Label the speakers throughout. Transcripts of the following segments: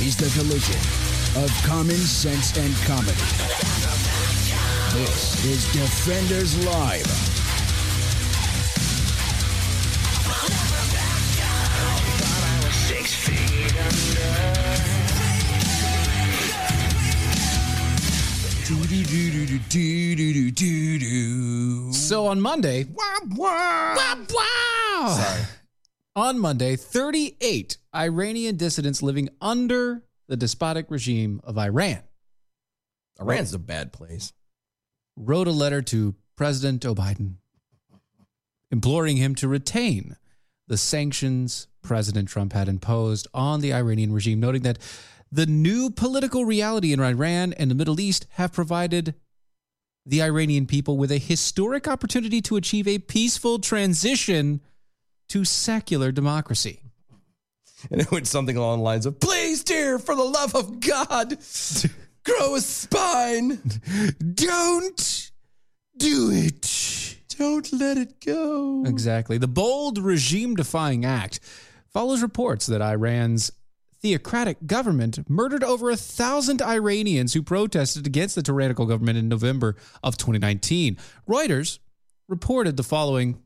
Speaker 1: is the collision of common sense and comedy. This is Defenders Live.
Speaker 2: So on Monday, on Monday, 38 Iranian dissidents living under the despotic regime of Iran
Speaker 3: Iran's a bad place.
Speaker 2: wrote a letter to President Joe Biden imploring him to retain the sanctions President Trump had imposed on the Iranian regime, noting that the new political reality in Iran and the Middle East have provided the Iranian people with a historic opportunity to achieve a peaceful transition to secular democracy.
Speaker 3: And it went something along the lines of, please, dear, for the love of God, grow a spine.
Speaker 2: Don't do it.
Speaker 3: Don't let it go.
Speaker 2: Exactly. The bold regime defying act follows reports that Iran's theocratic government murdered over a thousand Iranians who protested against the tyrannical government in November of 2019. Reuters reported the following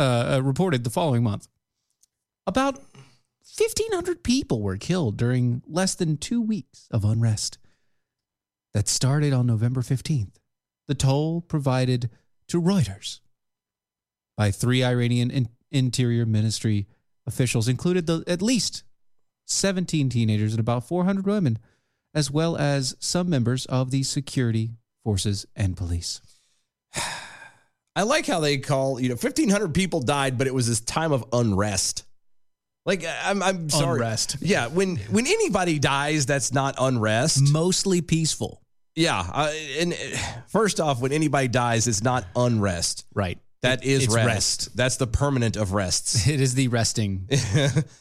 Speaker 2: uh, uh, reported the following month. About 1,500 people were killed during less than two weeks of unrest that started on November 15th. The toll provided to Reuters by three Iranian in- Interior Ministry officials included the, at least 17 teenagers and about 400 women, as well as some members of the security forces and police.
Speaker 3: I like how they call, you know, 1,500 people died, but it was this time of unrest. Like, I'm, I'm sorry.
Speaker 2: Unrest.
Speaker 3: Yeah. When, when anybody dies, that's not unrest.
Speaker 2: Mostly peaceful.
Speaker 3: Yeah. Uh, and uh, first off, when anybody dies, it's not unrest.
Speaker 2: Right.
Speaker 3: That is
Speaker 2: it's
Speaker 3: rest. That's the permanent of rests.
Speaker 2: It is the resting,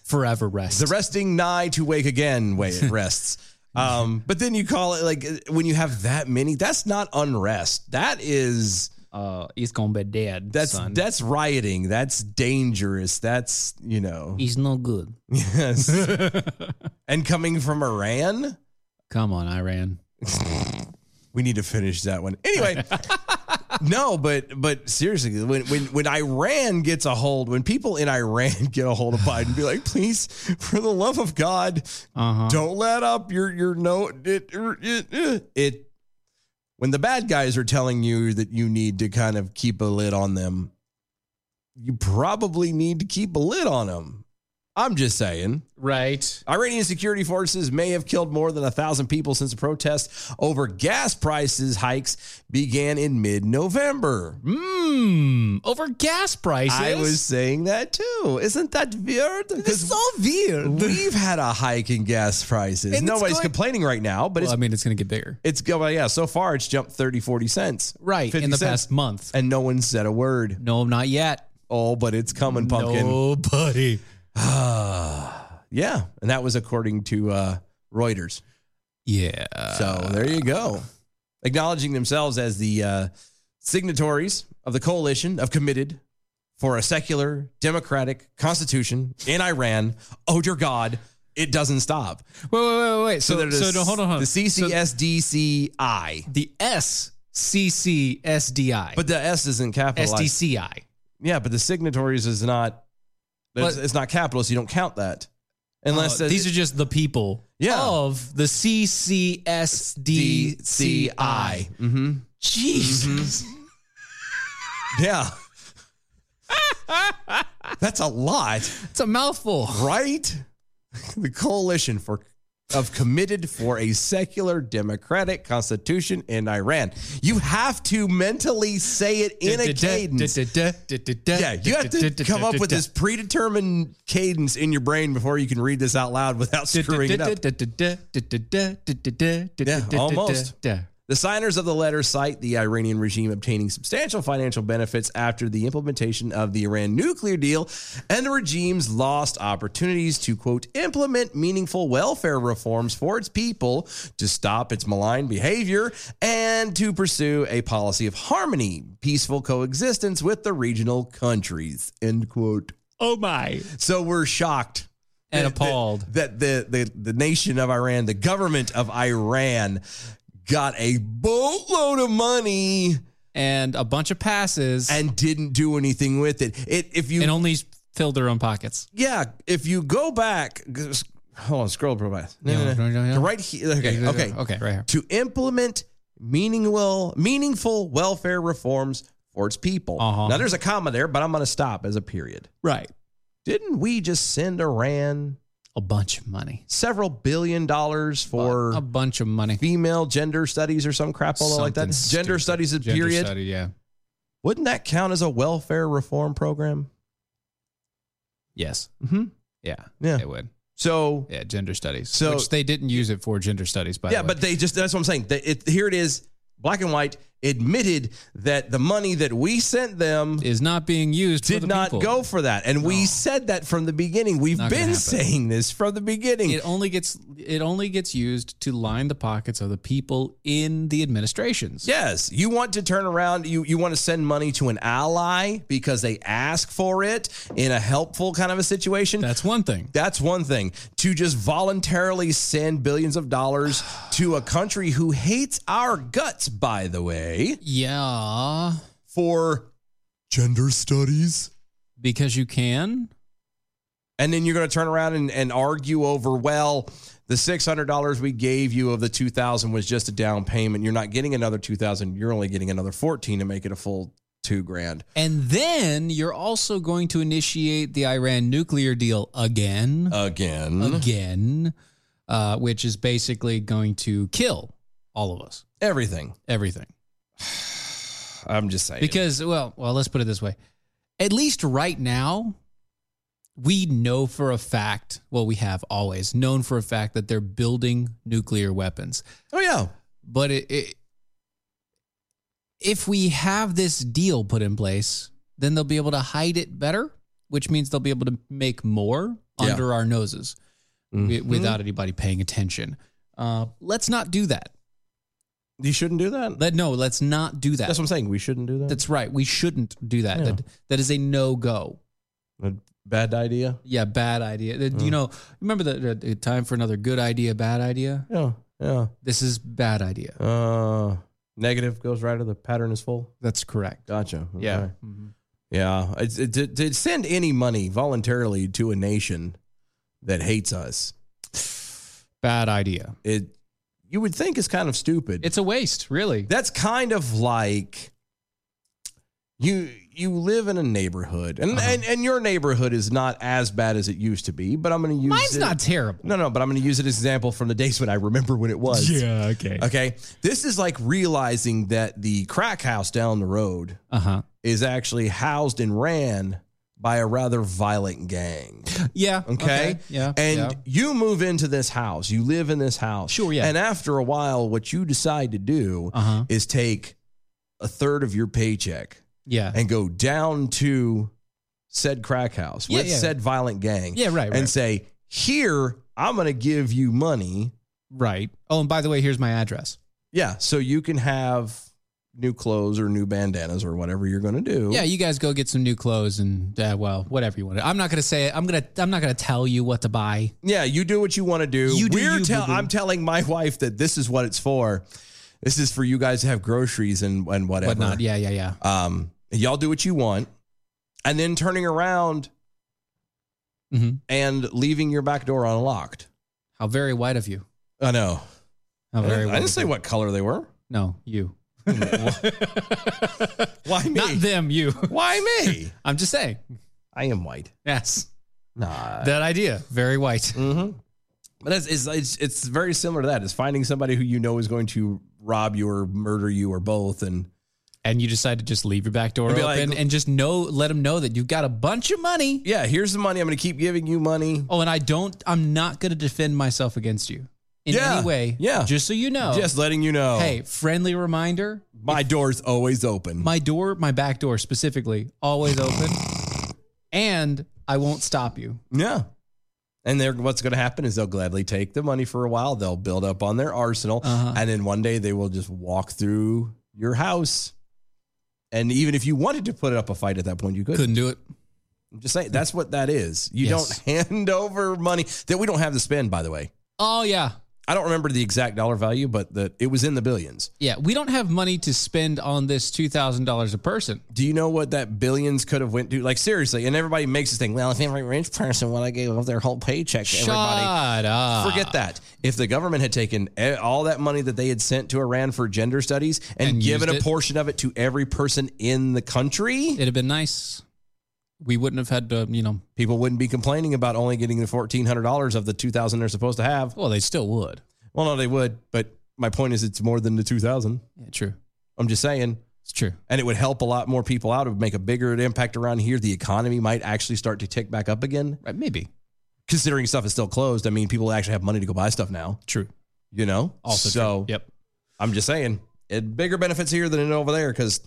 Speaker 2: forever rest.
Speaker 3: the resting nigh to wake again way it rests. Um, but then you call it like when you have that many, that's not unrest. That is
Speaker 2: Uh, he's gonna be dead.
Speaker 3: that's
Speaker 2: son.
Speaker 3: that's rioting. That's dangerous. That's you know
Speaker 2: He's no good.
Speaker 3: yes. and coming from Iran,
Speaker 2: Come on, Iran.
Speaker 3: we need to finish that one anyway. no, but but seriously, when when when Iran gets a hold, when people in Iran get a hold of Biden, be like, please, for the love of God,
Speaker 2: Uh huh.
Speaker 3: don't let up. You're you're no it, it it when the bad guys are telling you that you need to kind of keep a lid on them, you probably need to keep a lid on them. I'm just saying.
Speaker 2: Right.
Speaker 3: Iranian security forces may have killed more than a thousand people since the protests over gas prices hikes began in mid-November.
Speaker 2: Mmm. Over gas prices.
Speaker 3: I was saying that too. Isn't that weird? Because
Speaker 2: weird.
Speaker 3: we've had a hike in gas prices.
Speaker 2: And it's
Speaker 3: Nobody's
Speaker 2: going-
Speaker 3: complaining right now, but
Speaker 2: Well,
Speaker 3: it's
Speaker 2: I mean, it's gonna get bigger.
Speaker 3: It's go yeah. So far, it's jumped 30, 40 cents.
Speaker 2: Right.
Speaker 3: 50
Speaker 2: In the
Speaker 3: cents.
Speaker 2: past month.
Speaker 3: And no one said a word.
Speaker 2: No, not yet.
Speaker 3: Oh, but it's coming, pumpkin.
Speaker 2: Nobody.
Speaker 3: Yeah, and that was according to uh, Reuters.
Speaker 2: Yeah.
Speaker 3: So there you go. Acknowledging themselves as the uh, signatories of the coalition of committed for a secular democratic constitution in Iran. Oh dear God, it doesn't stop.
Speaker 2: Wait, wait, wait, wait, wait. So,
Speaker 3: they're
Speaker 2: so,
Speaker 3: the
Speaker 2: no, hold on, hold on.
Speaker 3: The
Speaker 2: So
Speaker 3: CCSDCI,
Speaker 2: the S C C S D I,
Speaker 3: but the S isn't
Speaker 2: S
Speaker 3: capitalized.
Speaker 2: D C I.
Speaker 3: Yeah, but the signatories is not. It's,
Speaker 2: But-
Speaker 3: it's not capital, so you don't count that. Unless
Speaker 2: Oh, these are just the people
Speaker 3: Yeah.
Speaker 2: of the C C S D C I.
Speaker 3: Mm-hmm.
Speaker 2: Jesus.
Speaker 3: Yeah, that's a lot,
Speaker 2: It's a mouthful.
Speaker 3: right? The coalition for of committed for a secular democratic constitution in Iran. You have to mentally say it in a cadence. Yeah, you have to come up with this predetermined cadence in your brain before you can read this out loud without screwing it up.
Speaker 2: Yeah,
Speaker 3: almost. The signers of the letter cite the Iranian regime obtaining substantial financial benefits after the implementation of the Iran nuclear deal and the regime's lost opportunities to, quote, implement meaningful welfare reforms for its people, to stop its malign behavior, and to pursue a policy of harmony, peaceful coexistence with the regional countries, end quote.
Speaker 2: Oh my.
Speaker 3: So we're shocked
Speaker 2: and appalled.
Speaker 3: that the, the the nation of Iran, the government of Iran, got a boatload of money
Speaker 2: And a bunch of passes and,
Speaker 3: and didn't do anything with it. It if you
Speaker 2: only filled their own pockets.
Speaker 3: yeah, if you go back, g- s- hold on, scroll up real fast. No, no, no.
Speaker 2: Yeah.
Speaker 3: Right here. Okay, okay,
Speaker 2: Okay, right here.
Speaker 3: To implement meaningful meaningful welfare reforms for its people.
Speaker 2: Uh-huh.
Speaker 3: Now there's a comma there, but I'm going to stop as a period.
Speaker 2: Right.
Speaker 3: Didn't we just send Iran
Speaker 2: A bunch of money.
Speaker 3: several billion dollars for
Speaker 2: a bunch of money.
Speaker 3: female gender studies or some crap all like that.
Speaker 2: Something
Speaker 3: Gender
Speaker 2: stupid.
Speaker 3: studies is
Speaker 2: Gender
Speaker 3: period.
Speaker 2: study, yeah.
Speaker 3: Wouldn't that count as a welfare reform program?
Speaker 2: Yes.
Speaker 3: Mm-hmm.
Speaker 2: Yeah.
Speaker 3: Yeah.
Speaker 2: It would.
Speaker 3: So
Speaker 2: Yeah, gender studies.
Speaker 3: So-
Speaker 2: which they didn't use it for gender studies, by
Speaker 3: yeah,
Speaker 2: the way.
Speaker 3: but they just that's what I'm saying. They, it, here it is, black and white, admitted that the money that we sent them
Speaker 2: is not being used. for
Speaker 3: did
Speaker 2: the
Speaker 3: not
Speaker 2: people.
Speaker 3: go for that, and we said that from the beginning. We've
Speaker 2: Not gonna
Speaker 3: been
Speaker 2: happen.
Speaker 3: saying this from the beginning.
Speaker 2: It only gets it only gets used to line the pockets of the people in the administrations.
Speaker 3: Yes, you want to turn around. You you want to send money to an ally because they ask for it in a helpful kind of a situation.
Speaker 2: That's one thing.
Speaker 3: That's one thing. To just voluntarily send billions of dollars to a country who hates our guts, by the way,
Speaker 2: Yeah.
Speaker 3: for gender studies.
Speaker 2: Because you can.
Speaker 3: And then you're going to turn around and, and argue over, well, the $600 we gave you of the 2000 was just a down payment. You're not getting another 2000. You're only getting another 14 to make it a full two grand.
Speaker 2: And then you're also going to initiate the Iran nuclear deal again.
Speaker 3: Again.
Speaker 2: again. Uh, which is basically going to kill all of us.
Speaker 3: Everything.
Speaker 2: Everything.
Speaker 3: I'm just saying.
Speaker 2: Because well, well, let's put it this way. At least right now, we know for a fact, well, we have always known for a fact that they're building nuclear weapons.
Speaker 3: oh, yeah.
Speaker 2: But it, it, if we have this deal put in place, then they'll be able to hide it better, which means they'll be able to make more
Speaker 3: Yeah.
Speaker 2: under our noses wi-
Speaker 3: Mhm.
Speaker 2: without anybody paying attention. Uh, let's not do that.
Speaker 3: You shouldn't do that.
Speaker 2: Let no, let's not do that.
Speaker 3: That's what I'm saying. We shouldn't do that.
Speaker 2: That's right. We shouldn't do that.
Speaker 3: Yeah.
Speaker 2: That that is a no go.
Speaker 3: a bad idea.
Speaker 2: Yeah, bad idea. That-
Speaker 3: Mm.
Speaker 2: You know, remember the, the- the time for another good idea, bad idea.
Speaker 3: Yeah, yeah.
Speaker 2: This is bad idea.
Speaker 3: Uh, negative goes right to the pattern is full.
Speaker 2: That's correct.
Speaker 3: Gotcha. Oh, Okay.
Speaker 2: Yeah, Mm-hmm.
Speaker 3: yeah. It's, it, to, to send any money voluntarily to a nation that hates us,
Speaker 2: bad idea.
Speaker 3: it you would think is kind of stupid.
Speaker 2: It's a waste, really.
Speaker 3: That's kind of like you you live in a neighborhood, and
Speaker 2: Uh-huh.
Speaker 3: and, and your neighborhood is not as bad as it used to be. But I'm going to use
Speaker 2: Mine's
Speaker 3: it-
Speaker 2: not terrible.
Speaker 3: No, no. But I'm going to use it as an example from the days when I remember when it was.
Speaker 2: Okay.
Speaker 3: Okay. This is like realizing that the crack house down the road
Speaker 2: Uh huh.
Speaker 3: is actually housed and ran by a rather violent gang.
Speaker 2: Yeah.
Speaker 3: Okay.
Speaker 2: Yeah.
Speaker 3: And
Speaker 2: yeah.
Speaker 3: you move into this house, you live in this house.
Speaker 2: Sure, yeah.
Speaker 3: And after a while, what you decide to do
Speaker 2: Uh-huh.
Speaker 3: is take a third of your paycheck
Speaker 2: yeah.
Speaker 3: and go down to said crack house
Speaker 2: Yeah,
Speaker 3: with
Speaker 2: yeah.
Speaker 3: said violent gang
Speaker 2: Yeah. Right. Right.
Speaker 3: and say, here, I'm going to give you money.
Speaker 2: right. Oh, and by the way, here's my address.
Speaker 3: Yeah, so you can have new clothes or new bandanas or whatever you're going to do.
Speaker 2: Yeah, you guys go get some new clothes and uh, well, whatever you want. I'm not gonna say it. I'm gonna. I'm not gonna tell you what to buy.
Speaker 3: Yeah, you do what you want to do.
Speaker 2: You do
Speaker 3: We're
Speaker 2: you,
Speaker 3: tell-
Speaker 2: boo-boo.
Speaker 3: I'm telling my wife that this is what it's for. This is for you guys to have groceries and and whatever.
Speaker 2: Whatnot. Yeah. Yeah. Yeah.
Speaker 3: Um y'all do what you want. And then turning around
Speaker 2: Mhm.
Speaker 3: and leaving your back door unlocked.
Speaker 2: How very white of you.
Speaker 3: I know.
Speaker 2: How very.
Speaker 3: I
Speaker 2: white
Speaker 3: didn't
Speaker 2: of
Speaker 3: say
Speaker 2: you.
Speaker 3: what color they were.
Speaker 2: No, you.
Speaker 3: Why me?
Speaker 2: Not them, you.
Speaker 3: Why me?
Speaker 2: I'm just saying.
Speaker 3: I am white.
Speaker 2: Yes.
Speaker 3: Nah.
Speaker 2: That idea. Very white.
Speaker 3: Mm-hmm. But that's, it's, it's it's very similar to that. It's finding somebody who you know is going to rob you or murder you or both, and
Speaker 2: And you decide to just leave your back door
Speaker 3: It'd
Speaker 2: open
Speaker 3: be like-
Speaker 2: and just know let them know that you've got a bunch of money.
Speaker 3: yeah, here's the money. I'm going to keep giving you money.
Speaker 2: Oh, and I don't I'm not gonna defend myself against you in
Speaker 3: Yeah.
Speaker 2: any way.
Speaker 3: Yeah.
Speaker 2: Just so you know.
Speaker 3: Just letting you know.
Speaker 2: Oh. Hey, friendly reminder.
Speaker 3: my door's always open.
Speaker 2: My door, my back door specifically, always open. And I won't stop you.
Speaker 3: yeah. And they're, what's going to happen is they'll gladly take the money for a while. They'll build up on their arsenal,
Speaker 2: Uh-huh.
Speaker 3: and then one day they will just walk through your house. And even if you wanted to put up a fight at that point, you could.
Speaker 2: Couldn't do it.
Speaker 3: I'm just saying that's what that is. You
Speaker 2: Yes.
Speaker 3: don't hand over money that we don't have to spend, by the way.
Speaker 2: Oh yeah,
Speaker 3: I don't remember the exact dollar value, but the, it was in the billions.
Speaker 2: yeah. We don't have money to spend on this two thousand dollars a person.
Speaker 3: Do you know what that billions could have went to? Like seriously, and everybody makes this thing. Well, if every rich person would have gave up their whole paycheck to everybody,
Speaker 2: Shut up.
Speaker 3: forget that. If the government had taken e- all that money that they had sent to Iran for gender studies and,
Speaker 2: And
Speaker 3: given
Speaker 2: used
Speaker 3: a
Speaker 2: it.
Speaker 3: portion of it to every person in the country,
Speaker 2: It'd have been nice. We wouldn't have had to, you know.
Speaker 3: people wouldn't be complaining about only getting the fourteen hundred dollars of the two thousand they're supposed to have.
Speaker 2: Well, they still would.
Speaker 3: Well, no, they would, but my point is, it's more than the two thousand.
Speaker 2: Yeah, true.
Speaker 3: I'm just saying.
Speaker 2: It's true.
Speaker 3: And it would help a lot more people out. It would make a bigger impact around here. The economy might actually start to tick back up again.
Speaker 2: Right? Maybe.
Speaker 3: considering stuff is still closed, I mean, people actually have money to go buy stuff now,
Speaker 2: True.
Speaker 3: you know?
Speaker 2: Also.
Speaker 3: so
Speaker 2: true. Yep.
Speaker 3: I'm just saying, it bigger benefits here than it over there because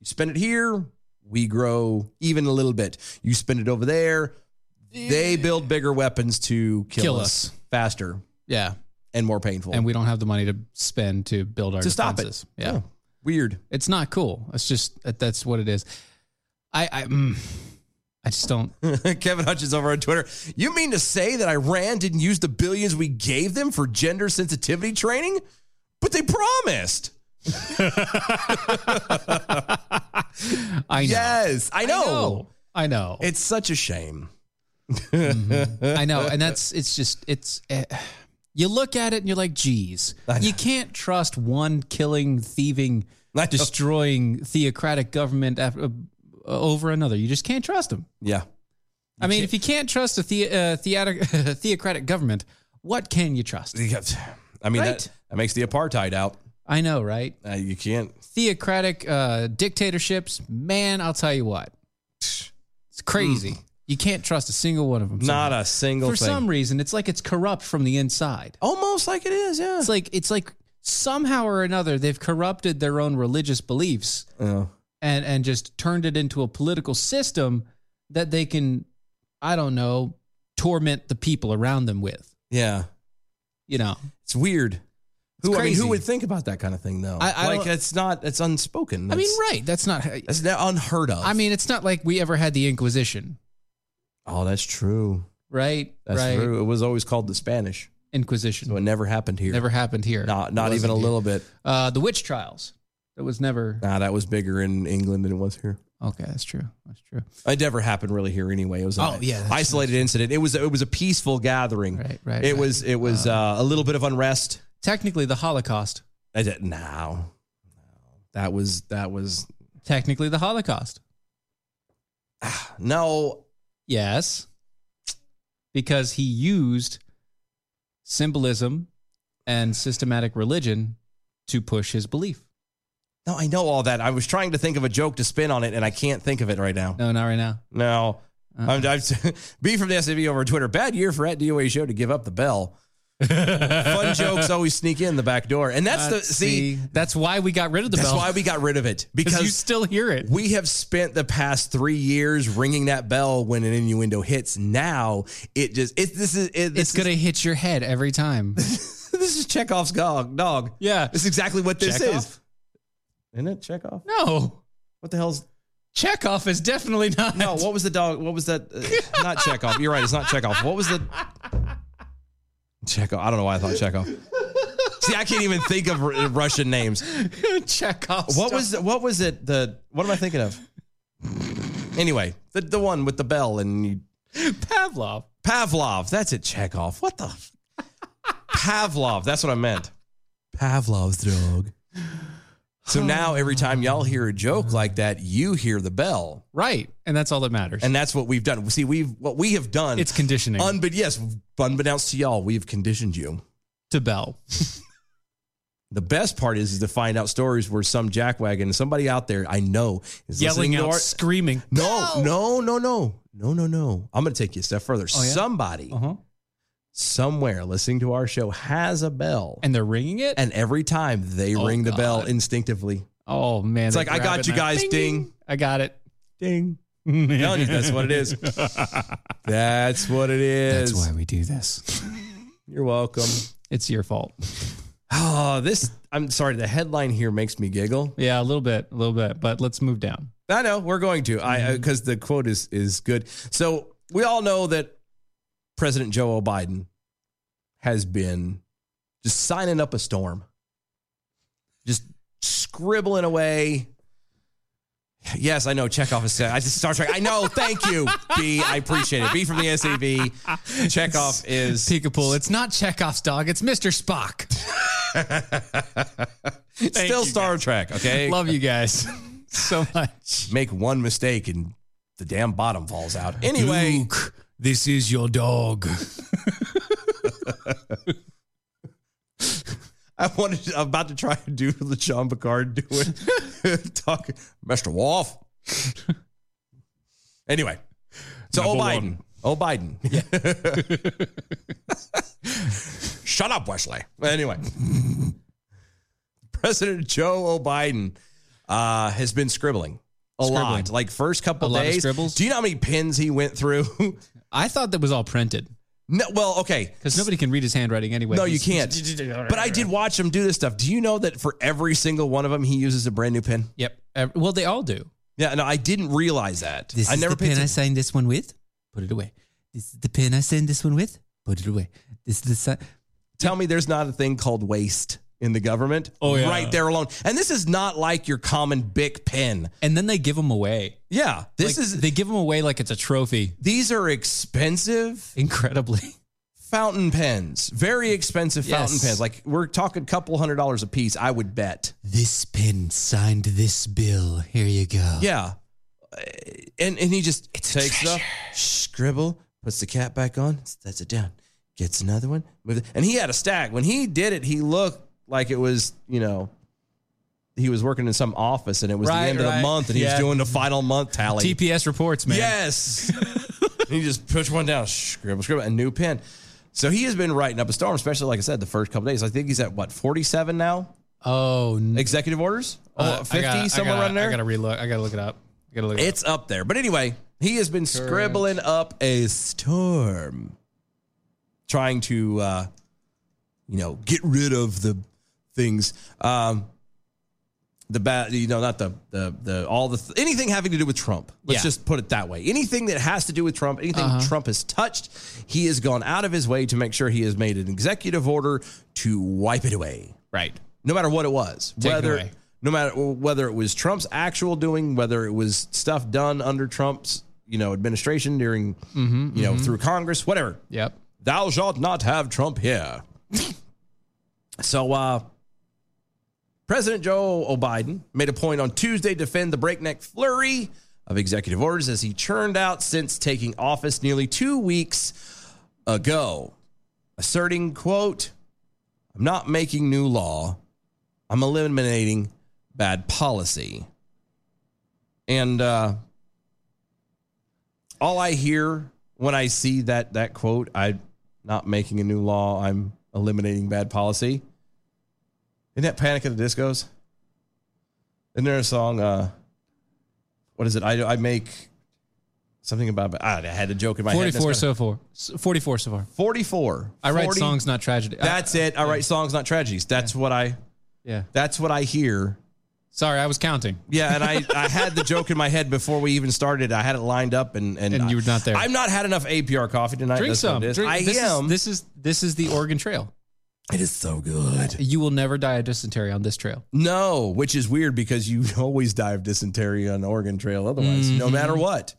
Speaker 3: you spend it here, we grow even a little bit. You spend it over there, they build bigger weapons to kill,
Speaker 2: Kill
Speaker 3: us,
Speaker 2: us.
Speaker 3: faster
Speaker 2: Yeah.
Speaker 3: and more painful.
Speaker 2: And we don't have the money to spend to build our
Speaker 3: to stop
Speaker 2: defenses.
Speaker 3: it.
Speaker 2: Yeah.
Speaker 3: Weird.
Speaker 2: It's not cool. It's just that- that's what it is. I I mm, I just don't.
Speaker 3: Kevin Hutchins over on Twitter. You mean to say that Iran didn't use the billions we gave them for gender sensitivity training? But they promised.
Speaker 2: I know.
Speaker 3: Yes, I know.
Speaker 2: I know. I know.
Speaker 3: It's such a shame.
Speaker 2: I know. And that's it's just it's. eh, you look at it and you're like, geez, you can't trust one killing, thieving,
Speaker 3: I know.
Speaker 2: destroying theocratic government after, uh, over another. You just can't trust them.
Speaker 3: Yeah.
Speaker 2: I mean, if you can't trust a the, uh, theatic, theocratic government, what can you trust?
Speaker 3: You got- I mean,
Speaker 2: Right.
Speaker 3: that, that makes the apartheid out.
Speaker 2: I know, right?
Speaker 3: Uh, you can't.
Speaker 2: Theocratic uh, dictatorships, man, I'll tell you what, it's crazy. You can't trust a single one of them.
Speaker 3: Hmm. Not a single
Speaker 2: for
Speaker 3: thing.
Speaker 2: some reason, it's like it's corrupt from the inside.
Speaker 3: Almost like it is, yeah.
Speaker 2: It's like it's like somehow or another they've corrupted their own religious beliefs
Speaker 3: Yeah.
Speaker 2: and and just turned it into a political system that they can, I don't know, torment the people around them with.
Speaker 3: yeah.
Speaker 2: You know,
Speaker 3: It's weird. Who, I mean,
Speaker 2: crazy.
Speaker 3: who would think about that kind of thing, though?
Speaker 2: I- I
Speaker 3: like,
Speaker 2: don't-
Speaker 3: it's not, it's unspoken.
Speaker 2: I mean,
Speaker 3: It's-
Speaker 2: right? That's not. how-
Speaker 3: That's not unheard of.
Speaker 2: I mean, it's not like we ever had the Inquisition,
Speaker 3: oh, that's true.
Speaker 2: right?
Speaker 3: That's
Speaker 2: right?
Speaker 3: true. It was always called the Spanish.
Speaker 2: Inquisition
Speaker 3: So it never happened here.
Speaker 2: never happened here.
Speaker 3: Not, not
Speaker 2: It
Speaker 3: even a
Speaker 2: wasn't here.
Speaker 3: little bit.
Speaker 2: Uh, the witch trials. That was never.
Speaker 3: Nah, that was bigger in England than it was here.
Speaker 2: Okay, that's true. That's true.
Speaker 3: It never happened really here anyway. It was an
Speaker 2: Oh, yeah, that's-
Speaker 3: isolated incident. It was it was a peaceful gathering.
Speaker 2: Right, right,
Speaker 3: Mm. It
Speaker 2: right.
Speaker 3: was it was uh, a little bit of unrest.
Speaker 2: Technically, the Holocaust.
Speaker 3: I said, no, no, that was that was
Speaker 2: Technically, the Holocaust.
Speaker 3: no.
Speaker 2: Yes, because he used symbolism and systematic religion to push his belief.
Speaker 3: No, I know all that. I was trying to think of a joke to spin on it, and I can't think of it right now.
Speaker 2: No, Uh-huh. not right now.
Speaker 3: No, I'm, I'm B from the SAV over Twitter. Bad year for at DOA show to give up the bell. Fun jokes always sneak in the back door, and that's the
Speaker 2: Let's
Speaker 3: see.
Speaker 2: That's why we got rid of the
Speaker 3: That's
Speaker 2: bell.
Speaker 3: why we got rid of it
Speaker 2: because
Speaker 3: because
Speaker 2: you still hear it.
Speaker 3: We have spent the past three years ringing that bell when an innuendo hits. Now it just it, this is it, this
Speaker 2: It's gonna hit your head every time.
Speaker 3: is, this is Chekhov's dog. Dog.
Speaker 2: yeah.
Speaker 3: This is exactly what this
Speaker 2: Chekhov?
Speaker 3: is. Isn't it Chekhov?
Speaker 2: No.
Speaker 3: What the hell's
Speaker 2: Chekhov is definitely not.
Speaker 3: no? What was the dog? What was that? Uh, not Chekhov. You're right. It's not Chekhov. What was the Chekhov? I don't know why I thought Chekhov. See, I can't even think of r- Russian names.
Speaker 2: Chekhov.
Speaker 3: What was it, what was it? The what am I thinking of? Anyway, the the one with the bell and you
Speaker 2: Pavlov?
Speaker 3: Pavlov. That's it, Chekhov. What the? f- Pavlov. That's what I meant. Pavlov's dog. So now every time y'all hear a joke like that, you hear the bell,
Speaker 2: Right, and that's all that matters.
Speaker 3: and that's what we've done. See, we've what we have done.
Speaker 2: it's conditioning
Speaker 3: unbe- yes, unbeknownst to y'all, we've conditioned you.
Speaker 2: to Bell.
Speaker 3: The best part is, is to find out stories where some jackwagon, somebody out there I know is listening
Speaker 2: yelling
Speaker 3: to
Speaker 2: out,
Speaker 3: our-
Speaker 2: screaming.
Speaker 3: no, no, no, no, no, no, no. I'm going to take you a step further.
Speaker 2: yeah?
Speaker 3: Somebody
Speaker 2: Uh-huh.
Speaker 3: somewhere listening to our show has a bell.
Speaker 2: And they're ringing it.
Speaker 3: And every time they
Speaker 2: Oh,
Speaker 3: ring the bell
Speaker 2: God.
Speaker 3: instinctively,
Speaker 2: oh man,
Speaker 3: it's
Speaker 2: they
Speaker 3: like, I
Speaker 2: grab
Speaker 3: got
Speaker 2: it
Speaker 3: you
Speaker 2: and I-
Speaker 3: guys, ding,
Speaker 2: I got it.
Speaker 3: ding. Telling you, that's what it is. That's what it is.
Speaker 2: That's why we do this.
Speaker 3: You're welcome.
Speaker 2: It's your fault.
Speaker 3: Oh, this, I'm sorry, the headline here makes me giggle.
Speaker 2: Yeah, a little bit, a little bit. But let's move down.
Speaker 3: I know we're going to. I because the quote is is good. So we all know that President Joe Biden has been just signing up a storm, just scribbling away. Yes, I know. Chekhov is. I just Star Trek. I know. Thank you, B. I appreciate it. B from the SAB. Chekhov is
Speaker 2: Peekapool. It's not Chekhov's dog. It's Mr. Spock.
Speaker 3: still
Speaker 2: you,
Speaker 3: Star Trek. Okay,
Speaker 2: Love you guys so much.
Speaker 3: make one mistake and the damn bottom falls out. Anyway,
Speaker 2: Luke, this is your dog.
Speaker 3: I wanted. To, I'm about to try and do the Sean Picard doing talk, Mr. Wolf. anyway, so oh
Speaker 2: Number
Speaker 3: Biden,
Speaker 2: one.
Speaker 3: oh Biden, shut up, Wesley. Anyway, President Joe O. Biden uh, has been scribbling a
Speaker 2: Scribbling.
Speaker 3: lot. Like first couple
Speaker 2: A lot of
Speaker 3: days,
Speaker 2: scribbles?
Speaker 3: do you know how many pins he went through?
Speaker 2: I thought that was all printed
Speaker 3: no, well, okay,
Speaker 2: because nobody can read his handwriting anyway.
Speaker 3: No, you
Speaker 2: He's-
Speaker 3: can't. but I did watch him do this stuff. Do you know that for every single one of them, he uses a brand new pen?
Speaker 2: Yep. Ev- Well, they all do.
Speaker 3: Yeah, no, I didn't realize that.
Speaker 2: This
Speaker 3: I
Speaker 2: is
Speaker 3: never
Speaker 2: the pen
Speaker 3: paid.
Speaker 2: I signed this one with. Put it away. This is the pen I signed this one with. Put it away. This is the sign.
Speaker 3: Tell me, there's not a thing called waste in the government.
Speaker 2: Oh, yeah.
Speaker 3: right there alone. And this is not like your common Bic pen.
Speaker 2: And then they give them away.
Speaker 3: Yeah, this
Speaker 2: Like,
Speaker 3: is.
Speaker 2: they give them away like it's a trophy.
Speaker 3: these are expensive
Speaker 2: Incredibly.
Speaker 3: fountain pens. Very expensive fountain
Speaker 2: Yes.
Speaker 3: pens. Like we're talking couple hundred dollars a piece. I would bet.
Speaker 2: This pen signed this bill. Here you go.
Speaker 3: Yeah. Uh, And and he just takes it up, scribble, puts the cap back on, sets it down, gets another one, moves it. and he had a stack. When he did it, he looked like it was, you know, he was working in some office and it was the
Speaker 2: Right,
Speaker 3: end of the
Speaker 2: right.
Speaker 3: month and he was
Speaker 2: Yeah.
Speaker 3: doing the final month tally.
Speaker 2: TPS reports, man.
Speaker 3: Yes. And he just push one down, scribble, scribble, a new pen. So he has been writing up a storm, especially like I said, the first couple days. I think he's at what, 47 now?
Speaker 2: Oh, n-
Speaker 3: Executive orders? Oh,
Speaker 2: uh, I
Speaker 3: 50,
Speaker 2: gotta- I
Speaker 3: somewhere
Speaker 2: gotta-
Speaker 3: around there?
Speaker 2: I gotta relook. I gotta look it up. I gotta look it up.
Speaker 3: It's up there. But anyway, he has been scribbling up a storm, trying to, uh, you know, get rid of the things. Um, the bad, you know, not the the the all the th- anything having to do with Trump. Let's
Speaker 2: Yeah.
Speaker 3: just put it that way. Anything that has to do with Trump, anything Trump has touched, he has gone out of his way to make sure he has made an executive order to wipe it away
Speaker 2: Right.
Speaker 3: no matter what it was,
Speaker 2: Take it
Speaker 3: whether
Speaker 2: away.
Speaker 3: no matter whether it was Trump's actual doing, whether it was stuff done under Trump's you know administration during
Speaker 2: Mm-hmm,
Speaker 3: you know through Congress, whatever.
Speaker 2: Yep.
Speaker 3: Thou shalt not have Trump here. so, uh, President Joe O. Biden made a point on Tuesday to defend the breakneck flurry of executive orders as he churned out since taking office nearly two weeks ago, asserting, quote, I'm not making new law. I'm eliminating bad policy. And uh, all I hear when I see that that quote, I'm not making a new law. I'm eliminating bad policy. Isn't that Panic at the Discos? Isn't there a song? Uh, what is it? I I make something about. I had a joke in my head.
Speaker 2: 44
Speaker 3: That's kinda-
Speaker 2: so far. S- 44 so far.
Speaker 3: Forty-four.
Speaker 2: I write
Speaker 3: 40
Speaker 2: songs, not tragedy. I-
Speaker 3: That's it. I write songs, not tragedies. That's what I.
Speaker 2: yeah.
Speaker 3: That's what I hear.
Speaker 2: Sorry, I was counting.
Speaker 3: Yeah, and I, I had the joke in my head before we even started. I had it lined up, and and,
Speaker 2: And you
Speaker 3: I-
Speaker 2: were not there.
Speaker 3: I've not had enough APR coffee tonight.
Speaker 2: Drink
Speaker 3: That's what
Speaker 2: some.
Speaker 3: it is.
Speaker 2: Drink-
Speaker 3: I
Speaker 2: this
Speaker 3: am.
Speaker 2: Is, this is this is the Oregon Trail.
Speaker 3: it is so good.
Speaker 2: You will never die of dysentery on this trail.
Speaker 3: No, which is weird because you always die of dysentery on the Oregon Trail. Otherwise, no
Speaker 2: Mm-hmm.
Speaker 3: matter what,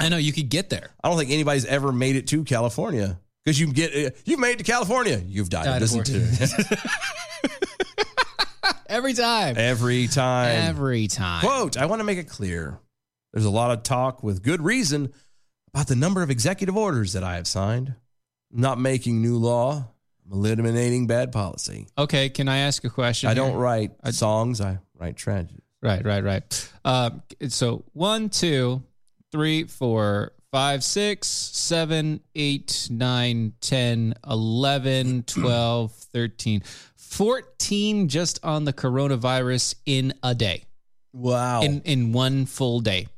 Speaker 2: I know you could get there.
Speaker 3: I don't think anybody's ever made it to California because you get uh, you've made it to California, you've died,
Speaker 2: Died
Speaker 3: of
Speaker 2: of
Speaker 3: dysentery
Speaker 2: Every time.
Speaker 3: every time.
Speaker 2: Every time.
Speaker 3: Quote, I want to make it clear. There's a lot of talk with good reason about the number of executive orders that I have signed. I'm not making new law. I'm eliminating bad policy.
Speaker 2: Okay, can I ask a question?
Speaker 3: I
Speaker 2: here?
Speaker 3: don't write songs. I write tragedy.
Speaker 2: Right, right, right. Um, so one, two, three, four, five, six, seven, eight, nine, 10, 11, 12, 13, 14 just on the coronavirus in a day,
Speaker 3: Wow.
Speaker 2: in,
Speaker 3: In,
Speaker 2: in one full day.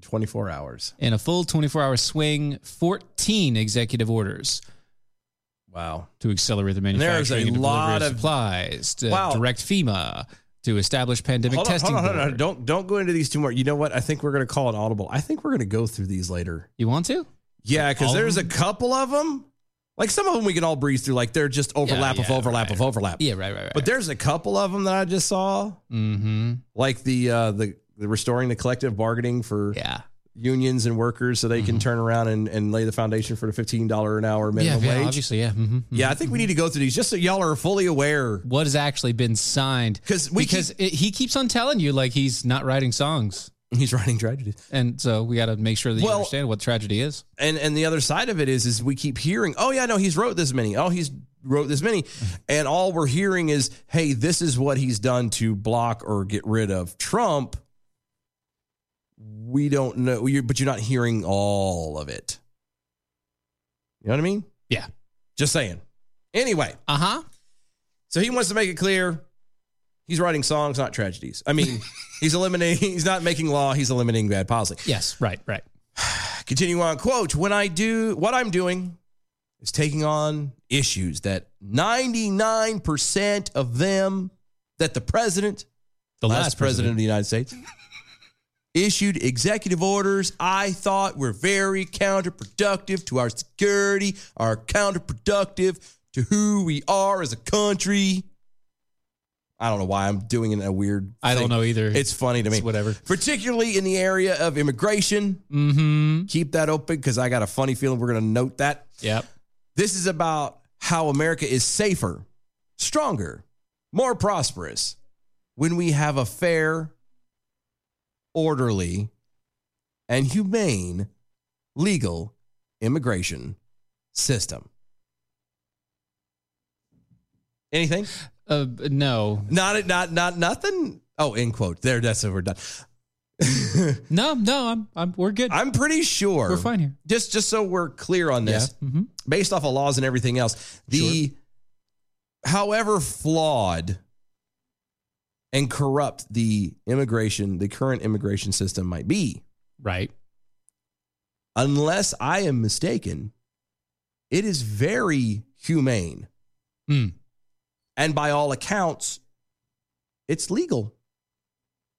Speaker 3: 24 hours.
Speaker 2: In a full 24 hour swing, 14 executive orders
Speaker 3: Wow.
Speaker 2: to accelerate the
Speaker 3: there's a
Speaker 2: manufacturing and delivery
Speaker 3: lot
Speaker 2: of
Speaker 3: of-
Speaker 2: supplies, to
Speaker 3: Wow.
Speaker 2: direct FEMA, to establish pandemic
Speaker 3: Hold on,
Speaker 2: testing.
Speaker 3: hold on, hold on,
Speaker 2: board.
Speaker 3: Don't don't go into these too much. You know what? I think we're gonna call it audible. I think we're gonna go through these later.
Speaker 2: You want to?
Speaker 3: Yeah, because
Speaker 2: all of
Speaker 3: there's a couple of them. Like some of them we can all breeze through. Like they're just overlap of
Speaker 2: yeah,
Speaker 3: overlap of overlap.
Speaker 2: Yeah, right, right, right.
Speaker 3: But there's a couple of them that I just saw,
Speaker 2: mm-hmm.
Speaker 3: like the uh, the the restoring the collective bargaining for
Speaker 2: Yeah.
Speaker 3: unions and workers, so they
Speaker 2: Mm-hmm.
Speaker 3: can turn around and, and lay the foundation for the fifteen dollar an hour
Speaker 2: Yeah,
Speaker 3: minimum
Speaker 2: yeah,
Speaker 3: wage.
Speaker 2: obviously, yeah. Mm-hmm.
Speaker 3: Yeah, I think we need to go through these just so y'all are fully aware.
Speaker 2: What has actually been signed?
Speaker 3: 'Cause we
Speaker 2: because it, he keeps on telling you like he's not writing songs,
Speaker 3: He's writing tragedies.
Speaker 2: and so we got to make sure that you
Speaker 3: Well-
Speaker 2: understand what tragedy is.
Speaker 3: and and the other side of it is is we keep hearing oh yeah no he's wrote this many oh he's wrote this many and all we're hearing is hey this is what he's done to block or get rid of trump we don't know you but you're not hearing all of it you know what i mean
Speaker 2: Yeah.
Speaker 3: just saying anyway
Speaker 2: Uh huh.
Speaker 3: so he wants to make it clear he's writing songs not tragedies i mean he's eliminating he's not making law he's eliminating bad policy
Speaker 2: Yes. Right. Right.
Speaker 3: Continue on, quote, when I do what I'm doing is taking on issues that 99% of them that the president,
Speaker 2: The
Speaker 3: last, president, of the United States, issued executive orders I thought were very counterproductive to our security, are counterproductive to who we are as a country. I don't know why I'm doing it in a weird
Speaker 2: I don't
Speaker 3: thing.
Speaker 2: know either.
Speaker 3: It's funny to me.
Speaker 2: It's whatever.
Speaker 3: Particularly in the area of immigration
Speaker 2: Mm-hmm.
Speaker 3: keep that open because I got a funny feeling we're going to note that.
Speaker 2: Yep.
Speaker 3: This is about how America is safer, stronger, more prosperous when we have a fair, orderly, and humane legal immigration system. Anything?
Speaker 2: Uh, no.
Speaker 3: Not not not nothing. Oh, end quote. There, that's it. We're done.
Speaker 2: No. No. I'm. I'm. We're good.
Speaker 3: I'm pretty sure
Speaker 2: we're fine here.
Speaker 3: Just just so we're clear on this.
Speaker 2: Yeah. Mm-hmm.
Speaker 3: based off of laws and everything else. The however flawed and corrupt the immigration, the current immigration system might be,
Speaker 2: Right.
Speaker 3: unless I am mistaken, it is very humane. Hmm.
Speaker 2: Mm.
Speaker 3: And by all accounts, it's legal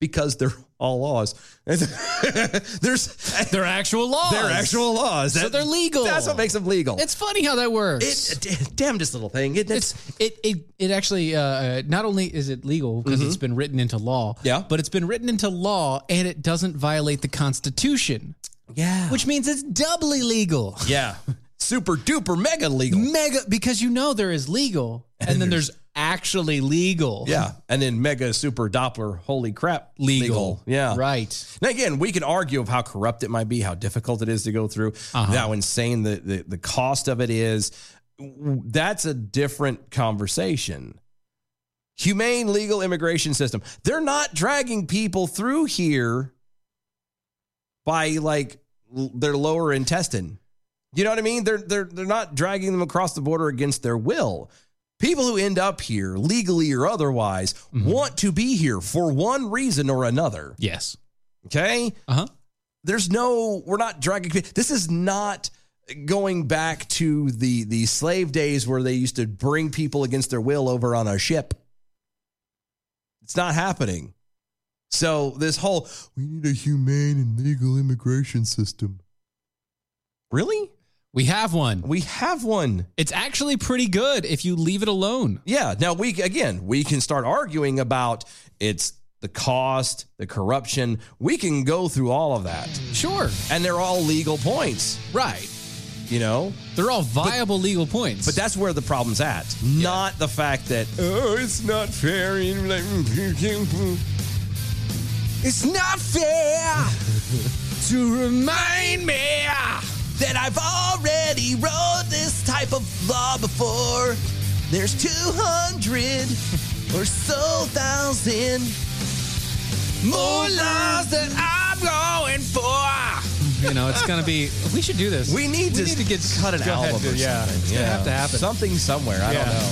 Speaker 3: because they're all laws. There's
Speaker 2: They're actual laws.
Speaker 3: they're actual laws.
Speaker 2: So they're legal.
Speaker 3: That's what makes them legal.
Speaker 2: It's funny how that works.
Speaker 3: it, damnedest little thing, isn't it?
Speaker 2: it's it it it actually uh, not only is it legal because it's been written into law,
Speaker 3: Mm-hmm. Yeah.
Speaker 2: but it's been written into law and it doesn't violate the Constitution,
Speaker 3: yeah.
Speaker 2: which means it's doubly legal,
Speaker 3: Yeah. Super duper mega legal.
Speaker 2: mega because you know there is legal and, then there's actually legal,
Speaker 3: Yeah. And then mega super Doppler. Holy crap.
Speaker 2: legal,
Speaker 3: Yeah. Right.
Speaker 2: right,
Speaker 3: Now, again, we can argue of how corrupt it might be, how difficult it is to go through,
Speaker 2: Uh-huh.
Speaker 3: how insane the, the, the cost of it is. That's a different conversation. Humane legal immigration system. They're not dragging people through here by like l- their lower intestine. You know what I mean? They're they're they're not dragging them across the border against their will. People who end up here, legally or otherwise, want to be here for one reason or another.
Speaker 2: yes,
Speaker 3: Okay.
Speaker 2: uh huh,
Speaker 3: There's no, we're not dragging. pe- This is not going back to the the slave days where they used to bring people against their will over on a ship. It's not happening. So this whole we need a humane and legal immigration system. Really?
Speaker 2: we have one.
Speaker 3: We have one.
Speaker 2: It's actually pretty good if you leave it alone.
Speaker 3: Yeah. Now we again we can start arguing about it's the cost, the corruption. We can go through all of that.
Speaker 2: Sure,
Speaker 3: And they're all legal points.
Speaker 2: right.
Speaker 3: you know
Speaker 2: They're all viable legal points,
Speaker 3: but that's where the problem's at not the fact that oh it's not fair and like,
Speaker 2: it's not fair to remind me.
Speaker 3: that i've already wrote this type of law before there's 200 or so thousand more
Speaker 2: Oh.
Speaker 3: laws that i'm going for
Speaker 2: You know, it's gonna be. We should do this.
Speaker 3: we need to,
Speaker 2: get
Speaker 3: cut an
Speaker 2: go ahead
Speaker 3: album or
Speaker 2: and- yeah,
Speaker 3: something
Speaker 2: it's
Speaker 3: yeah
Speaker 2: gonna have to happen.
Speaker 3: something somewhere i
Speaker 2: Yeah.
Speaker 3: don't know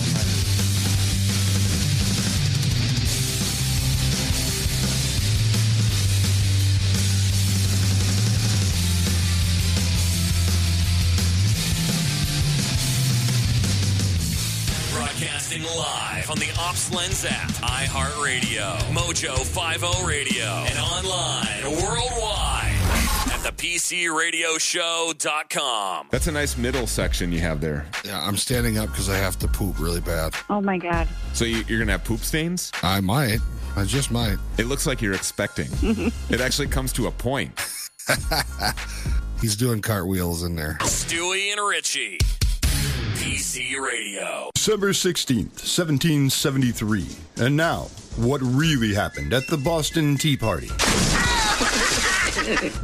Speaker 4: Broadcasting
Speaker 5: Broadcasting live on the Ops Lens app, iHeartRadio, Mojo 50 Radio, and online worldwide at thepcradioshow.com.
Speaker 6: That's a nice middle section you have there.
Speaker 7: Yeah, I'm standing up because I have to poop really bad.
Speaker 8: Oh my God.
Speaker 6: So you, you're gonna have poop stains.
Speaker 7: I might. I just might.
Speaker 6: It looks like you're expecting. it actually comes to a point.
Speaker 7: He's doing cartwheels in there.
Speaker 5: Stewie and Richie, PC Radio.
Speaker 9: December 16th, 1773. And now, what really happened at the Boston Tea Party?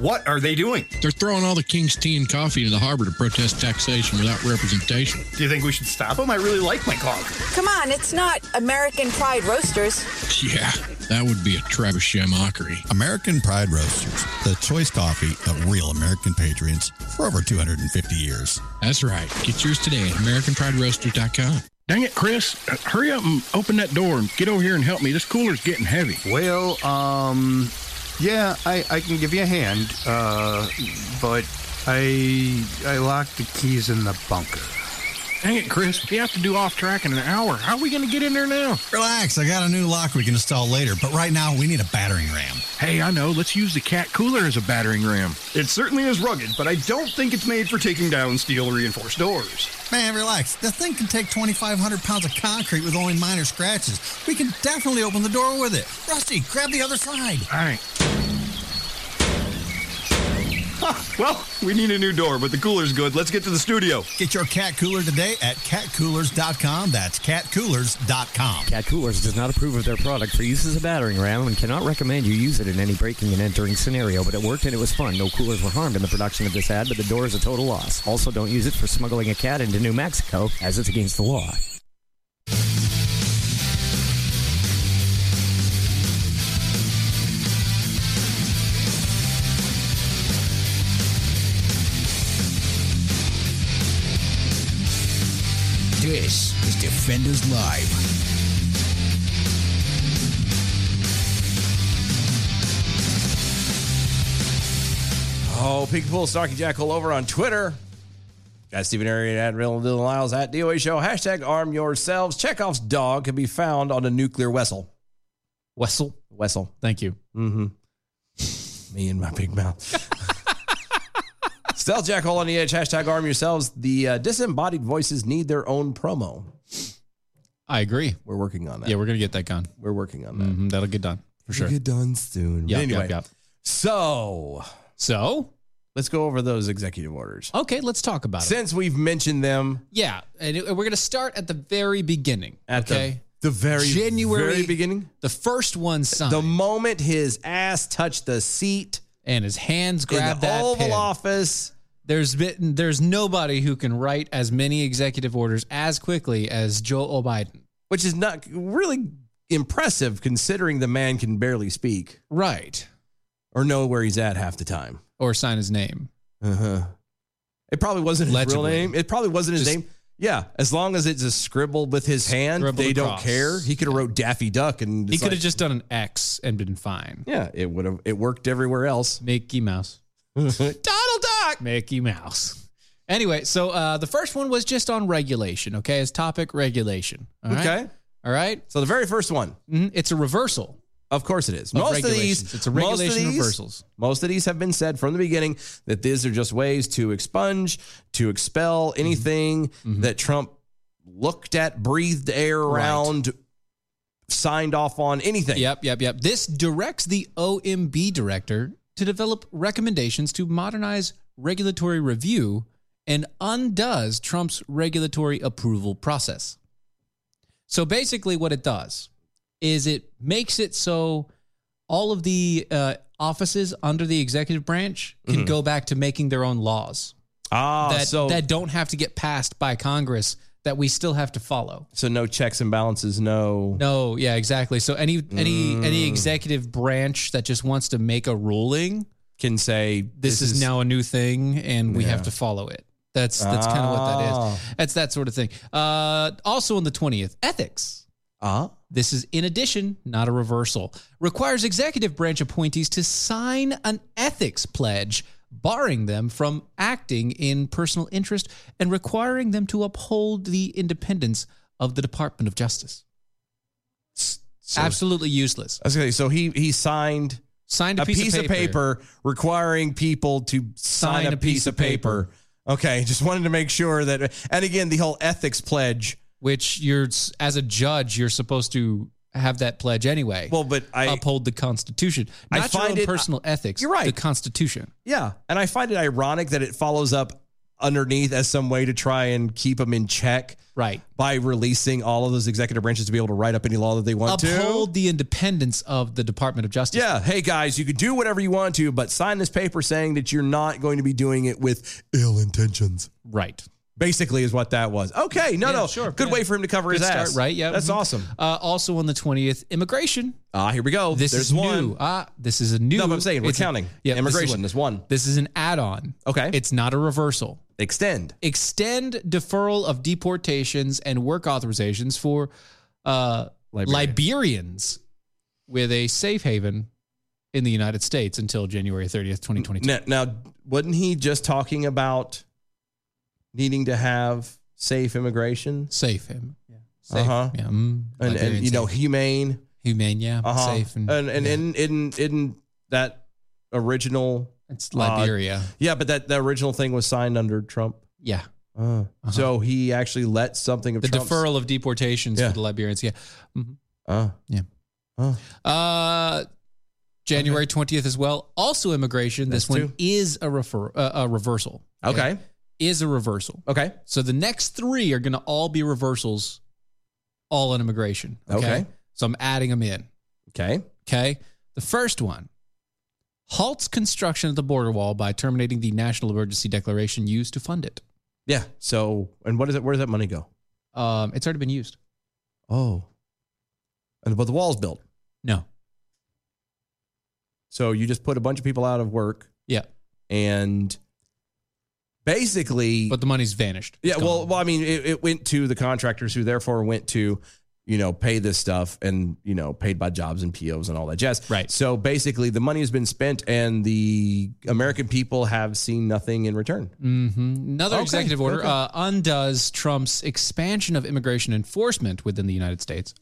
Speaker 10: What are they doing?
Speaker 11: They're throwing all the king's tea and coffee into the harbor to protest taxation without representation.
Speaker 10: Do you think we should stop them? I really like my coffee.
Speaker 12: Come on, it's not American Pride Roasters.
Speaker 11: Yeah, that would be a trebuchet mockery.
Speaker 13: American Pride Roasters, the choice coffee of real American patriots for over 250 years.
Speaker 11: That's right. Get yours today at AmericanPrideRoasters.com.
Speaker 14: Dang it, Chris. Uh, hurry up and open that door and get over here and help me. This cooler's getting heavy.
Speaker 10: Well, um, yeah, I, I can give you a hand, uh, but I I locked the keys in the bunker.
Speaker 14: Dang it, Chris. We have to do off track in an hour. How are we going to get in there now?
Speaker 13: Relax, I got a new lock we can install later, but right now we need a battering ram.
Speaker 14: Hey, I know. Let's use the cat cooler as a battering ram.
Speaker 9: It certainly is rugged, but I don't think it's made for taking down steel reinforced doors.
Speaker 13: Man, relax. The thing can take 2,500 pounds of concrete with only minor scratches. We can definitely open the door with it. Rusty, grab the other side.
Speaker 14: All right.
Speaker 9: Ha, well, we need a new door, but the cooler's good. Let's get to the studio.
Speaker 13: Get your cat cooler today at catcoolers.com. That's catcoolers.com.
Speaker 15: Cat Coolers does not approve of their product for use as a battering ram and cannot recommend you use it in any breaking and entering scenario, but it worked and it was fun. No coolers were harmed in the production of this ad, but the door is a total loss. Also, don't use it for smuggling a cat into New Mexico, as it's against the law.
Speaker 16: This is Defenders Live.
Speaker 3: Oh, Pig Pool, Stocky Jackal over on Twitter. At Stephen Arian at Real Lyles at DOA Show. Hashtag arm yourselves. Chekhov's dog can be found on a nuclear vessel.
Speaker 2: Wessel.
Speaker 3: Wessel.
Speaker 2: Thank you.
Speaker 3: Me and my big mouth. Stealth Jack Hole on the Edge. Hashtag arm yourselves. The uh, disembodied voices need their own promo.
Speaker 2: I agree.
Speaker 3: We're working on that.
Speaker 2: Yeah, we're going to get that gone.
Speaker 3: we're working on that.
Speaker 2: hmm that'll get done for sure.
Speaker 3: Get done soon.
Speaker 2: Yeah,
Speaker 3: anyway,
Speaker 2: yep, yep.
Speaker 3: so
Speaker 2: So,
Speaker 3: let's go over those executive orders.
Speaker 2: okay, let's talk about it.
Speaker 3: Since we've mentioned them
Speaker 2: Yeah, and it- we're going to start at the very beginning.
Speaker 3: at the-
Speaker 2: okay.
Speaker 3: the, very
Speaker 2: January-
Speaker 3: very beginning,
Speaker 2: The, first one signed,
Speaker 3: the moment his ass touched the seat
Speaker 2: and his hands grabbed
Speaker 3: in the
Speaker 2: that
Speaker 3: Oval
Speaker 2: pin.
Speaker 3: Office,
Speaker 2: There's been there's nobody who can write as many executive orders as quickly as Joe Biden.
Speaker 3: which is not really impressive considering the man can barely speak
Speaker 2: Right.
Speaker 3: or know where he's at half the time.
Speaker 2: Or sign his name.
Speaker 3: Uh-huh. It probably wasn't his
Speaker 2: Legibly.
Speaker 3: real name. It probably wasn't his
Speaker 2: Just-
Speaker 3: name. Yeah, as long as it's a scribble with his hand,
Speaker 2: Scribbled
Speaker 3: they
Speaker 2: across.
Speaker 3: don't care. He could have wrote Daffy Duck and
Speaker 2: he
Speaker 3: it's
Speaker 2: could have
Speaker 3: like-
Speaker 2: just done an X and been fine.
Speaker 3: yeah, it would have it worked everywhere else.
Speaker 2: Mickey Mouse. Donald Duck. Mickey Mouse. Anyway, so uh, the first one was just on regulation. Okay, as topic regulation. All right?
Speaker 3: Okay.
Speaker 2: All right.
Speaker 3: So the very first one,
Speaker 2: Mhm. It's a reversal.
Speaker 3: of course it is.
Speaker 2: Of
Speaker 3: most of
Speaker 2: regulations.
Speaker 3: these,
Speaker 2: It's a
Speaker 3: most of
Speaker 2: regulation
Speaker 3: these-
Speaker 2: reversals.
Speaker 3: Most of these have been said from the beginning that these are just ways to expunge, to
Speaker 2: Mm-hmm.
Speaker 3: expel anything that Trump looked at, breathed air around, signed off on anything.
Speaker 2: Yep, yep, yep. This directs the OMB director to develop recommendations to modernize regulatory review and undoes Trump's regulatory approval process. So basically, what it does is it makes it so all of the uh, offices under the executive branch can go back to making their own laws
Speaker 3: Mm-hmm. Ah,
Speaker 2: that,
Speaker 3: so
Speaker 2: that don't have to get passed by Congress that we still have to follow.
Speaker 3: so no checks and balances, no.
Speaker 2: No, yeah, exactly. So any any any executive branch that just wants to make a ruling,
Speaker 3: can say
Speaker 2: this, is, now a new thing, and we have to follow it. That's that's kind of what
Speaker 3: Ah.
Speaker 2: that is. That's that sort of thing. Uh, also, on the twentieth, ethics.
Speaker 3: ah
Speaker 2: This is in addition, not a reversal. Requires executive branch appointees to sign an ethics pledge, barring them from acting in personal interest and requiring them to uphold the independence of the Department of Justice. Absolutely useless.
Speaker 3: I was gonna say, so he he signed
Speaker 2: signed a piece of paper.
Speaker 3: requiring people to sign, a, piece, of paper. Okay, just wanted to make sure that. And again, the whole ethics pledge,
Speaker 2: which you're as a judge, you're supposed to have that pledge anyway.
Speaker 3: Well, but I
Speaker 2: uphold the Constitution,
Speaker 3: I
Speaker 2: not your
Speaker 3: find
Speaker 2: own
Speaker 3: it-
Speaker 2: personal ethics.
Speaker 3: You're right.
Speaker 2: the Constitution.
Speaker 3: Yeah, and I find it ironic that it follows up underneath as some way to try and keep them in check,
Speaker 2: right?
Speaker 3: By releasing all of those executive branches to be able to write up any law that they want to.
Speaker 2: Uphold the independence of the Department of Justice.
Speaker 3: Yeah, hey guys, you can do whatever you want to, but sign this paper saying that you're not going to be doing it with ill intentions.
Speaker 2: Right.
Speaker 3: Basically, is what that was. Okay, no,
Speaker 2: Yeah,
Speaker 3: no,
Speaker 2: sure,
Speaker 3: Good
Speaker 2: yeah.
Speaker 3: way for him to cover
Speaker 2: Good
Speaker 3: his
Speaker 2: start,
Speaker 3: ass,
Speaker 2: right? Yeah,
Speaker 3: that's
Speaker 2: mhm.
Speaker 3: awesome.
Speaker 2: Uh, also on the twentieth, immigration.
Speaker 3: Ah, here we go.
Speaker 2: This
Speaker 3: There's
Speaker 2: is
Speaker 3: one.
Speaker 2: new. Ah, this is a new.
Speaker 3: No, but I'm saying we're
Speaker 2: it's a-
Speaker 3: counting.
Speaker 2: yeah,
Speaker 3: Immigration
Speaker 2: This is,
Speaker 3: is one.
Speaker 2: this is an add-on.
Speaker 3: Okay.
Speaker 2: It's not a reversal.
Speaker 3: Extend.
Speaker 2: Extend deferral of deportations and work authorizations for uh, Liberians with a safe haven in the United States until January 30th, 2022.
Speaker 3: Now, now, wasn't he just talking about needing to have safe immigration?
Speaker 2: Safe him. Safe,
Speaker 3: Uh huh.
Speaker 2: yeah, mm,
Speaker 3: and, and
Speaker 2: Liberian
Speaker 3: you know
Speaker 2: safe.
Speaker 3: humane.
Speaker 2: Humane, yeah,
Speaker 3: Uh-huh.
Speaker 2: safe
Speaker 3: and
Speaker 2: and-
Speaker 3: and, and
Speaker 2: yeah.
Speaker 3: in, in in that original,
Speaker 2: it's
Speaker 3: Uh,
Speaker 2: Liberia.
Speaker 3: yeah, but that the original thing was signed under Trump.
Speaker 2: yeah.
Speaker 3: Uh, So he actually let something of
Speaker 2: Uh-huh. The
Speaker 3: Trump's-
Speaker 2: deferral of deportations
Speaker 3: Yeah.
Speaker 2: for the Liberians. Yeah. Mhm.
Speaker 3: Uh,
Speaker 2: yeah.
Speaker 3: Oh.
Speaker 2: Uh, January 20th as well. Also immigration.
Speaker 3: That's
Speaker 2: this one
Speaker 3: two.
Speaker 2: is a refer uh, a reversal.
Speaker 3: Okay.
Speaker 2: Is a reversal.
Speaker 3: Okay.
Speaker 2: So the next 3 are going to all be reversals all on immigration,
Speaker 3: Okay.
Speaker 2: So I'm adding them in.
Speaker 3: Okay.
Speaker 2: Okay. The first one halts construction of the border wall by terminating the national emergency declaration used to fund it.
Speaker 3: Yeah. So and what is it? Where does that money go?
Speaker 2: Um, it's already been used.
Speaker 3: Oh. And but the wall's built.
Speaker 2: No.
Speaker 3: So you just put a bunch of people out of work
Speaker 2: Yeah.
Speaker 3: and basically
Speaker 2: But the money's vanished.
Speaker 3: Yeah,
Speaker 2: It's gone.
Speaker 3: well, well, I mean, it, it went to the contractors who therefore went to, you know, pay this stuff and you know, paid by jobs and POs and all that jazz.
Speaker 2: Right.
Speaker 3: So basically, the money has been spent, and the American people have seen nothing in return.
Speaker 2: Mhm. Another
Speaker 3: Okay,
Speaker 2: executive order
Speaker 3: okay.
Speaker 2: uh, undoes Trump's expansion of immigration enforcement within the United States.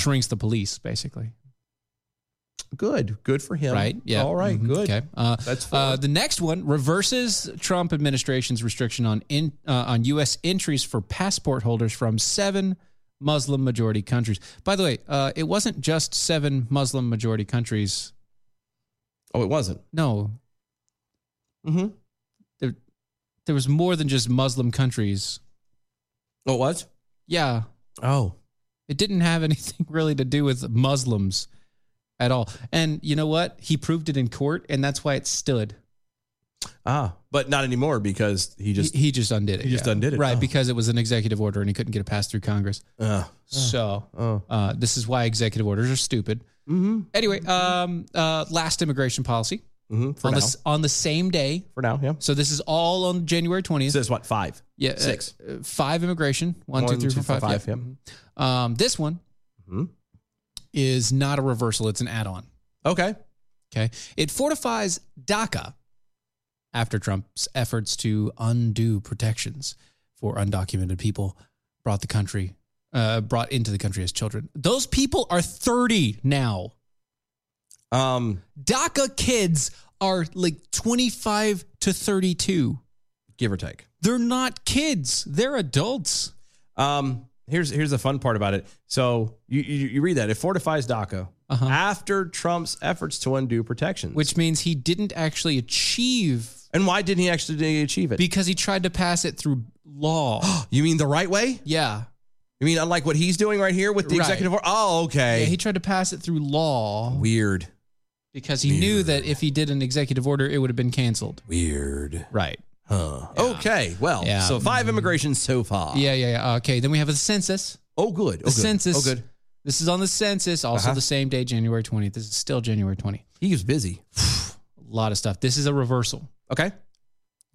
Speaker 2: Shrinks the police, basically.
Speaker 3: Good, good for him.
Speaker 2: Right? Yeah.
Speaker 3: All right,
Speaker 2: Mhm.
Speaker 3: Good.
Speaker 2: Okay. Uh,
Speaker 3: That's
Speaker 2: uh,
Speaker 3: forward.
Speaker 2: the next one reverses Trump administration's restriction on in, uh, on U.S. entries for passport holders from seven Muslim majority countries. By the way, uh, it wasn't just seven Muslim majority countries.
Speaker 3: oh, it wasn't.
Speaker 2: No,
Speaker 3: Mm-hmm.
Speaker 2: there, there was more than just Muslim countries.
Speaker 3: Oh, it was.
Speaker 2: Yeah.
Speaker 3: Oh,
Speaker 2: It didn't have anything really to do with Muslims at all. And you know what? He proved it in court, and that's why it stood.
Speaker 3: ah, but not anymore because he just.
Speaker 2: he, he just undid it.
Speaker 3: he just undid it.
Speaker 2: Right,
Speaker 3: Oh.
Speaker 2: because it was an executive order and he couldn't get it passed through Congress.
Speaker 3: uh,
Speaker 2: So
Speaker 3: oh.
Speaker 2: uh, this is why executive orders are stupid.
Speaker 3: Mm-hmm.
Speaker 2: Anyway, um, uh, last immigration policy
Speaker 3: Mm-hmm. For
Speaker 2: on
Speaker 3: now.
Speaker 2: the, s- on the same day.
Speaker 3: for now, yeah.
Speaker 2: So this is all on January 20th.
Speaker 3: So it's what five?
Speaker 2: yeah, uh,
Speaker 3: six.
Speaker 2: uh, five immigration. One, two,
Speaker 3: One,
Speaker 2: three,
Speaker 3: two,
Speaker 2: four,
Speaker 3: four,
Speaker 2: five.
Speaker 3: five,
Speaker 2: Yeah.
Speaker 3: yeah.
Speaker 2: Um, this one
Speaker 3: Mhm.
Speaker 2: is not a reversal. It's an add-on.
Speaker 3: Okay.
Speaker 2: Okay. It fortifies DACA after Trump's efforts to undo protections for undocumented people brought the country, uh, brought into the country as children. Those people are 30 now.
Speaker 3: Um,
Speaker 2: DACA kids are like 25 to 32.
Speaker 3: give or take.
Speaker 2: They're not kids, they're adults.
Speaker 3: Um, here's here's the fun part about it. So you you, you read that it fortifies DACA
Speaker 2: Uh-huh.
Speaker 3: after Trump's efforts to undo protections.
Speaker 2: Which means he didn't actually achieve
Speaker 3: and why didn't he actually achieve it?
Speaker 2: because he tried to pass it through law.
Speaker 3: you mean the right way?
Speaker 2: yeah.
Speaker 3: You mean unlike what he's doing right here with the
Speaker 2: Right.
Speaker 3: executive order? Oh, okay.
Speaker 2: Yeah, he tried to pass it through law.
Speaker 3: Weird.
Speaker 2: because he knew that if he did an executive order, it would have been canceled.
Speaker 3: Weird.
Speaker 2: Right.
Speaker 3: Huh. Okay. Well,
Speaker 2: Yeah.
Speaker 3: so five immigration so far.
Speaker 2: Yeah, yeah, yeah. Uh, Okay. Then we have the census.
Speaker 3: Oh, good.
Speaker 2: The
Speaker 3: oh, good.
Speaker 2: census.
Speaker 3: Oh, good.
Speaker 2: This is on the census, also
Speaker 3: Uh-huh.
Speaker 2: the same day, January 20th. This is still January 20th.
Speaker 3: He was busy.
Speaker 2: A lot of stuff. This is a reversal.
Speaker 3: Okay.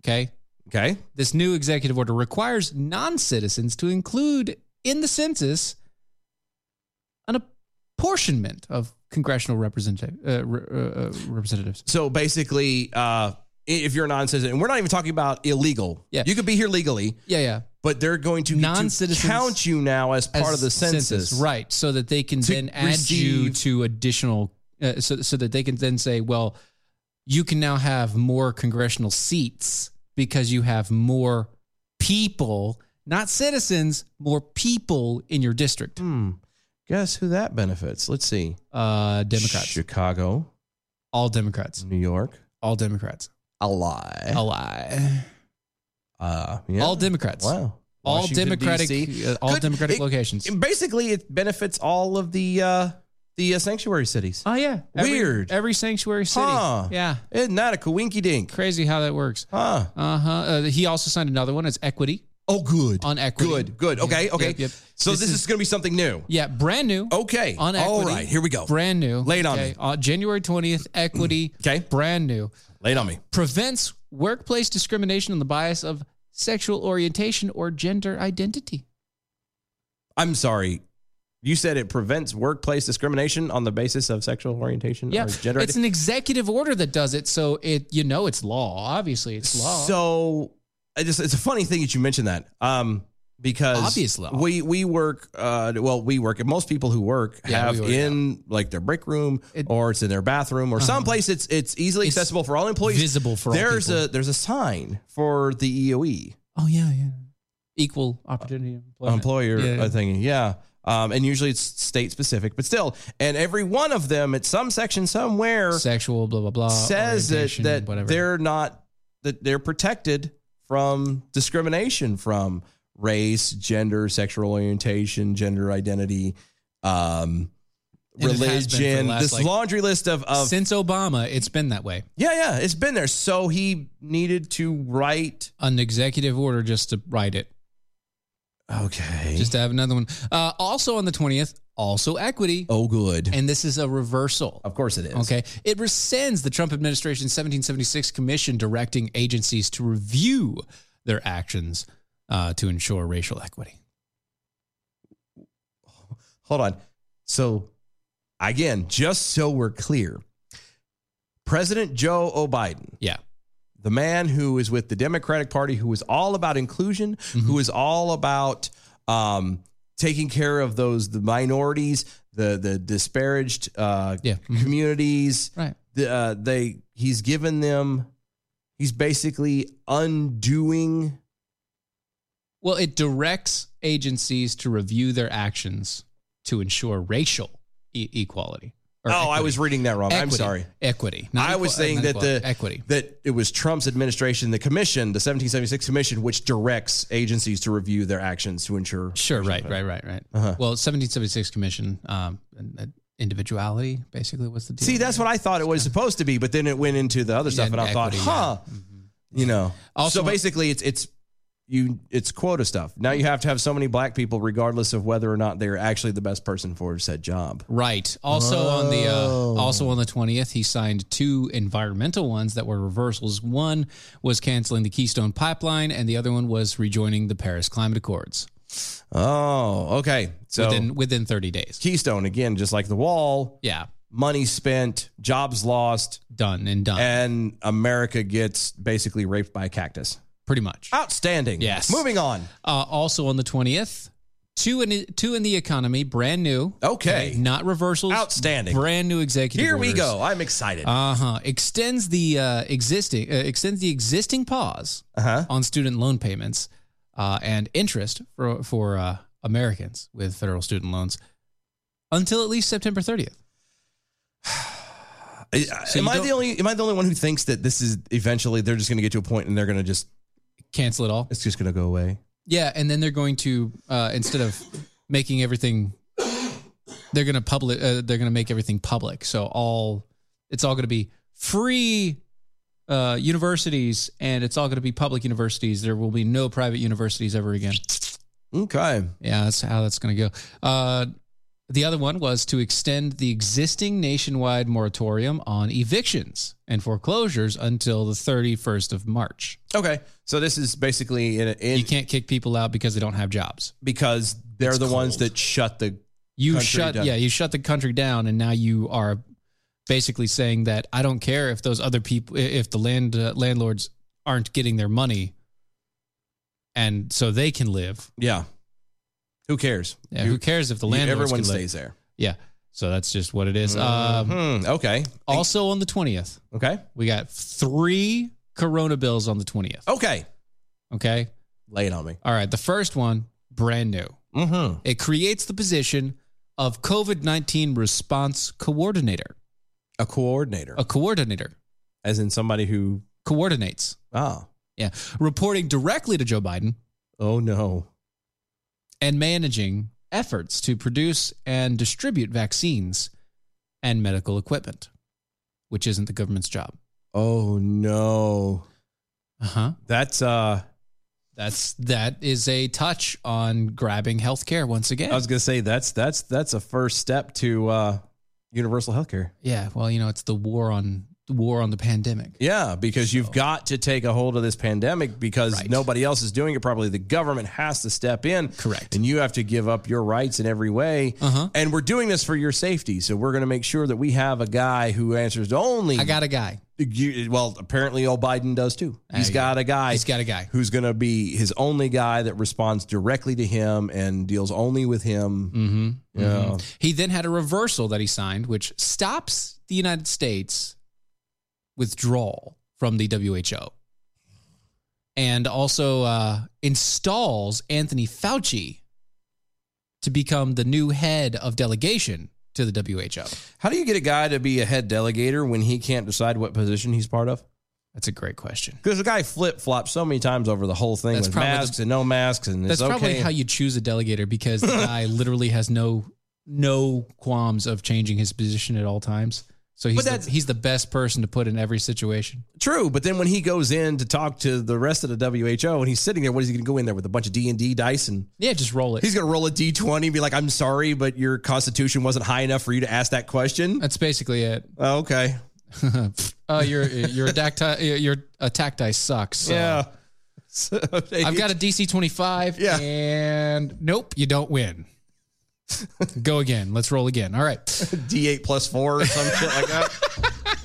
Speaker 2: Okay.
Speaker 3: Okay.
Speaker 2: This new executive order requires non citizens to include in the census an apportionment of congressional representative, uh, re- uh, uh, representatives.
Speaker 3: So basically, uh, if you're a non-citizen, and we're not even talking about illegal,
Speaker 2: Yeah.
Speaker 3: you could be here legally.
Speaker 2: Yeah, yeah.
Speaker 3: but they're going to, get to
Speaker 2: Non-citizens
Speaker 3: count you now as part of the census.
Speaker 2: right? So that they can
Speaker 3: To
Speaker 2: then add you
Speaker 3: receive-
Speaker 2: to additional, uh, so so that they can then say, well, you can now have more congressional seats because you have more people, not citizens, more people in your district.
Speaker 3: Hmm. Guess who that benefits? Let's see.
Speaker 2: Uh, Democrats.
Speaker 3: Chicago.
Speaker 2: All Democrats.
Speaker 3: New York.
Speaker 2: All Democrats.
Speaker 3: A lie.
Speaker 2: A lie.
Speaker 3: Uh, yeah.
Speaker 2: All Democrats.
Speaker 3: Wow.
Speaker 2: All
Speaker 3: Washington,
Speaker 2: Democratic-
Speaker 3: DC.
Speaker 2: uh, all Democratic locations.
Speaker 3: it- basically, it benefits all of the uh, the uh, sanctuary cities.
Speaker 2: Oh yeah. Every-
Speaker 3: Weird.
Speaker 2: Every sanctuary city.
Speaker 3: Huh.
Speaker 2: Yeah.
Speaker 3: Isn't that a coinky dink?
Speaker 2: Crazy how that works.
Speaker 3: Huh.
Speaker 2: Uh-huh. Uh He also signed another one. It's equity.
Speaker 3: Oh, good.
Speaker 2: On equity.
Speaker 3: Good, good. Okay,
Speaker 2: Yep,
Speaker 3: okay.
Speaker 2: yep, yep.
Speaker 3: So this, is, going to be something new.
Speaker 2: yeah brand new.
Speaker 3: Okay.
Speaker 2: On equity.
Speaker 3: Oh, All right, here we go.
Speaker 2: Brand new.
Speaker 3: Lay it on
Speaker 2: Okay.
Speaker 3: me.
Speaker 2: Uh, January twentieth. Equity.
Speaker 3: okay.
Speaker 2: Brand new.
Speaker 3: Lay it on me.
Speaker 2: Prevents workplace discrimination on the bias of sexual orientation or gender identity.
Speaker 3: I'm sorry. You said it prevents workplace discrimination on the basis of sexual orientation
Speaker 2: Yeah.
Speaker 3: or gender.
Speaker 2: It's an executive order that does it. So it you know it's law. Obviously it's law.
Speaker 3: So I just it's a funny thing that you mentioned that. Um because
Speaker 2: Obviously.
Speaker 3: we we work uh well we work and most people who work
Speaker 2: Yeah,
Speaker 3: have
Speaker 2: we work,
Speaker 3: in like their break room or it's in their bathroom or someplace it's it's easily
Speaker 2: It's
Speaker 3: accessible for all employees
Speaker 2: visible for all
Speaker 3: there's
Speaker 2: people.
Speaker 3: a there's a sign for the E EOE
Speaker 2: Oh yeah, yeah. Equal opportunity employment.
Speaker 3: employer
Speaker 2: Yeah.
Speaker 3: uh, thing yeah um and usually it's state specific but still and every one of them at some section somewhere
Speaker 2: sexual blah blah blah
Speaker 3: says that
Speaker 2: Uh, orientation,
Speaker 3: that
Speaker 2: whatever.
Speaker 3: they're not that they're protected from discrimination from race, gender, sexual orientation, gender identity, um,
Speaker 2: And it has been for the
Speaker 3: religion.
Speaker 2: last,
Speaker 3: This
Speaker 2: like,
Speaker 3: laundry list of of
Speaker 2: since Obama, it's been that way.
Speaker 3: yeah, yeah, it's been there. So he needed to write.
Speaker 2: An executive order just to write it,
Speaker 3: Okay.
Speaker 2: just to have another one. Uh, also on the twentieth, also equity.
Speaker 3: Oh, good.
Speaker 2: And this is a reversal.
Speaker 3: Of course it is.
Speaker 2: Okay. It rescinds the Trump administration's 1776 commission directing agencies to review their actions uh, to ensure racial equity.
Speaker 3: Hold on. So again, just so we're clear, President Joe O'Biden
Speaker 2: Yeah.
Speaker 3: the man who is with the Democratic Party, who is all about inclusion,
Speaker 2: Mm-hmm.
Speaker 3: who is all about um, taking care of those the minorities, the the disparaged uh,
Speaker 2: Yeah. Mm-hmm.
Speaker 3: communities.
Speaker 2: Right.
Speaker 3: The, uh, they he's given them. He's basically undoing.
Speaker 2: Well, it directs agencies to review their actions to ensure racial e- equality.
Speaker 3: Oh,
Speaker 2: or
Speaker 3: I
Speaker 2: equity.
Speaker 3: was reading that wrong. I'm
Speaker 2: Equity.
Speaker 3: sorry.
Speaker 2: Equity. Not
Speaker 3: I was
Speaker 2: equa-
Speaker 3: saying
Speaker 2: not
Speaker 3: that the
Speaker 2: equality. equity.
Speaker 3: that it was Trump's administration, the commission, the 1776 commission, which directs agencies to review their actions to ensure.
Speaker 2: Sure, right, right, right, right.
Speaker 3: Uh-huh.
Speaker 2: Well, 1776 Commission, um, and, and individuality basically was the deal.
Speaker 3: See, that's what I thought it was supposed to be, but then it went into the other stuff, and I thought,
Speaker 2: equity, Mm-hmm.
Speaker 3: huh, you know.
Speaker 2: Also-
Speaker 3: so basically, it's it's you it's quota stuff. Now you have to have so many black people, regardless of whether or not they're actually the best person for said job.
Speaker 2: Right. Also on the uh, also on the twentieth, he signed two environmental ones that were reversals. One was canceling the Keystone Pipeline, and the other one was rejoining the Paris Climate Accords
Speaker 3: Oh, okay. So
Speaker 2: within within thirty days.
Speaker 3: Keystone again, just like the wall,
Speaker 2: Yeah,
Speaker 3: money spent, jobs lost,
Speaker 2: done and done.
Speaker 3: and America gets basically raped by a cactus.
Speaker 2: pretty much.
Speaker 3: Outstanding.
Speaker 2: Yes.
Speaker 3: Moving on.
Speaker 2: Uh, also on the twentieth, two in two in the economy, brand new.
Speaker 3: Okay.
Speaker 2: not reversals.
Speaker 3: Outstanding.
Speaker 2: Brand new executive.
Speaker 3: Here we
Speaker 2: orders.
Speaker 3: go. I'm excited.
Speaker 2: Uh huh. Extends the uh, existing uh, extends the existing pause
Speaker 3: Uh-huh.
Speaker 2: on student loan payments uh, and interest for for uh, Americans with federal student loans until at least September 30th. So
Speaker 3: am
Speaker 2: you
Speaker 3: I
Speaker 2: don't-
Speaker 3: the only am I the only one who thinks that this is eventually they're just going to get to a point and they're going to just
Speaker 2: Cancel it all.
Speaker 3: it's just going to go away?
Speaker 2: Yeah, and then they're going to uh, instead of making everything, they're going to public. Uh, they're going to make everything public. So all it's all going to be free uh, universities, and it's all going to be public universities. There will be no private universities ever again.
Speaker 3: Okay.
Speaker 2: Yeah, that's how that's going to go. Uh, the other one was to extend the existing nationwide moratorium on evictions and foreclosures until the 31st of March.
Speaker 3: Okay. So this is basically in, in
Speaker 2: You can't kick people out because they don't have jobs.
Speaker 3: because they're
Speaker 2: It's
Speaker 3: the ones
Speaker 2: cold.
Speaker 3: that shut the
Speaker 2: You
Speaker 3: Country
Speaker 2: shut
Speaker 3: down.
Speaker 2: yeah, you shut the country down and now you are basically saying that I don't care if those other people if the land uh, landlords aren't getting their money. and so they can live.
Speaker 3: Yeah. Who cares?
Speaker 2: Yeah, who cares if the landlords
Speaker 3: Everyone
Speaker 2: can live?
Speaker 3: stays there.
Speaker 2: Yeah. So that's just what it is. Um,
Speaker 3: Mhm. okay.
Speaker 2: Also on the 20th.
Speaker 3: Okay.
Speaker 2: We got three Corona bills on the 20th.
Speaker 3: Okay.
Speaker 2: Okay.
Speaker 3: Lay it on me.
Speaker 2: All right. The first one, brand new.
Speaker 3: Mm-hmm.
Speaker 2: It creates the position of COVID 19 response coordinator.
Speaker 3: A coordinator.
Speaker 2: A coordinator.
Speaker 3: As in somebody who
Speaker 2: coordinates.
Speaker 3: Oh.
Speaker 2: Yeah. Reporting directly to Joe Biden.
Speaker 3: Oh, no.
Speaker 2: And managing efforts to produce and distribute vaccines and medical equipment, which isn't the government's job.
Speaker 3: Oh no.
Speaker 2: Uh huh.
Speaker 3: That's uh
Speaker 2: That's that is a touch on grabbing healthcare once again.
Speaker 3: I was gonna say that's that's that's a first step to uh universal health care.
Speaker 2: yeah, well, you know, it's the war on the war on the pandemic.
Speaker 3: Yeah, because you've got to take a hold of this pandemic because nobody else is doing it properly. The government has to step in. Correct. And you have to give up your rights in every way. Uh-huh. And we're doing this for your safety. So we're going to make sure that we have a guy who answers to only. I
Speaker 2: got a guy.
Speaker 3: well, apparently, old Biden does too. He's got a guy. He's
Speaker 2: got a guy
Speaker 3: who's going to be his only guy that responds directly to him and deals only with him.
Speaker 2: Mm-hmm.
Speaker 3: Yeah.
Speaker 2: Mhm. He then had a reversal that he signed, which stops the United States withdrawal from the WHO, and also uh, installs Anthony Fauci to become the new head of delegation to the WHO.
Speaker 3: How do you get a guy to be a head delegator when he can't decide what position he's part of?
Speaker 2: That's a great question.
Speaker 3: Because the guy flip flops so many times over the whole thing
Speaker 2: That's
Speaker 3: with
Speaker 2: probably the-
Speaker 3: masks and no masks, and
Speaker 2: That's
Speaker 3: it's okay.
Speaker 2: probably how you choose a delegator because the guy literally has no no qualms of changing his position at all times. So he's
Speaker 3: But
Speaker 2: the,
Speaker 3: that's-
Speaker 2: he's the best person to put in every situation.
Speaker 3: True, but then when he goes in to talk to the rest of the WHO and he's sitting there, what is he going to go in there with a bunch of D and D dice and
Speaker 2: yeah, just roll it.
Speaker 3: He's going to roll a D twenty and be like, "I'm sorry, but your constitution wasn't high enough for you to ask that question."
Speaker 2: That's basically it.
Speaker 3: Oh, okay.
Speaker 2: Oh, your your dacti- your attack dice sucks. so-
Speaker 3: Yeah.
Speaker 2: I've got a DC twenty five. Yeah. and nope, you don't win. Go again. Let's roll again. All right,
Speaker 3: D eight plus four or some shit like that.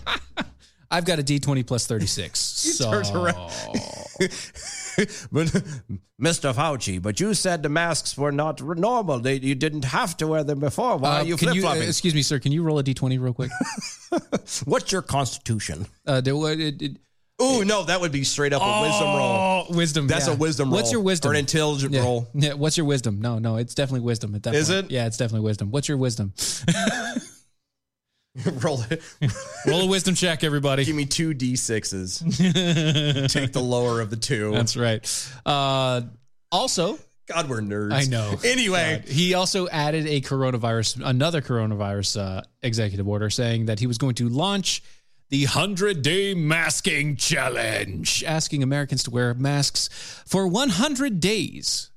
Speaker 2: I've got a D twenty plus thirty six.
Speaker 3: He
Speaker 2: So
Speaker 3: turns around. but Mr. Fauci, but you said the masks were not r- normal. They, you didn't have to wear them before. Why
Speaker 2: Uh,
Speaker 3: are you
Speaker 2: can
Speaker 3: flip
Speaker 2: you- uh,
Speaker 3: flopping?
Speaker 2: excuse me, sir. Can you roll a D twenty real quick?
Speaker 3: What's your constitution?
Speaker 2: Uh, do, what it, it,
Speaker 3: Oh no, that would be straight up a wisdom roll.
Speaker 2: Oh, Wisdom.
Speaker 3: That's
Speaker 2: yeah.
Speaker 3: a wisdom roll.
Speaker 2: What's your wisdom?
Speaker 3: Or an intelligence
Speaker 2: yeah.
Speaker 3: roll.
Speaker 2: Yeah. What's your wisdom? No, no, it's definitely wisdom at that
Speaker 3: Is
Speaker 2: point. it? Yeah, it's definitely wisdom. What's your wisdom?
Speaker 3: roll it.
Speaker 2: roll a wisdom check, everybody.
Speaker 3: Give me two d sixes. Take the lower of the two.
Speaker 2: That's right. Uh, also,
Speaker 3: God, we're nerds.
Speaker 2: I know.
Speaker 3: Anyway,
Speaker 2: God. he also added a coronavirus, another coronavirus uh, executive order saying that he was going to launch the 100 day masking challenge, asking Americans to wear masks for 100 days,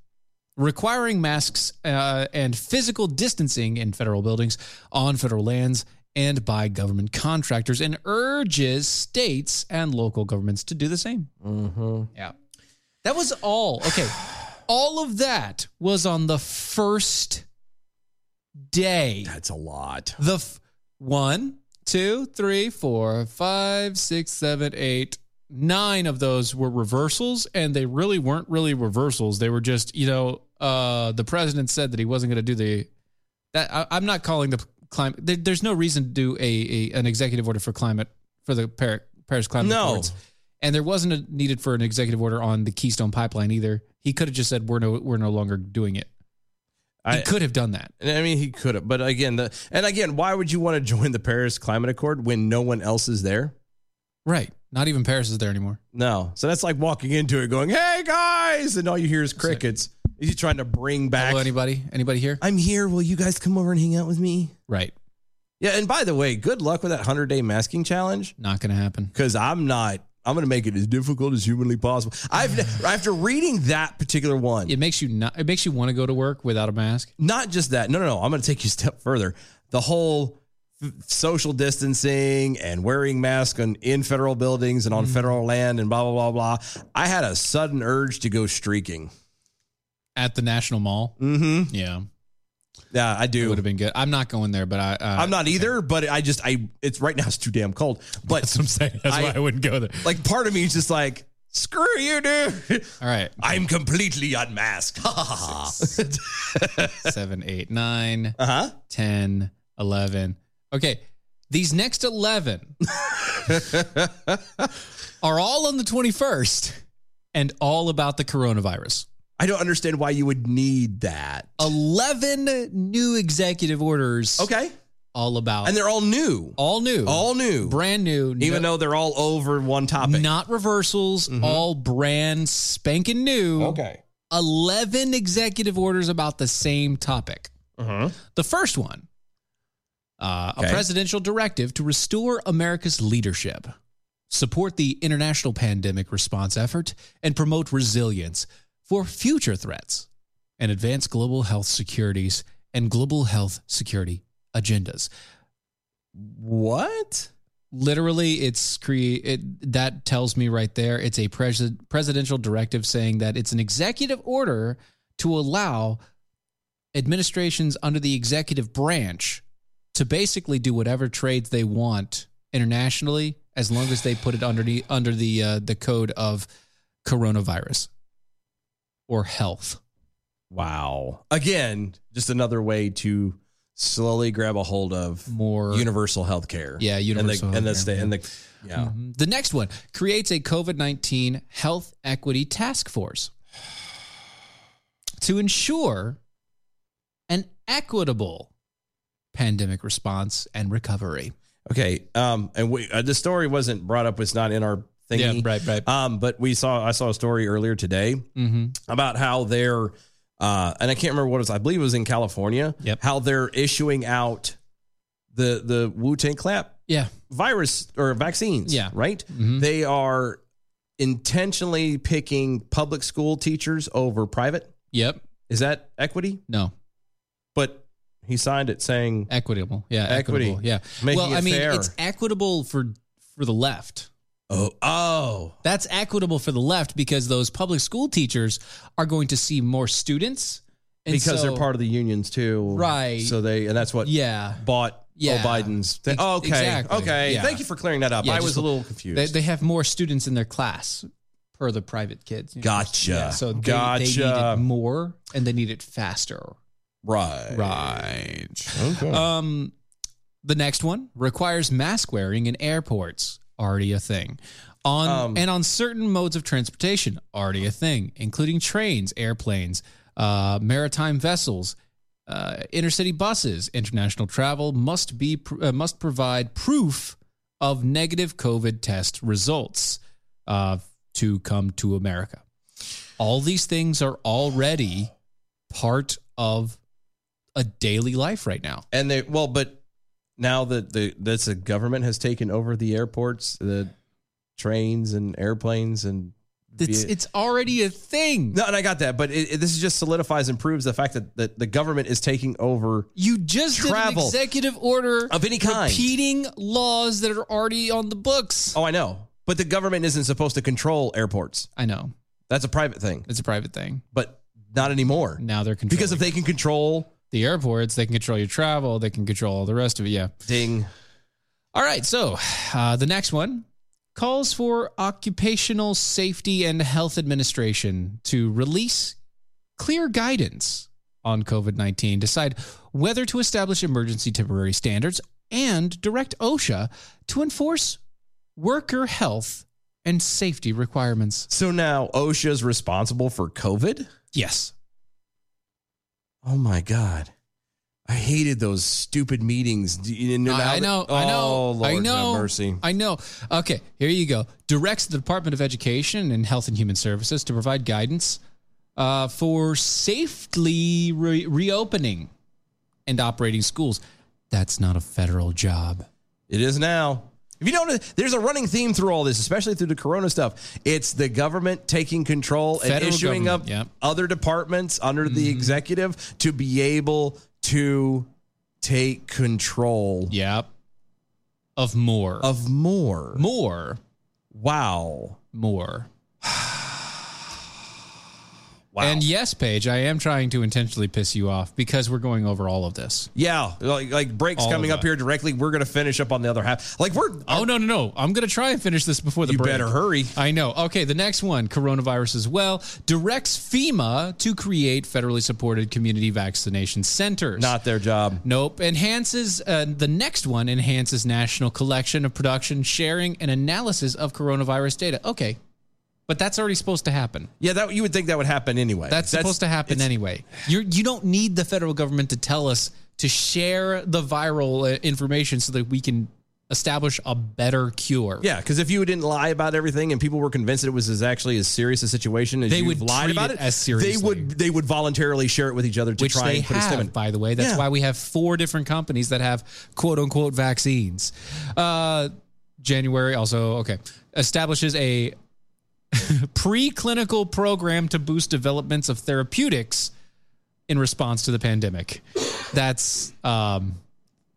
Speaker 2: requiring masks uh, and physical distancing in federal buildings, on federal lands, and by government contractors, and urges states and local governments to do the same.
Speaker 3: Mm-hmm.
Speaker 2: Yeah. That was all. Okay. All of that was on the first day.
Speaker 3: That's a lot.
Speaker 2: The f- one, two, three, four, five, six, seven, eight, nine of those were reversals, and they really weren't really reversals. They were just, you know, uh, the president said that he wasn't going to do the. That I, I'm not calling the climate. There, there's no reason to do a, a an executive order for climate for the Paris, Paris climate
Speaker 3: No.
Speaker 2: accords. And there wasn't a needed for an executive order on the Keystone Pipeline either. He could have just said we're no we're no longer doing it. He
Speaker 3: I-
Speaker 2: could have done that.
Speaker 3: And I mean, he could have, but again, the and again, why would you want to join the Paris Climate Accord when no one else is there?
Speaker 2: Right. Not even Paris is there anymore.
Speaker 3: No, so that's like walking into it, going, "Hey guys," and all you hear is crickets. Is he trying to bring back
Speaker 2: anybody? Anybody here?
Speaker 3: I'm here. Will you guys come over and hang out with me?
Speaker 2: Right.
Speaker 3: Yeah, and by the way, good luck with that hundred day masking challenge.
Speaker 2: Not going to happen
Speaker 3: because I'm not. I'm going to make it as difficult as humanly possible. I've after reading that particular one, it
Speaker 2: makes you not. It makes you want to go to work without a mask.
Speaker 3: Not just that. No, no, no. I'm going to take you a step further. The whole f- social distancing and wearing masks on, in federal buildings and on federal land and blah blah blah blah. I had a sudden urge to go streaking.
Speaker 2: At the National Mall.
Speaker 3: Mm-hmm.
Speaker 2: Yeah.
Speaker 3: Yeah, I do.
Speaker 2: Would have been good. I'm not going there, but I. Uh,
Speaker 3: I'm not either, but I just I it's right now it's too damn cold. But
Speaker 2: that's what I'm saying. That's why I wouldn't go there.
Speaker 3: Like part of me is just like Screw you, dude.
Speaker 2: All right.
Speaker 3: I'm completely unmasked. Ha ha ha.
Speaker 2: Uh-huh. seven, eight, nine, uh-huh. 10, 11. Okay. These next 11 are all on the 21st and all about the coronavirus.
Speaker 3: I don't understand why you would need that.
Speaker 2: 11 new executive orders.
Speaker 3: Okay.
Speaker 2: All about.
Speaker 3: And they're all new.
Speaker 2: All new.
Speaker 3: All new.
Speaker 2: Brand new.
Speaker 3: Even though they're all over one topic.
Speaker 2: Not reversals, all brand spanking new.
Speaker 3: Okay.
Speaker 2: 11 executive orders about the same topic.
Speaker 3: Mm-hmm.
Speaker 2: The first one uh, a presidential directive to restore America's leadership, support the international pandemic response effort, and promote resilience for future threats, and advance global health securities and global health security agendas.
Speaker 3: What?
Speaker 2: Literally, it's cre- it, that tells me right there it's a pres- presidential directive saying that it's an executive order to allow administrations under the executive branch to basically do whatever trades they want internationally as long as they put it underneath under the uh, the code of coronavirus or health.
Speaker 3: Wow. Again, just another way to slowly grab a hold of
Speaker 2: more
Speaker 3: universal health care.
Speaker 2: Yeah, universal
Speaker 3: And the, and the,
Speaker 2: health
Speaker 3: sta-
Speaker 2: care,
Speaker 3: and the yeah.
Speaker 2: Mhm. The next one creates a COVID 19 health equity task force to ensure an equitable pandemic response and recovery.
Speaker 3: Okay. Um, and we, uh, the story wasn't brought up. It's not in our thingy.
Speaker 2: Yeah, right, right.
Speaker 3: Um, but we saw, I saw a story earlier today
Speaker 2: Mm-hmm.
Speaker 3: about how they're, uh, and I can't remember what it was. I believe it was in California.
Speaker 2: Yep.
Speaker 3: How they're issuing out the, the Wu Tang clap
Speaker 2: Yeah.
Speaker 3: virus or vaccines.
Speaker 2: Yeah. Mm-hmm.
Speaker 3: Right. They are intentionally picking public school teachers over private.
Speaker 2: Yep.
Speaker 3: Is that equity?
Speaker 2: No.
Speaker 3: But he signed it saying
Speaker 2: Equitable. Yeah.
Speaker 3: Equity.
Speaker 2: Equitable. Yeah.
Speaker 3: Making
Speaker 2: well,
Speaker 3: it
Speaker 2: I mean,
Speaker 3: fair.
Speaker 2: it's equitable for for the left.
Speaker 3: Oh, oh,
Speaker 2: That's equitable for the left because those public school teachers are going to see more students and
Speaker 3: because
Speaker 2: so-
Speaker 3: they're part of the unions too,
Speaker 2: Right.
Speaker 3: So they and that's what
Speaker 2: Yeah.
Speaker 3: bought
Speaker 2: Yeah.
Speaker 3: Joe Biden's thing. Oh,
Speaker 2: Ex-
Speaker 3: okay,
Speaker 2: exactly.
Speaker 3: okay.
Speaker 2: Yeah.
Speaker 3: Thank you for clearing that up.
Speaker 2: Yeah,
Speaker 3: I
Speaker 2: just
Speaker 3: was a little
Speaker 2: They,
Speaker 3: confused.
Speaker 2: they have more students in their class per the private kids. you know?
Speaker 3: Gotcha.
Speaker 2: Yeah, so they, they
Speaker 3: Gotcha.
Speaker 2: needed more and they needed faster.
Speaker 3: right,
Speaker 2: Right.
Speaker 3: Okay.
Speaker 2: Um, the next one requires mask wearing in airports. Already a thing. On
Speaker 3: Um,
Speaker 2: and on certain modes of transportation, already a thing, including trains, airplanes, uh, maritime vessels, uh, intercity buses. International travel must be pr- uh, must provide proof of negative COVID test results uh, to come to America. All these things are already part of a daily life right now.
Speaker 3: and they well, but now that the that's the government has taken over the airports, the trains and airplanes and
Speaker 2: It's
Speaker 3: veh-
Speaker 2: it's already a thing.
Speaker 3: no, and I got that, but it, it- this just solidifies and proves the fact that, that the government is taking over
Speaker 2: You just did an
Speaker 3: Travel.
Speaker 2: executive order
Speaker 3: Of any kind.
Speaker 2: repeating laws that are already on the books.
Speaker 3: Oh, I know. But the government isn't supposed to control airports.
Speaker 2: I know
Speaker 3: That's a private thing,
Speaker 2: it's a private thing.
Speaker 3: but not anymore.
Speaker 2: Now they're controlling
Speaker 3: Because if they can control,
Speaker 2: the airports, they can control your travel, they can control all the rest of it. Yeah.
Speaker 3: ding.
Speaker 2: All right. So uh, the next one calls for Occupational Safety and Health Administration to release clear guidance on COVID 19, decide whether to establish emergency temporary standards, and direct OSHA to enforce worker health and safety requirements.
Speaker 3: So now OSHA's responsible for COVID?
Speaker 2: Yes.
Speaker 3: Oh my God. I hated those stupid meetings. Do you know now
Speaker 2: I, I
Speaker 3: that-
Speaker 2: know, I know,
Speaker 3: Oh, Lord
Speaker 2: I
Speaker 3: have
Speaker 2: know,
Speaker 3: mercy.
Speaker 2: I know. Okay, here you go. Directs the Department of Education and Health and Human Services to provide guidance uh, for safely re- reopening and operating schools. That's not a federal job.
Speaker 3: It is now. If you notice, there's a running theme through all this, especially through the Corona stuff. It's the government taking control and
Speaker 2: Federal
Speaker 3: issuing up
Speaker 2: government, yep. Mm-hmm.
Speaker 3: other departments under the executive to be able to take control
Speaker 2: Yep. Of more.
Speaker 3: of more.
Speaker 2: more.
Speaker 3: Wow.
Speaker 2: More. Wow. And yes, Paige, I am trying to intentionally piss you off because we're going over all of this.
Speaker 3: Yeah, like like breaks
Speaker 2: All of
Speaker 3: coming up
Speaker 2: that.
Speaker 3: here directly. We're gonna finish up on the other half. Like we're
Speaker 2: Oh no no no! I'm gonna try and finish this before the
Speaker 3: You
Speaker 2: break.
Speaker 3: better hurry.
Speaker 2: I know. Okay, the next one, coronavirus as well, directs FEMA to create federally supported community vaccination centers.
Speaker 3: Not their job.
Speaker 2: Nope. Enhances uh, the next one enhances national collection of production, sharing, and analysis of coronavirus data. Okay, but that's already supposed to happen.
Speaker 3: Yeah, that you would think that would happen anyway.
Speaker 2: That's, supposed to happen
Speaker 3: it's-
Speaker 2: anyway. You you don't need the federal government to tell us to share the viral uh, information so that we can establish a better cure.
Speaker 3: Yeah, because if you didn't lie about everything and people were convinced that it was as actually as serious a situation as
Speaker 2: They
Speaker 3: you've
Speaker 2: would
Speaker 3: lied
Speaker 2: treat
Speaker 3: about
Speaker 2: it as seriously.
Speaker 3: they would they would voluntarily share it with each other to
Speaker 2: which
Speaker 3: try
Speaker 2: they
Speaker 3: and put a stem in.
Speaker 2: have, by the way. That's
Speaker 3: Yeah.
Speaker 2: why we have four different companies that have quote unquote vaccines. Uh, January also okay establishes a preclinical program to boost developments of therapeutics in response to the pandemic. That's um,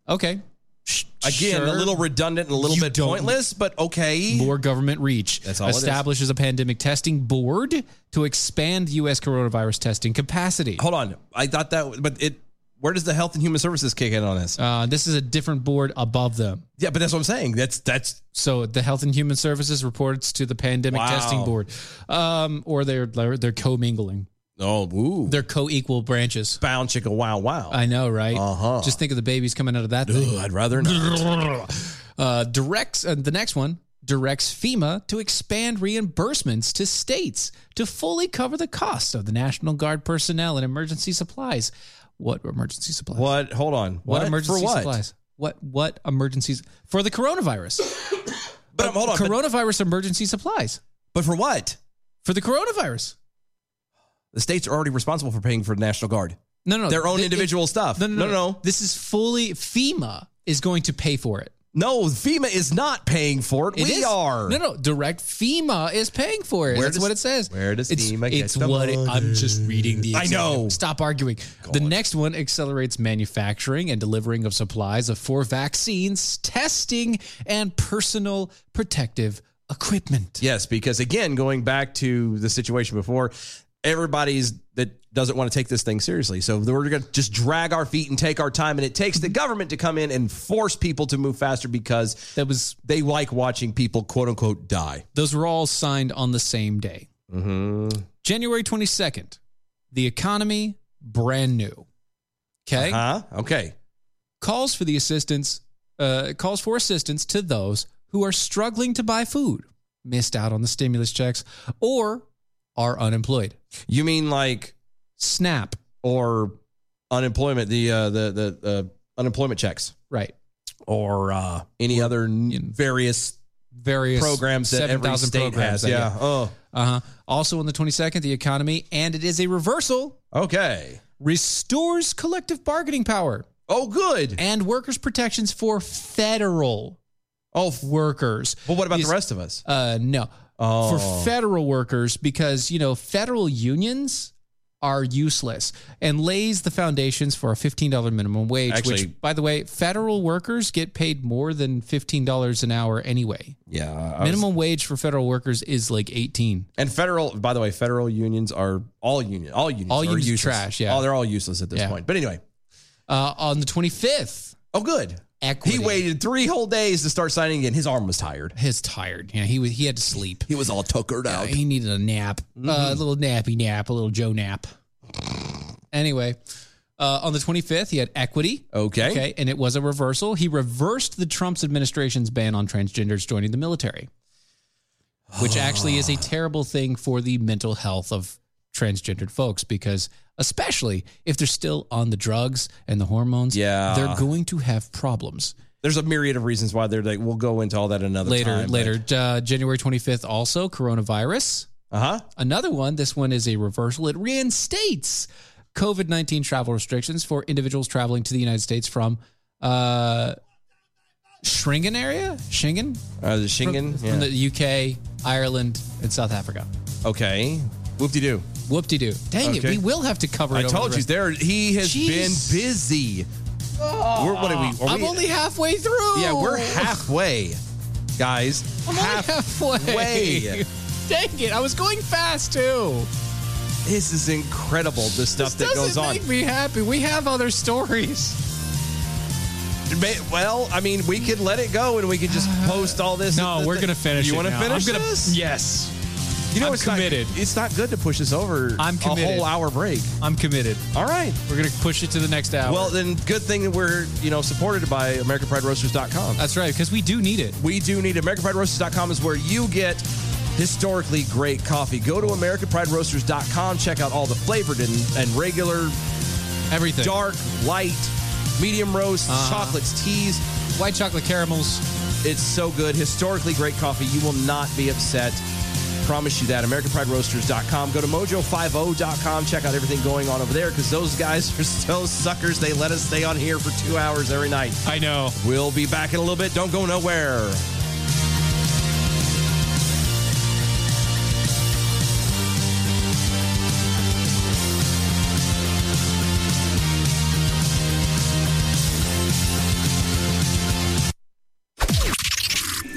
Speaker 2: okay. Sh-
Speaker 3: Again, a
Speaker 2: sure.
Speaker 3: little redundant and a little
Speaker 2: You
Speaker 3: bit
Speaker 2: don't-
Speaker 3: pointless, but okay.
Speaker 2: More government reach.
Speaker 3: That's all it is.
Speaker 2: Establishes a pandemic testing board to expand U.S. coronavirus testing capacity.
Speaker 3: Hold on, I thought that, but it. Where does the Health and Human Services kick in on this?
Speaker 2: Uh, this is a different board above them.
Speaker 3: Yeah, but that's what I'm saying. That's that's
Speaker 2: So the Health and Human Services reports to the Pandemic
Speaker 3: Wow.
Speaker 2: Testing Board, um, or they're they're, they're commingling.
Speaker 3: Oh, ooh.
Speaker 2: they're co-equal branches.
Speaker 3: Bound chicka wow wow.
Speaker 2: I know, right? Uh
Speaker 3: huh.
Speaker 2: Just think of the babies coming out of that. thing.
Speaker 3: I'd rather not.
Speaker 2: uh, directs uh, the next one directs FEMA to expand reimbursements to states to fully cover the cost of the National Guard personnel and emergency supplies. What emergency supplies?
Speaker 3: What? Hold on.
Speaker 2: What, emergency
Speaker 3: For what?
Speaker 2: supplies? What what emergencies for the coronavirus?
Speaker 3: But um, hold on. but-
Speaker 2: coronavirus emergency supplies.
Speaker 3: But for what?
Speaker 2: For the coronavirus.
Speaker 3: The states are already responsible for paying for the National Guard.
Speaker 2: No, no, no.
Speaker 3: Their own
Speaker 2: Th-
Speaker 3: individual stuff.
Speaker 2: No no no,
Speaker 3: No, no, no.
Speaker 2: This is fully FEMA is going to pay for it.
Speaker 3: No, FEMA is not paying for it.
Speaker 2: It
Speaker 3: we
Speaker 2: is-
Speaker 3: are.
Speaker 2: No, no. Direct FEMA is paying for it.
Speaker 3: Where
Speaker 2: That's
Speaker 3: does-
Speaker 2: what it says.
Speaker 3: where does
Speaker 2: it's,
Speaker 3: FEMA get
Speaker 2: It's
Speaker 3: the
Speaker 2: what it- I'm
Speaker 3: money?
Speaker 2: just reading the.
Speaker 3: I
Speaker 2: executive-
Speaker 3: know.
Speaker 2: Stop arguing. The next one accelerates manufacturing and delivering of supplies of for vaccines, testing, and personal protective equipment.
Speaker 3: Yes, because again, going back to the situation before, everybody's that doesn't want to take this thing seriously. So we're going to just drag our feet and take our time, and it takes the government to come in and force people to move faster because
Speaker 2: that was
Speaker 3: they like watching people quote unquote die.
Speaker 2: Those were all signed on the same day.
Speaker 3: Mm-hmm.
Speaker 2: January 22nd, the economy brand new. Okay.
Speaker 3: Huh? Okay.
Speaker 2: Calls for the assistance, uh, calls for assistance to those who are struggling to buy food, missed out on the stimulus checks, or are unemployed.
Speaker 3: You mean like
Speaker 2: SNAP
Speaker 3: or unemployment? The uh, the the uh, unemployment checks
Speaker 2: Right.
Speaker 3: or uh, any other n- various
Speaker 2: Various
Speaker 3: programs that every
Speaker 2: 7,000
Speaker 3: state
Speaker 2: programs
Speaker 3: has.
Speaker 2: that-
Speaker 3: yeah. Oh.
Speaker 2: Uh huh. Also on the 22nd, the economy, and it is a reversal,
Speaker 3: Okay.
Speaker 2: restores collective bargaining power
Speaker 3: Oh, good.
Speaker 2: and workers' protections for federal
Speaker 3: Oh, f-
Speaker 2: workers.
Speaker 3: well, what about
Speaker 2: Yes.
Speaker 3: the rest of us?
Speaker 2: Uh, no.
Speaker 3: Oh.
Speaker 2: For federal workers, because, you know, federal unions are useless and lays the foundations for a $15 minimum wage,
Speaker 3: Actually-
Speaker 2: which, by the way, federal workers get paid more than $15 an hour anyway.
Speaker 3: Yeah. I was-
Speaker 2: minimum wage for federal workers is like 18
Speaker 3: And federal, by the way, federal unions are all union, all unions,
Speaker 2: All
Speaker 3: are
Speaker 2: unions are
Speaker 3: useless.
Speaker 2: trash, yeah.
Speaker 3: oh, they're all useless at this
Speaker 2: Yeah.
Speaker 3: point. But anyway,
Speaker 2: uh, on the 25th.
Speaker 3: oh, good.
Speaker 2: Equity.
Speaker 3: He waited three whole days to start signing again. His arm was tired.
Speaker 2: His tired. Yeah, he was. He had to sleep.
Speaker 3: He Mm-hmm. was all tuckered out.
Speaker 2: He needed a nap, uh, a little nappy nap, a little Joe nap. Anyway, uh, on the 25th, he had equity.
Speaker 3: Okay.
Speaker 2: Okay, and it was a reversal. He reversed the Trump's administration's ban on transgenders joining the military, which actually is a terrible thing for the mental health of transgendered folks because especially if they're still on the drugs and the hormones,
Speaker 3: Yeah.
Speaker 2: they're going to have problems.
Speaker 3: There's a myriad of reasons why they're like, we'll go into all that another
Speaker 2: later
Speaker 3: time,
Speaker 2: later uh, January 25th also coronavirus.
Speaker 3: Uh huh.
Speaker 2: Another one, this one is a reversal. It reinstates COVID 19 travel restrictions for individuals traveling to the United States from uh, Schengen area? Schengen?
Speaker 3: Uh, the Schengen.
Speaker 2: From the UK, Ireland, and South Africa.
Speaker 3: okay. Whoop de doo.
Speaker 2: Whoop de doo. Dang it,
Speaker 3: Okay.
Speaker 2: we will have to cover it.
Speaker 3: I
Speaker 2: over
Speaker 3: told
Speaker 2: the
Speaker 3: you
Speaker 2: rest-
Speaker 3: there. He has
Speaker 2: Jeez.
Speaker 3: been busy. We're, what are we? Are
Speaker 2: I'm
Speaker 3: we
Speaker 2: only halfway through.
Speaker 3: yeah, we're halfway, guys.
Speaker 2: I'm only halfway.
Speaker 3: halfway.
Speaker 2: Dang it, I was going fast too.
Speaker 3: This is incredible. The stuff that goes on.
Speaker 2: Make me happy. We have other stories.
Speaker 3: Ba- Well, I mean, we could let it go and we could just post all this.
Speaker 2: No, we're gonna finish
Speaker 3: You
Speaker 2: it
Speaker 3: want to
Speaker 2: now.
Speaker 3: finish
Speaker 2: I'm gonna-
Speaker 3: this?
Speaker 2: Yes.
Speaker 3: You know,
Speaker 2: I'm
Speaker 3: it's
Speaker 2: committed.
Speaker 3: Not, it's not good to push this over.
Speaker 2: I'm committed.
Speaker 3: A whole hour break.
Speaker 2: I'm committed.
Speaker 3: All right,
Speaker 2: we're gonna push it to the next hour.
Speaker 3: Well, then, good thing that we're you know supported by AmericanPrideRoasters.com.
Speaker 2: That's right, because we do need it.
Speaker 3: We do need it. AmericanPrideRoasters.com is where you get historically great coffee. Go to AmericanPrideRoasters.com. Check out all the flavored and, and regular,
Speaker 2: everything,
Speaker 3: dark, light, medium roast, chocolates, teas,
Speaker 2: white chocolate caramels.
Speaker 3: It's so good. Historically great coffee. You will not be upset. Promise you that. AmericanPrideRoasters.com. Go to Mojo50.com. Check out everything going on over there because those guys are so suckers. They let us stay on here for two hours every night.
Speaker 2: I know.
Speaker 3: We'll be back in a little bit. Don't go nowhere.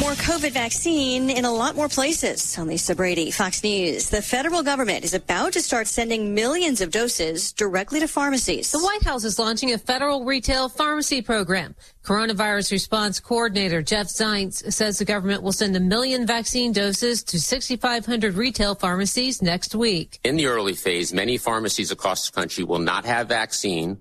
Speaker 12: More COVID vaccine in a lot more places. I'm Lisa Brady, Fox News. The federal government is about to start sending millions of doses directly to pharmacies.
Speaker 17: The White House is launching a federal retail pharmacy program. Coronavirus response coordinator Jeff Zients says the government will send a million vaccine doses to 6,500 retail pharmacies next week.
Speaker 18: In the early phase, many pharmacies across the country will not have vaccine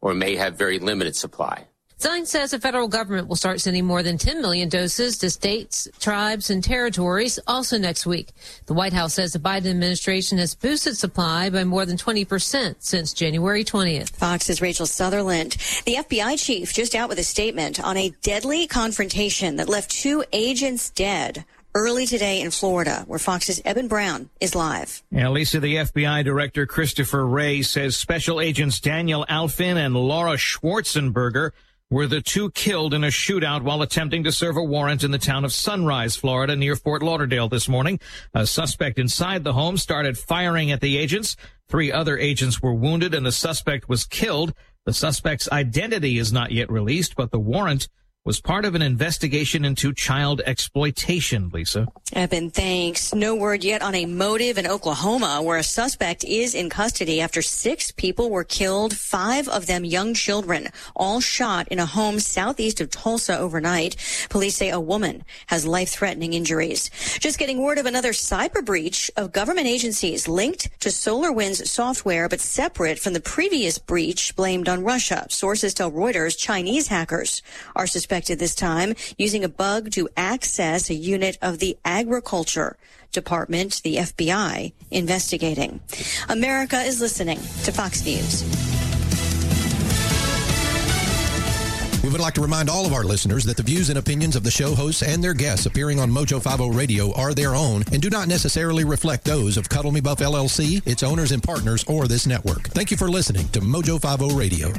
Speaker 18: or may have very limited supply.
Speaker 17: Zients says the federal government will start sending more than 10 million doses to states, tribes, and territories also next week. The White House says the Biden administration has boosted supply by more than 20% since January 20th.
Speaker 12: Fox's Rachel Sutherland. The FBI chief just out with a statement on a deadly confrontation that left two agents dead early today in Florida, where Fox's Eben Brown is live.
Speaker 19: And Lisa, the FBI Director Christopher Wray says Special Agents Daniel Alfin and Laura Schwarzenberger were the two killed in a shootout while attempting to serve a warrant in the town of Sunrise, Florida, near Fort Lauderdale this morning. A suspect inside the home started firing at the agents. Three other agents were wounded and the suspect was killed. The suspect's identity is not yet released, but the warrant was part of an investigation into child exploitation, Lisa.
Speaker 12: Eben, thanks. No word yet on a motive in Oklahoma, where a suspect is in custody after six people were killed, five of them young children, all shot in a home southeast of Tulsa overnight. Police say a woman has life threatening injuries. Just getting word of another cyber breach of government agencies linked to SolarWinds software, but separate from the previous breach blamed on Russia. Sources tell Reuters Chinese hackers are suspected this time using a bug to access a unit of the Agriculture Department, the FBI, investigating. America is listening to Fox News.
Speaker 20: We would like to remind all of our listeners that the views and opinions of the show hosts and their guests appearing on Mojo 50 Radio are their own and do not necessarily reflect those of Cuddle Me Buff LLC, its owners and partners, or this network. Thank you for listening to Mojo 50 Radio.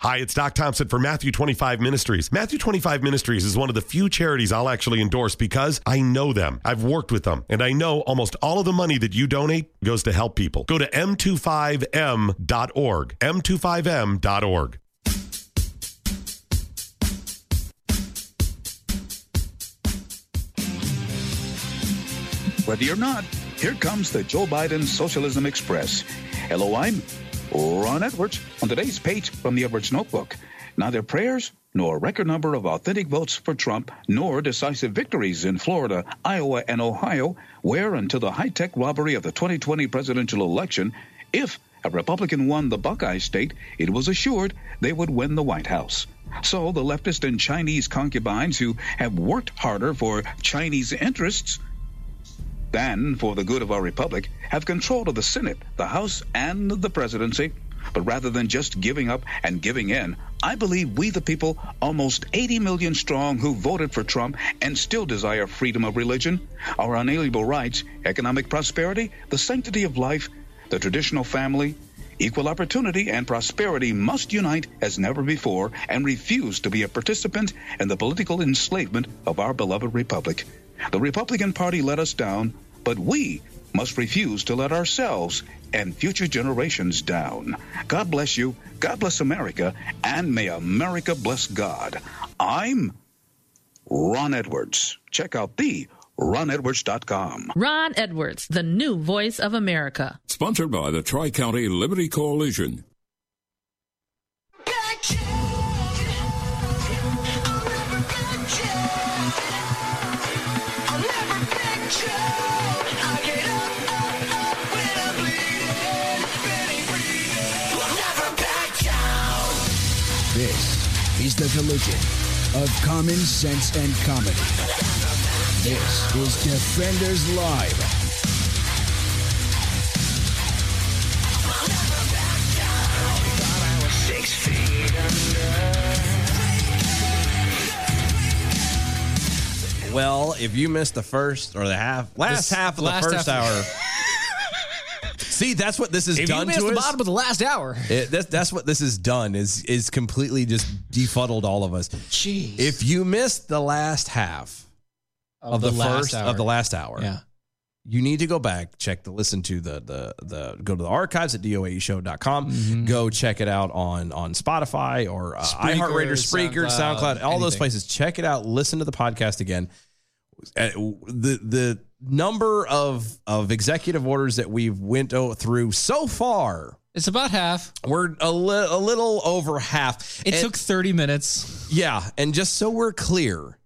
Speaker 9: Hi, it's Doc Thompson for Matthew 25 Ministries. Matthew 25 Ministries is one of the few charities I'll actually endorse because I know them. I've worked with them, and I know almost all of the money that you donate goes to help people. Go to m25m.org. m25m.org.
Speaker 21: Ready or not, here comes the Joe Biden Socialism Express. Hello, I'm Ron Edwards on today's page from the Edwards Notebook. Neither prayers nor a record number of authentic votes for Trump nor decisive victories in Florida, Iowa, and Ohio were until the high tech robbery of the 2020 presidential election. If a Republican won the Buckeye state, it was assured they would win the White House. So the leftist and Chinese concubines who have worked harder for Chinese interests than for the good of our republic, have control of the Senate, the House, and the presidency. But rather than just giving up and giving in, I believe we, the people, almost 80 million strong who voted for Trump and still desire freedom of religion, our unalienable rights, economic prosperity, the sanctity of life, the traditional family, equal opportunity, and prosperity must unite as never before and refuse to be a participant in the political enslavement of our beloved republic. The Republican Party let us down, but we, must refuse to let ourselves and future generations down. God bless you. God bless America. And may America bless God. I'm Ron Edwards. Check out the ronedwards.com.
Speaker 22: Ron Edwards, the new voice of America.
Speaker 23: Sponsored by the Tri County Liberty Coalition.
Speaker 1: This is the collision of common sense and comedy. This is Defenders Live.
Speaker 3: Well, if you missed the first or the half, last
Speaker 2: This-
Speaker 3: half of the
Speaker 2: last
Speaker 3: first
Speaker 2: half
Speaker 3: hour.
Speaker 2: of-
Speaker 3: See, that's what this is
Speaker 2: If you
Speaker 3: done
Speaker 2: missed
Speaker 3: to
Speaker 2: the
Speaker 3: us.
Speaker 2: bottom of the last hour,
Speaker 3: It, that's, that's what this has done is is completely just defuddled all of us.
Speaker 2: Jeez.
Speaker 3: If you missed the last half of, the, first of the last hour,
Speaker 2: Yeah.
Speaker 3: you need to go back, check the listen to the the the go to the archives at doaeshow.com.
Speaker 2: Mhm.
Speaker 3: Go check it out on on Spotify or uh,
Speaker 2: Spreaker,
Speaker 3: iHeartRadio, Mm-hmm. Spreaker,
Speaker 2: SoundCloud,
Speaker 3: SoundCloud, all those
Speaker 2: anything.
Speaker 3: places. Check it out. Listen to the podcast again. Uh, The the number of of executive orders that we've went o- through so far
Speaker 2: it's about half.
Speaker 3: We're a, li- a little over half.
Speaker 2: It
Speaker 3: And-
Speaker 2: took 30 minutes.
Speaker 3: Yeah, and just so we're clear,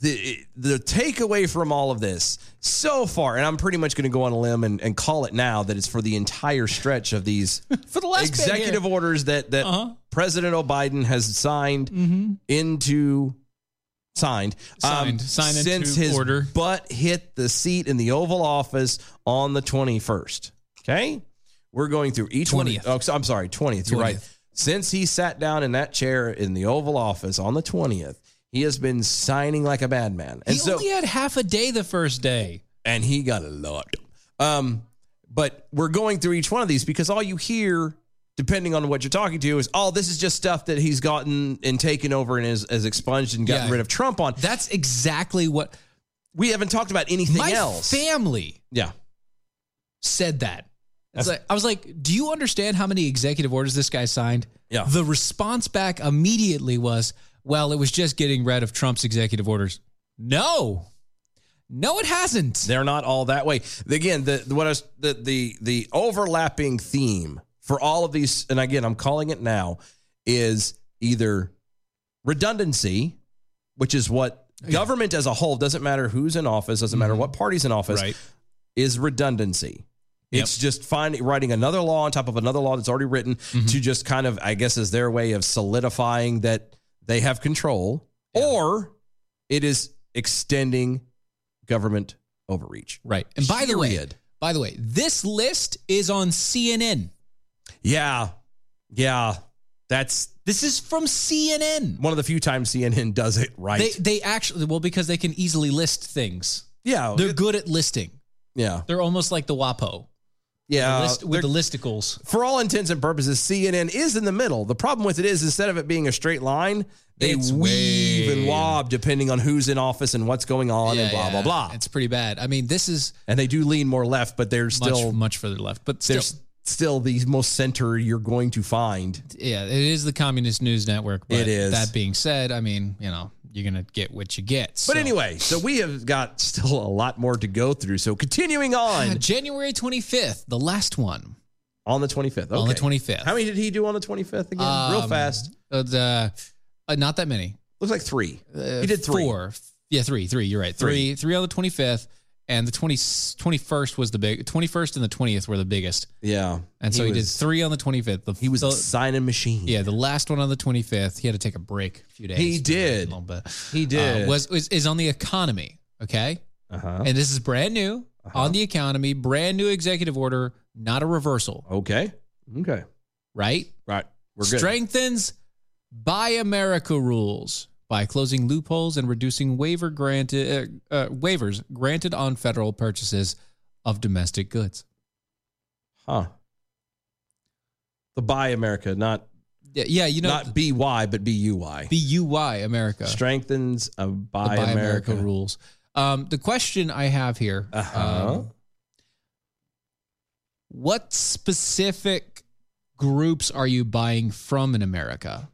Speaker 3: the the takeaway from all of this so far, and I'm pretty much going to go on a limb and, and call it now that it's for the entire stretch of these
Speaker 2: for the last bit here. Uh-huh.
Speaker 3: executive orders that that President O'Biden has signed into signed
Speaker 2: Mm-hmm.
Speaker 3: um,
Speaker 2: Signed. Signed into
Speaker 3: since his
Speaker 2: order.
Speaker 3: butt hit the seat in the Oval Office on the 21st. Okay, we're going through each one. of-
Speaker 2: 20th.
Speaker 3: Oh, so- I'm sorry, 20th. You're right.
Speaker 2: 20th.
Speaker 3: Since he sat down in that chair in the Oval Office on the 20th, he has been signing like a madman. And
Speaker 2: he
Speaker 3: so
Speaker 2: only had half a day the first day.
Speaker 3: and he got a lot. Um, but we're going through each one of these because all you hear, depending on what you're talking to, is oh, this is just stuff that he's gotten and taken over and is, is expunged and gotten
Speaker 2: Yeah.
Speaker 3: rid of Trump on.
Speaker 2: That's exactly what
Speaker 3: we haven't talked about anything
Speaker 2: My
Speaker 3: else.
Speaker 2: family
Speaker 3: yeah,
Speaker 2: said that. It's like, I was like, do you understand how many executive orders this guy signed?
Speaker 3: Yeah.
Speaker 2: The response back immediately was, well, it was just getting rid of Trump's executive orders. No. No, it hasn't.
Speaker 3: They're not all that way. Again, the the- what I was, the the the overlapping theme for all of these, and again, I'm calling it now, is either redundancy, which is what government as a whole doesn't matter who's in office, doesn't matter what party's in office,
Speaker 2: Right.
Speaker 3: is redundancy. It's just finding writing another law on top of another law that's already written to just kind of, I guess, is their way of solidifying that they have control, or it is extending government overreach.
Speaker 2: Right. And by the way,
Speaker 3: Period.
Speaker 2: by the way, this list is on CNN.
Speaker 3: Yeah. Yeah. That's
Speaker 2: This is from CNN.
Speaker 3: one of the few times CNN does it right.
Speaker 2: They they actually well because they can easily list things.
Speaker 3: Oh, yeah.
Speaker 2: They're good at listing.
Speaker 3: yeah.
Speaker 2: They're almost like the WAPO.
Speaker 3: Yeah.
Speaker 2: List- with the
Speaker 3: Uh, They're-
Speaker 2: listicles.
Speaker 3: for all intents and purposes, CNN is in the middle. The problem with it is instead of it being a straight line, they
Speaker 2: It's
Speaker 3: weave and
Speaker 2: way-
Speaker 3: wob depending on who's in office and what's going on
Speaker 2: Yeah,
Speaker 3: and blah,
Speaker 2: yeah.
Speaker 3: blah, blah.
Speaker 2: It's pretty bad. I mean, this is
Speaker 3: and they do lean more left, but they're still
Speaker 2: much much further left, but
Speaker 3: they're
Speaker 2: still,
Speaker 3: s- still the most center you're going to find.
Speaker 2: yeah, it is the Communist News Network. But
Speaker 3: It is.
Speaker 2: That being said, I mean, you know, you're gonna get what you get.
Speaker 3: But anyway, so we have got still a lot more to go through. So continuing on
Speaker 2: uh, January 25th, the last one.
Speaker 3: on the 25th.
Speaker 2: On the
Speaker 3: Okay.
Speaker 2: 25th.
Speaker 3: How many did he do on the 25th again? Real
Speaker 2: Um,
Speaker 3: fast.
Speaker 2: uh, the- uh, not that many.
Speaker 3: Looks like three.
Speaker 2: Uh,
Speaker 3: he did three.
Speaker 2: Four. Yeah, three. Three. You're right. Three. Three, on the 25th, and the 20, 21st was the big. 21st and the 20th were the biggest.
Speaker 3: Yeah.
Speaker 2: And so he,
Speaker 3: was-
Speaker 2: did three on the 25th. The,
Speaker 3: He was
Speaker 2: the-
Speaker 3: a signing machine.
Speaker 2: yeah, the last one on the 25th. He had to take a break a few days.
Speaker 3: He did.
Speaker 2: A little bit.
Speaker 3: He did.
Speaker 2: Uh, was, was is on the economy. Okay.
Speaker 3: Uh-huh.
Speaker 2: And this is brand new on the economy. Brand new executive order, not a reversal.
Speaker 3: Okay. Okay.
Speaker 2: Right.
Speaker 3: Right. We're good.
Speaker 2: strengthens Buy America rules by closing loopholes and reducing waiver granted uh, uh, waivers granted on federal purchases of domestic goods.
Speaker 3: Huh. The Buy America, not
Speaker 2: Yeah, yeah you know
Speaker 3: not BY, but BUY.
Speaker 2: BUY America,
Speaker 3: Strengthens a
Speaker 2: the
Speaker 3: Buy, America, rule.
Speaker 2: rules. Um, the question I have here,
Speaker 3: Uh-huh.
Speaker 2: um, What specific groups are you buying from in America?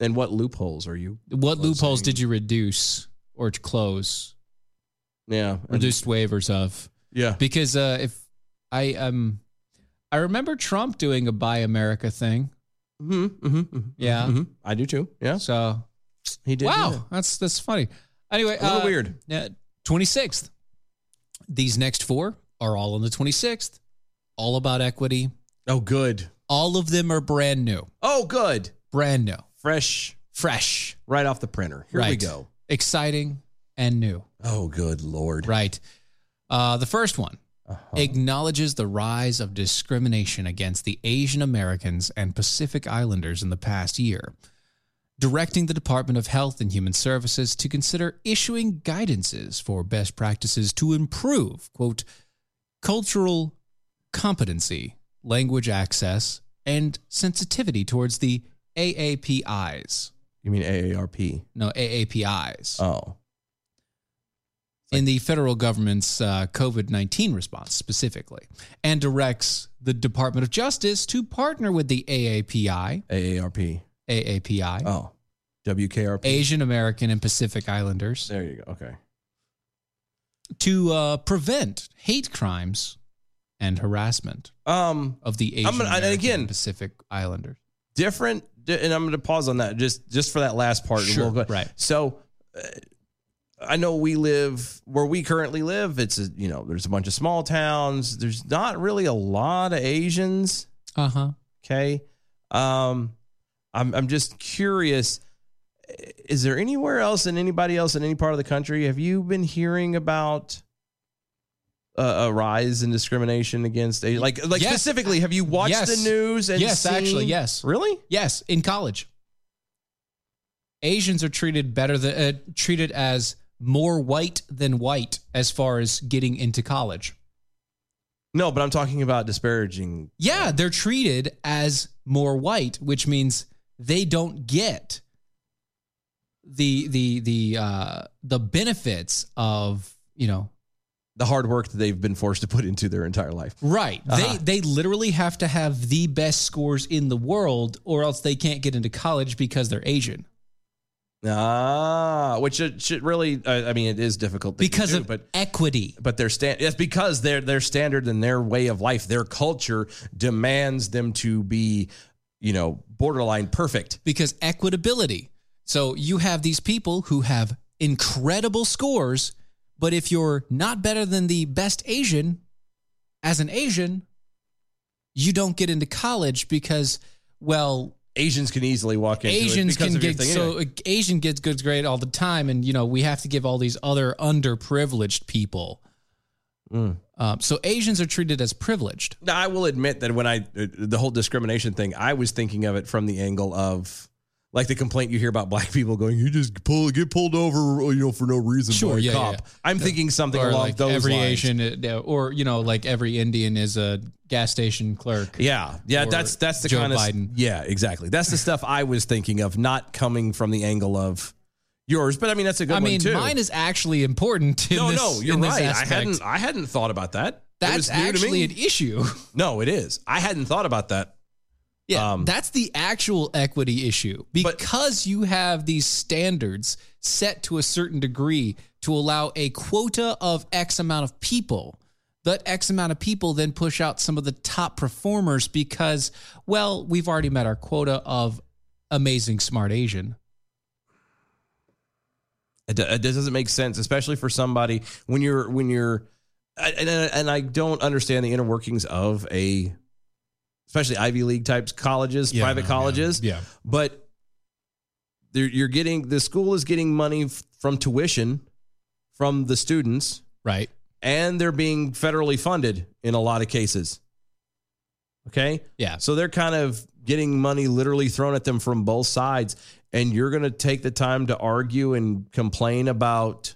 Speaker 3: And what loopholes are you?
Speaker 2: What loopholes did you reduce or to close?
Speaker 3: Yeah,
Speaker 2: reduced waivers of.
Speaker 3: Yeah.
Speaker 2: because uh, if I um, I remember Trump doing a Buy America thing.
Speaker 3: hmm hmm
Speaker 2: Yeah,
Speaker 3: I do too. Yeah.
Speaker 2: So
Speaker 3: he did.
Speaker 2: wow,
Speaker 3: do that.
Speaker 2: that's that's funny. Anyway, uh,
Speaker 3: A little weird.
Speaker 2: Yeah, twenty sixth. These next four are all on the twenty sixth. All about equity.
Speaker 3: Oh, good.
Speaker 2: All of them are brand new.
Speaker 3: Oh, good.
Speaker 2: Brand new,
Speaker 3: Fresh,
Speaker 2: fresh.
Speaker 3: right off the printer. Here we
Speaker 2: Right.
Speaker 3: go.
Speaker 2: Exciting and new.
Speaker 3: Oh, good lord.
Speaker 2: Right. Uh, the first one acknowledges the rise of discrimination against the Asian Americans and Pacific Islanders in the past year, directing the Department of Health and Human Services to consider issuing guidances for best practices to improve, quote, cultural competency, language access, and sensitivity towards the AAPIs.
Speaker 3: You mean AARP?
Speaker 2: No, AAPIs
Speaker 3: Oh,
Speaker 2: in the federal government's uh, COVID 19 response specifically, and directs the Department of Justice to partner with the AAPI,
Speaker 3: AARP.
Speaker 2: AAPI,
Speaker 3: Oh, WKRP.
Speaker 2: Asian American and Pacific Islanders,
Speaker 3: There you go. Okay.
Speaker 2: to uh, prevent hate crimes and harassment
Speaker 3: Um,
Speaker 2: of the Asian
Speaker 3: I'm gonna, and
Speaker 2: American
Speaker 3: again,
Speaker 2: and Pacific Islanders.
Speaker 3: different di- and i'm going to pause on that just just for that last part
Speaker 2: Sure,
Speaker 3: We'll go-
Speaker 2: right.
Speaker 3: so uh, i know we live where we currently live it's a, you know there's a bunch of small towns there's not really a lot of asians
Speaker 2: Uh huh.
Speaker 3: okay um i'm i'm just curious is there anywhere else and anybody else in any part of the country have you been hearing about a, a rise in discrimination against Asian? like like
Speaker 2: Yes.
Speaker 3: specifically have you watched
Speaker 2: Yes.
Speaker 3: the news and
Speaker 2: yes, actually,
Speaker 3: seen-
Speaker 2: yes.
Speaker 3: really
Speaker 2: Yes, in college. Asians are treated better than uh, treated as more white than white as far as getting into college.
Speaker 3: No, but I'm talking about disparaging.
Speaker 2: Yeah, they're treated as more white, which means they don't get the the the uh the benefits of, you know,
Speaker 3: The hard work that they've been forced to put into their entire life.
Speaker 2: Right.
Speaker 3: Uh-huh.
Speaker 2: They they literally have to have the best scores in the world or else they can't get into college because they're Asian.
Speaker 3: Ah, which it should really. I, I mean, it is difficult thing to
Speaker 2: Because
Speaker 3: do,
Speaker 2: of
Speaker 3: but
Speaker 2: equity.
Speaker 3: but their stand. It's because their their standard and their way of life, their culture demands them to be, you know, borderline perfect.
Speaker 2: because equitability. So you have these people who have incredible scores, but if you're not better than the best Asian, as an Asian, you don't get into college because, well,
Speaker 3: Asians can easily walk into it
Speaker 2: Asians
Speaker 3: because
Speaker 2: can
Speaker 3: of your
Speaker 2: get
Speaker 3: thing
Speaker 2: so
Speaker 3: anyway.
Speaker 2: Asian gets good grade all the time, and you know we have to give all these other underprivileged people.
Speaker 3: Mm.
Speaker 2: Um, so Asians are treated as privileged.
Speaker 3: Now, I will admit that when I uh, the whole discrimination thing, I was thinking of it from the angle of like the complaint you hear about black people going, "You just pull get pulled over, you know, for no reason."
Speaker 2: Sure,
Speaker 3: by a
Speaker 2: yeah,
Speaker 3: cop."
Speaker 2: yeah, yeah.
Speaker 3: I'm thinking something
Speaker 2: or
Speaker 3: along
Speaker 2: like
Speaker 3: those
Speaker 2: every
Speaker 3: lines.
Speaker 2: Asian, uh, or you know, like every Indian is a gas station clerk.
Speaker 3: Yeah, yeah,
Speaker 2: or
Speaker 3: that's that's the
Speaker 2: Joe
Speaker 3: kind of
Speaker 2: Biden.
Speaker 3: yeah, exactly. That's the stuff I was thinking of, not coming from the angle of yours, but I mean that's a good
Speaker 2: I
Speaker 3: one
Speaker 2: mean,
Speaker 3: too.
Speaker 2: mine is actually important. In
Speaker 3: no,
Speaker 2: this,
Speaker 3: no, you're
Speaker 2: in this
Speaker 3: right. I
Speaker 2: aspect.
Speaker 3: hadn't I hadn't thought about that. It
Speaker 2: That's
Speaker 3: was new to
Speaker 2: actually
Speaker 3: me.
Speaker 2: an e issue.
Speaker 3: no, it is. I hadn't thought about that.
Speaker 2: Yeah,
Speaker 3: Um,
Speaker 2: that's the actual equity issue because you have these standards set to a certain degree to allow a quota of X amount of people. That X amount of people then push out some of the top performers because, well, we've already met our quota of amazing smart Asian.
Speaker 3: It, do- it doesn't make sense, especially for somebody when you're when you're I- and and I don't understand the inner workings of a especially Ivy League types colleges,
Speaker 2: Yeah,
Speaker 3: private
Speaker 2: yeah,
Speaker 3: colleges.
Speaker 2: yeah.
Speaker 3: but they're, you're getting the school is getting money f- from tuition from the students,
Speaker 2: Right.
Speaker 3: and they're being federally funded in a lot of cases. Okay,
Speaker 2: Yeah.
Speaker 3: so they're kind of getting money literally thrown at them from both sides. And you're going to take the time to argue and complain about,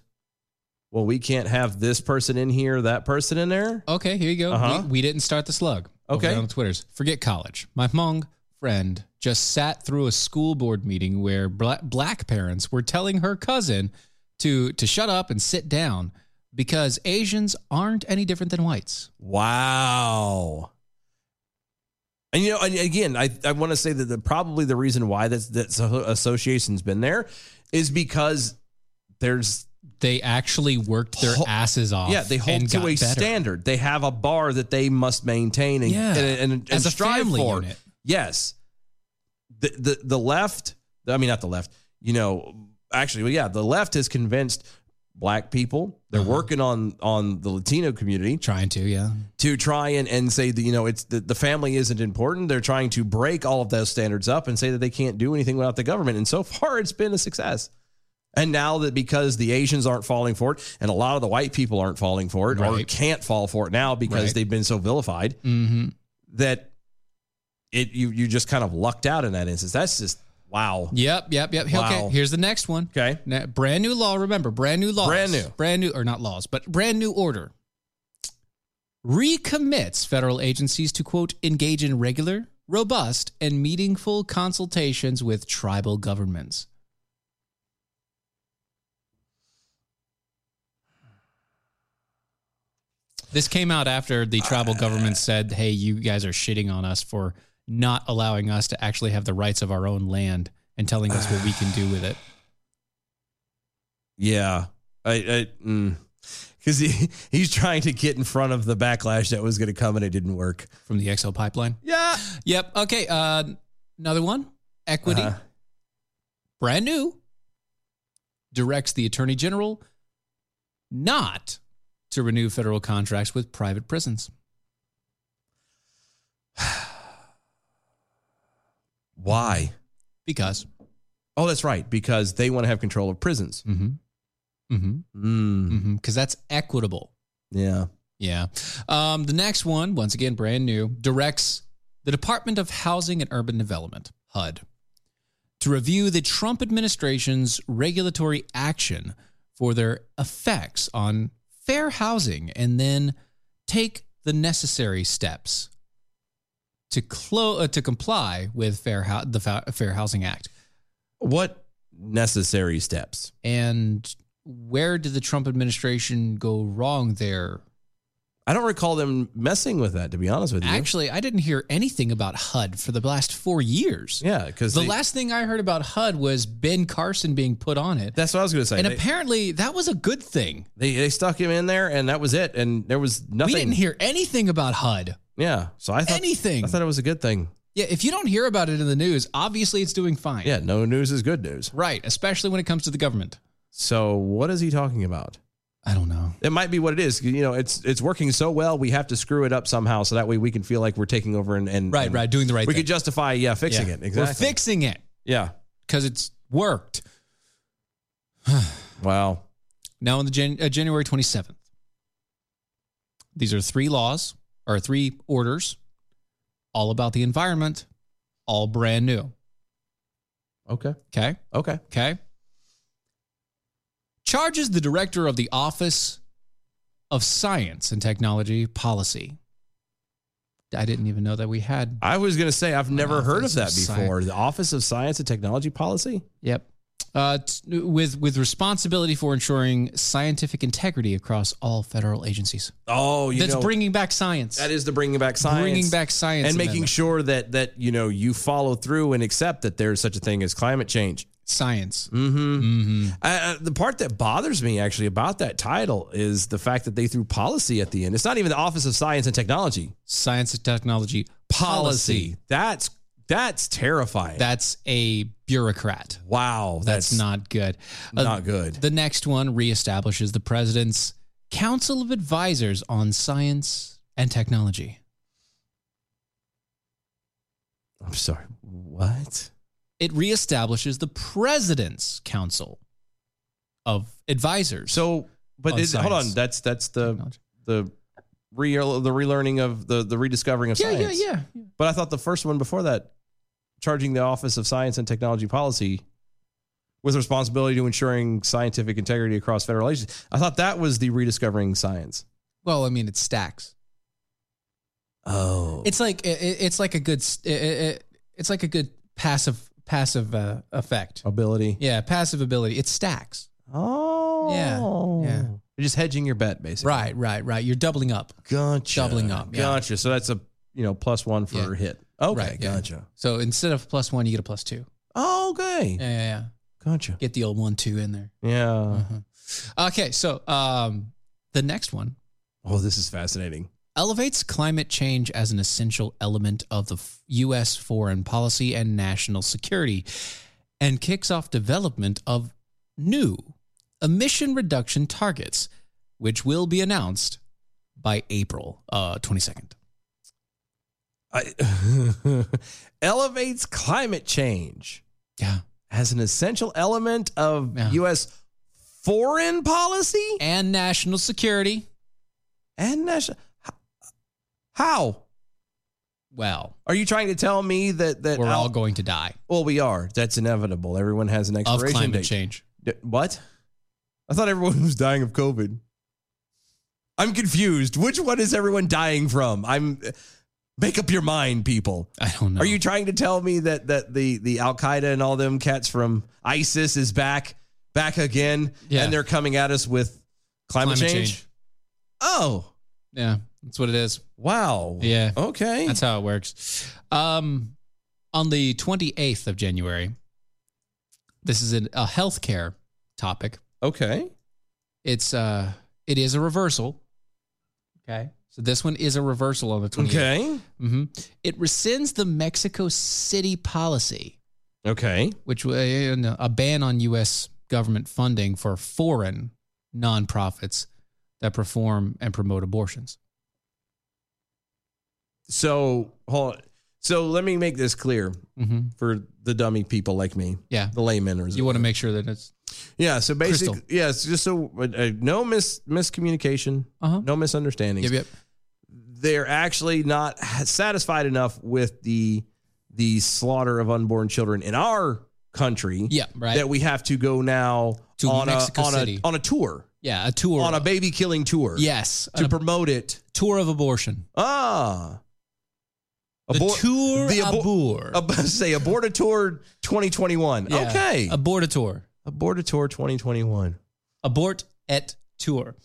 Speaker 3: well, we can't have this person in here, that person in there.
Speaker 2: Okay, here you go.
Speaker 3: Uh-huh.
Speaker 2: We, we didn't start the slug. over
Speaker 3: Okay.
Speaker 2: there on the Twitters. Forget college. My Hmong friend just sat through a school board meeting where black, black parents were telling her cousin to to shut up and sit down because Asians aren't any different than whites.
Speaker 3: Wow. And you know, and again, I, I want to say that the, probably the reason why that's that so- association's been there is because there's
Speaker 2: they actually worked their asses off.
Speaker 3: Yeah, they hold
Speaker 2: and
Speaker 3: to a
Speaker 2: got better.
Speaker 3: standard. They have a bar that they must maintain and
Speaker 2: Yeah,
Speaker 3: and, and, and
Speaker 2: as a
Speaker 3: strive
Speaker 2: family
Speaker 3: for.
Speaker 2: unit.
Speaker 3: Yes, the the the left. I mean, not the left. You know, actually, well, yeah, the left has convinced black people. They're
Speaker 2: Uh-huh.
Speaker 3: working on on the Latino community,
Speaker 2: trying to yeah,
Speaker 3: to try and and say that you know it's the, the family isn't important. They're trying to break all of those standards up and say that they can't do anything without the government. And so far, it's been a success. And now that because the Asians aren't falling for it, and a lot of the white people aren't falling for it, or
Speaker 2: Right.
Speaker 3: can't fall for it now because
Speaker 2: Right.
Speaker 3: they've been so vilified,
Speaker 2: Mm-hmm.
Speaker 3: that it you you just kind of lucked out in that instance. That's just wow.
Speaker 2: Yep, yep, yep.
Speaker 3: Wow.
Speaker 2: Okay, here's the next one.
Speaker 3: Okay.
Speaker 2: brand new law. Remember, brand new laws.
Speaker 3: Brand new.
Speaker 2: Brand new, or not laws, but brand new order. Recommits federal agencies to, quote, engage in regular, robust, and meaningful consultations with tribal governments. This came out after the tribal
Speaker 3: Uh.
Speaker 2: government said, hey, you guys are shitting on us for not allowing us to actually have the rights of our own land and telling us what we can do with it.
Speaker 3: Yeah, I, I because he he's trying to get in front of the backlash that was going to come, and it didn't work
Speaker 2: from the XL pipeline.
Speaker 3: Yeah.
Speaker 2: Yep. Okay. Uh, another one. Equity.
Speaker 3: Uh-huh.
Speaker 2: Brand new. Directs the attorney general not to renew federal contracts with private prisons.
Speaker 3: Why?
Speaker 2: Because.
Speaker 3: Oh, that's right. Because they want to have control of prisons.
Speaker 2: Mm-hmm. Mm-hmm.
Speaker 3: Mm.
Speaker 2: Mm-hmm. Because that's equitable.
Speaker 3: Yeah.
Speaker 2: Yeah. Um, the next one, once again, brand new, directs the Department of Housing and Urban Development, HUD, to review the Trump administration's regulatory action for their effects on fair housing and then take the necessary steps to clo- uh, to comply with fair Hou- the Fa- Fair Housing Act.
Speaker 3: What necessary steps?
Speaker 2: And where did the Trump administration go wrong there?
Speaker 3: I don't recall them messing with that, to be honest with you.
Speaker 2: Actually, I didn't hear anything about HUD for the last four years.
Speaker 3: Yeah, because
Speaker 2: the last thing I heard about HUD was Ben Carson being put on it.
Speaker 3: That's what I was going to say.
Speaker 2: and
Speaker 3: They-
Speaker 2: apparently that was a good thing.
Speaker 3: they they stuck him in there, and that was it. And there was nothing.
Speaker 2: We didn't hear anything about HUD.
Speaker 3: Yeah. So I thought
Speaker 2: Anything.
Speaker 3: I thought it was a good thing.
Speaker 2: Yeah, if you don't hear about it in the news, obviously it's doing fine.
Speaker 3: Yeah. No news is good news.
Speaker 2: Right, especially when it comes to the government.
Speaker 3: So what is he talking about?
Speaker 2: I don't know.
Speaker 3: It might be what it is. You know, it's it's working so well. We have to screw it up somehow, so that way we can feel like we're taking over and, and
Speaker 2: Right,
Speaker 3: and
Speaker 2: right, doing the right
Speaker 3: We
Speaker 2: thing.
Speaker 3: could justify, yeah, fixing
Speaker 2: Yeah.
Speaker 3: it. Exactly.
Speaker 2: We're fixing it
Speaker 3: yeah.
Speaker 2: because it's worked.
Speaker 3: Wow.
Speaker 2: Now on the Jan- uh, January 27th. These are three laws or three orders all about the environment, all brand new.
Speaker 3: Okay.
Speaker 2: Okay.
Speaker 3: Okay.
Speaker 2: Okay. Charges the director of the Office of Science and Technology Policy. I didn't even know that we had.
Speaker 3: I was going to say I've never heard of
Speaker 2: Office
Speaker 3: that
Speaker 2: of Sci-
Speaker 3: before. The Office of Science and Technology Policy.
Speaker 2: Yep. Uh, t- with with responsibility for ensuring scientific integrity across all federal agencies.
Speaker 3: Oh, you
Speaker 2: That's
Speaker 3: know,
Speaker 2: bringing back science.
Speaker 3: that is the bringing back science,
Speaker 2: Bringing back science
Speaker 3: and making
Speaker 2: amendment.
Speaker 3: sure that that you know you follow through and accept that there's such a thing as climate change.
Speaker 2: science.
Speaker 3: Mm-hmm. Uh, the part that bothers me actually about that title is the fact that they threw policy at the end. It's not even the Office of Science and Technology
Speaker 2: Science and technology policy.
Speaker 3: policy. That's that's terrifying.
Speaker 2: That's a bureaucrat.
Speaker 3: wow,
Speaker 2: That's, not good. Uh,
Speaker 3: not good.
Speaker 2: The next one reestablishes the president's Council of Advisors on Science and Technology.
Speaker 3: I'm sorry. What?
Speaker 2: It reestablishes the president's Council of Advisors.
Speaker 3: So, but
Speaker 2: On
Speaker 3: is, hold on.
Speaker 2: science.
Speaker 3: That's that's the the re the relearning of the the rediscovering of
Speaker 2: yeah, yeah,
Speaker 3: science.
Speaker 2: yeah.
Speaker 3: But I thought the first one before that, charging the Office of Science and Technology Policy with responsibility to ensuring scientific integrity across federal agencies. I thought that was the rediscovering science.
Speaker 2: Well, I mean, it stacks.
Speaker 3: Oh,
Speaker 2: It's like it, it- it's like a good s- it, it, it- it's like a good passive passive uh, effect.
Speaker 3: ability.
Speaker 2: Yeah, passive ability. It stacks.
Speaker 3: Oh,
Speaker 2: Yeah, yeah.
Speaker 3: You're just hedging your bet, basically.
Speaker 2: Right, right, right. You're doubling up.
Speaker 3: Gotcha.
Speaker 2: Doubling up, yeah.
Speaker 3: Gotcha. So that's a you know plus one for
Speaker 2: Yeah.
Speaker 3: hit. Okay,
Speaker 2: yeah.
Speaker 3: gotcha.
Speaker 2: So instead of plus one, you get a plus two.
Speaker 3: Oh, okay.
Speaker 2: Yeah, yeah, yeah.
Speaker 3: Gotcha.
Speaker 2: Get the old one two in there.
Speaker 3: Yeah.
Speaker 2: Okay, so um, the next one
Speaker 3: Oh, this is fascinating.
Speaker 2: elevates climate change as an essential element of the f- U.S. foreign policy and national security, and kicks off development of new emission reduction targets, which will be announced by April uh, 22nd.
Speaker 3: I, elevates climate change.
Speaker 2: Yeah.
Speaker 3: As an essential element of U.S. foreign policy
Speaker 2: and national security.
Speaker 3: And national. How?
Speaker 2: Well,
Speaker 3: Are you trying to tell me that that
Speaker 2: we're
Speaker 3: I'll-
Speaker 2: all going to die
Speaker 3: Well, we are. That's inevitable. Everyone has an
Speaker 2: of
Speaker 3: expiration
Speaker 2: climate
Speaker 3: date.
Speaker 2: change.
Speaker 3: D- What? I thought everyone was dying of COVID. I'm confused. Which one is everyone dying from? I'm make up your mind, people.
Speaker 2: I don't know.
Speaker 3: Are you trying to tell me that that the the Al Qaeda and all them cats from ISIS is back back again
Speaker 2: Yeah.
Speaker 3: and they're coming at us with climate,
Speaker 2: Climate
Speaker 3: change?
Speaker 2: change.
Speaker 3: Oh,
Speaker 2: Yeah, that's what it is.
Speaker 3: wow.
Speaker 2: Yeah.
Speaker 3: Okay.
Speaker 2: That's how it works. Um, on the 28th of January, this is an, a healthcare topic.
Speaker 3: Okay.
Speaker 2: It's uh, it is a reversal. Okay. So this one is a reversal on the 28th.
Speaker 3: Okay.
Speaker 2: hmm It rescinds the Mexico City policy,
Speaker 3: Okay.
Speaker 2: which wa- and a ban on U.S. government funding for foreign nonprofits that perform and promote abortions.
Speaker 3: So hold on. So let me make this clear
Speaker 2: Mhm.
Speaker 3: for the dummy people like me.
Speaker 2: Yeah.
Speaker 3: The laymen or
Speaker 2: You want to make sure that it's
Speaker 3: Yeah. So basically,
Speaker 2: Crystal.
Speaker 3: yes. just so uh, uh, no mis miscommunication,
Speaker 2: Uh-huh.
Speaker 3: no misunderstandings.
Speaker 2: Yep, yep.
Speaker 3: They're actually not satisfied enough with the the slaughter of unborn children in our country.
Speaker 2: Yeah, right.
Speaker 3: That we have to go now
Speaker 2: To
Speaker 3: on
Speaker 2: Mexico
Speaker 3: a on
Speaker 2: City.
Speaker 3: a on a tour
Speaker 2: yeah a tour
Speaker 3: on a baby killing tour.
Speaker 2: yes
Speaker 3: To
Speaker 2: a
Speaker 3: promote it.
Speaker 2: tour of abortion.
Speaker 3: Ah.
Speaker 2: The tour abor.
Speaker 3: abor- say aborted tour 2021.
Speaker 2: Yeah.
Speaker 3: Okay.
Speaker 2: Abort a tour.
Speaker 3: Aborted tour 2021.
Speaker 2: Abort et tour.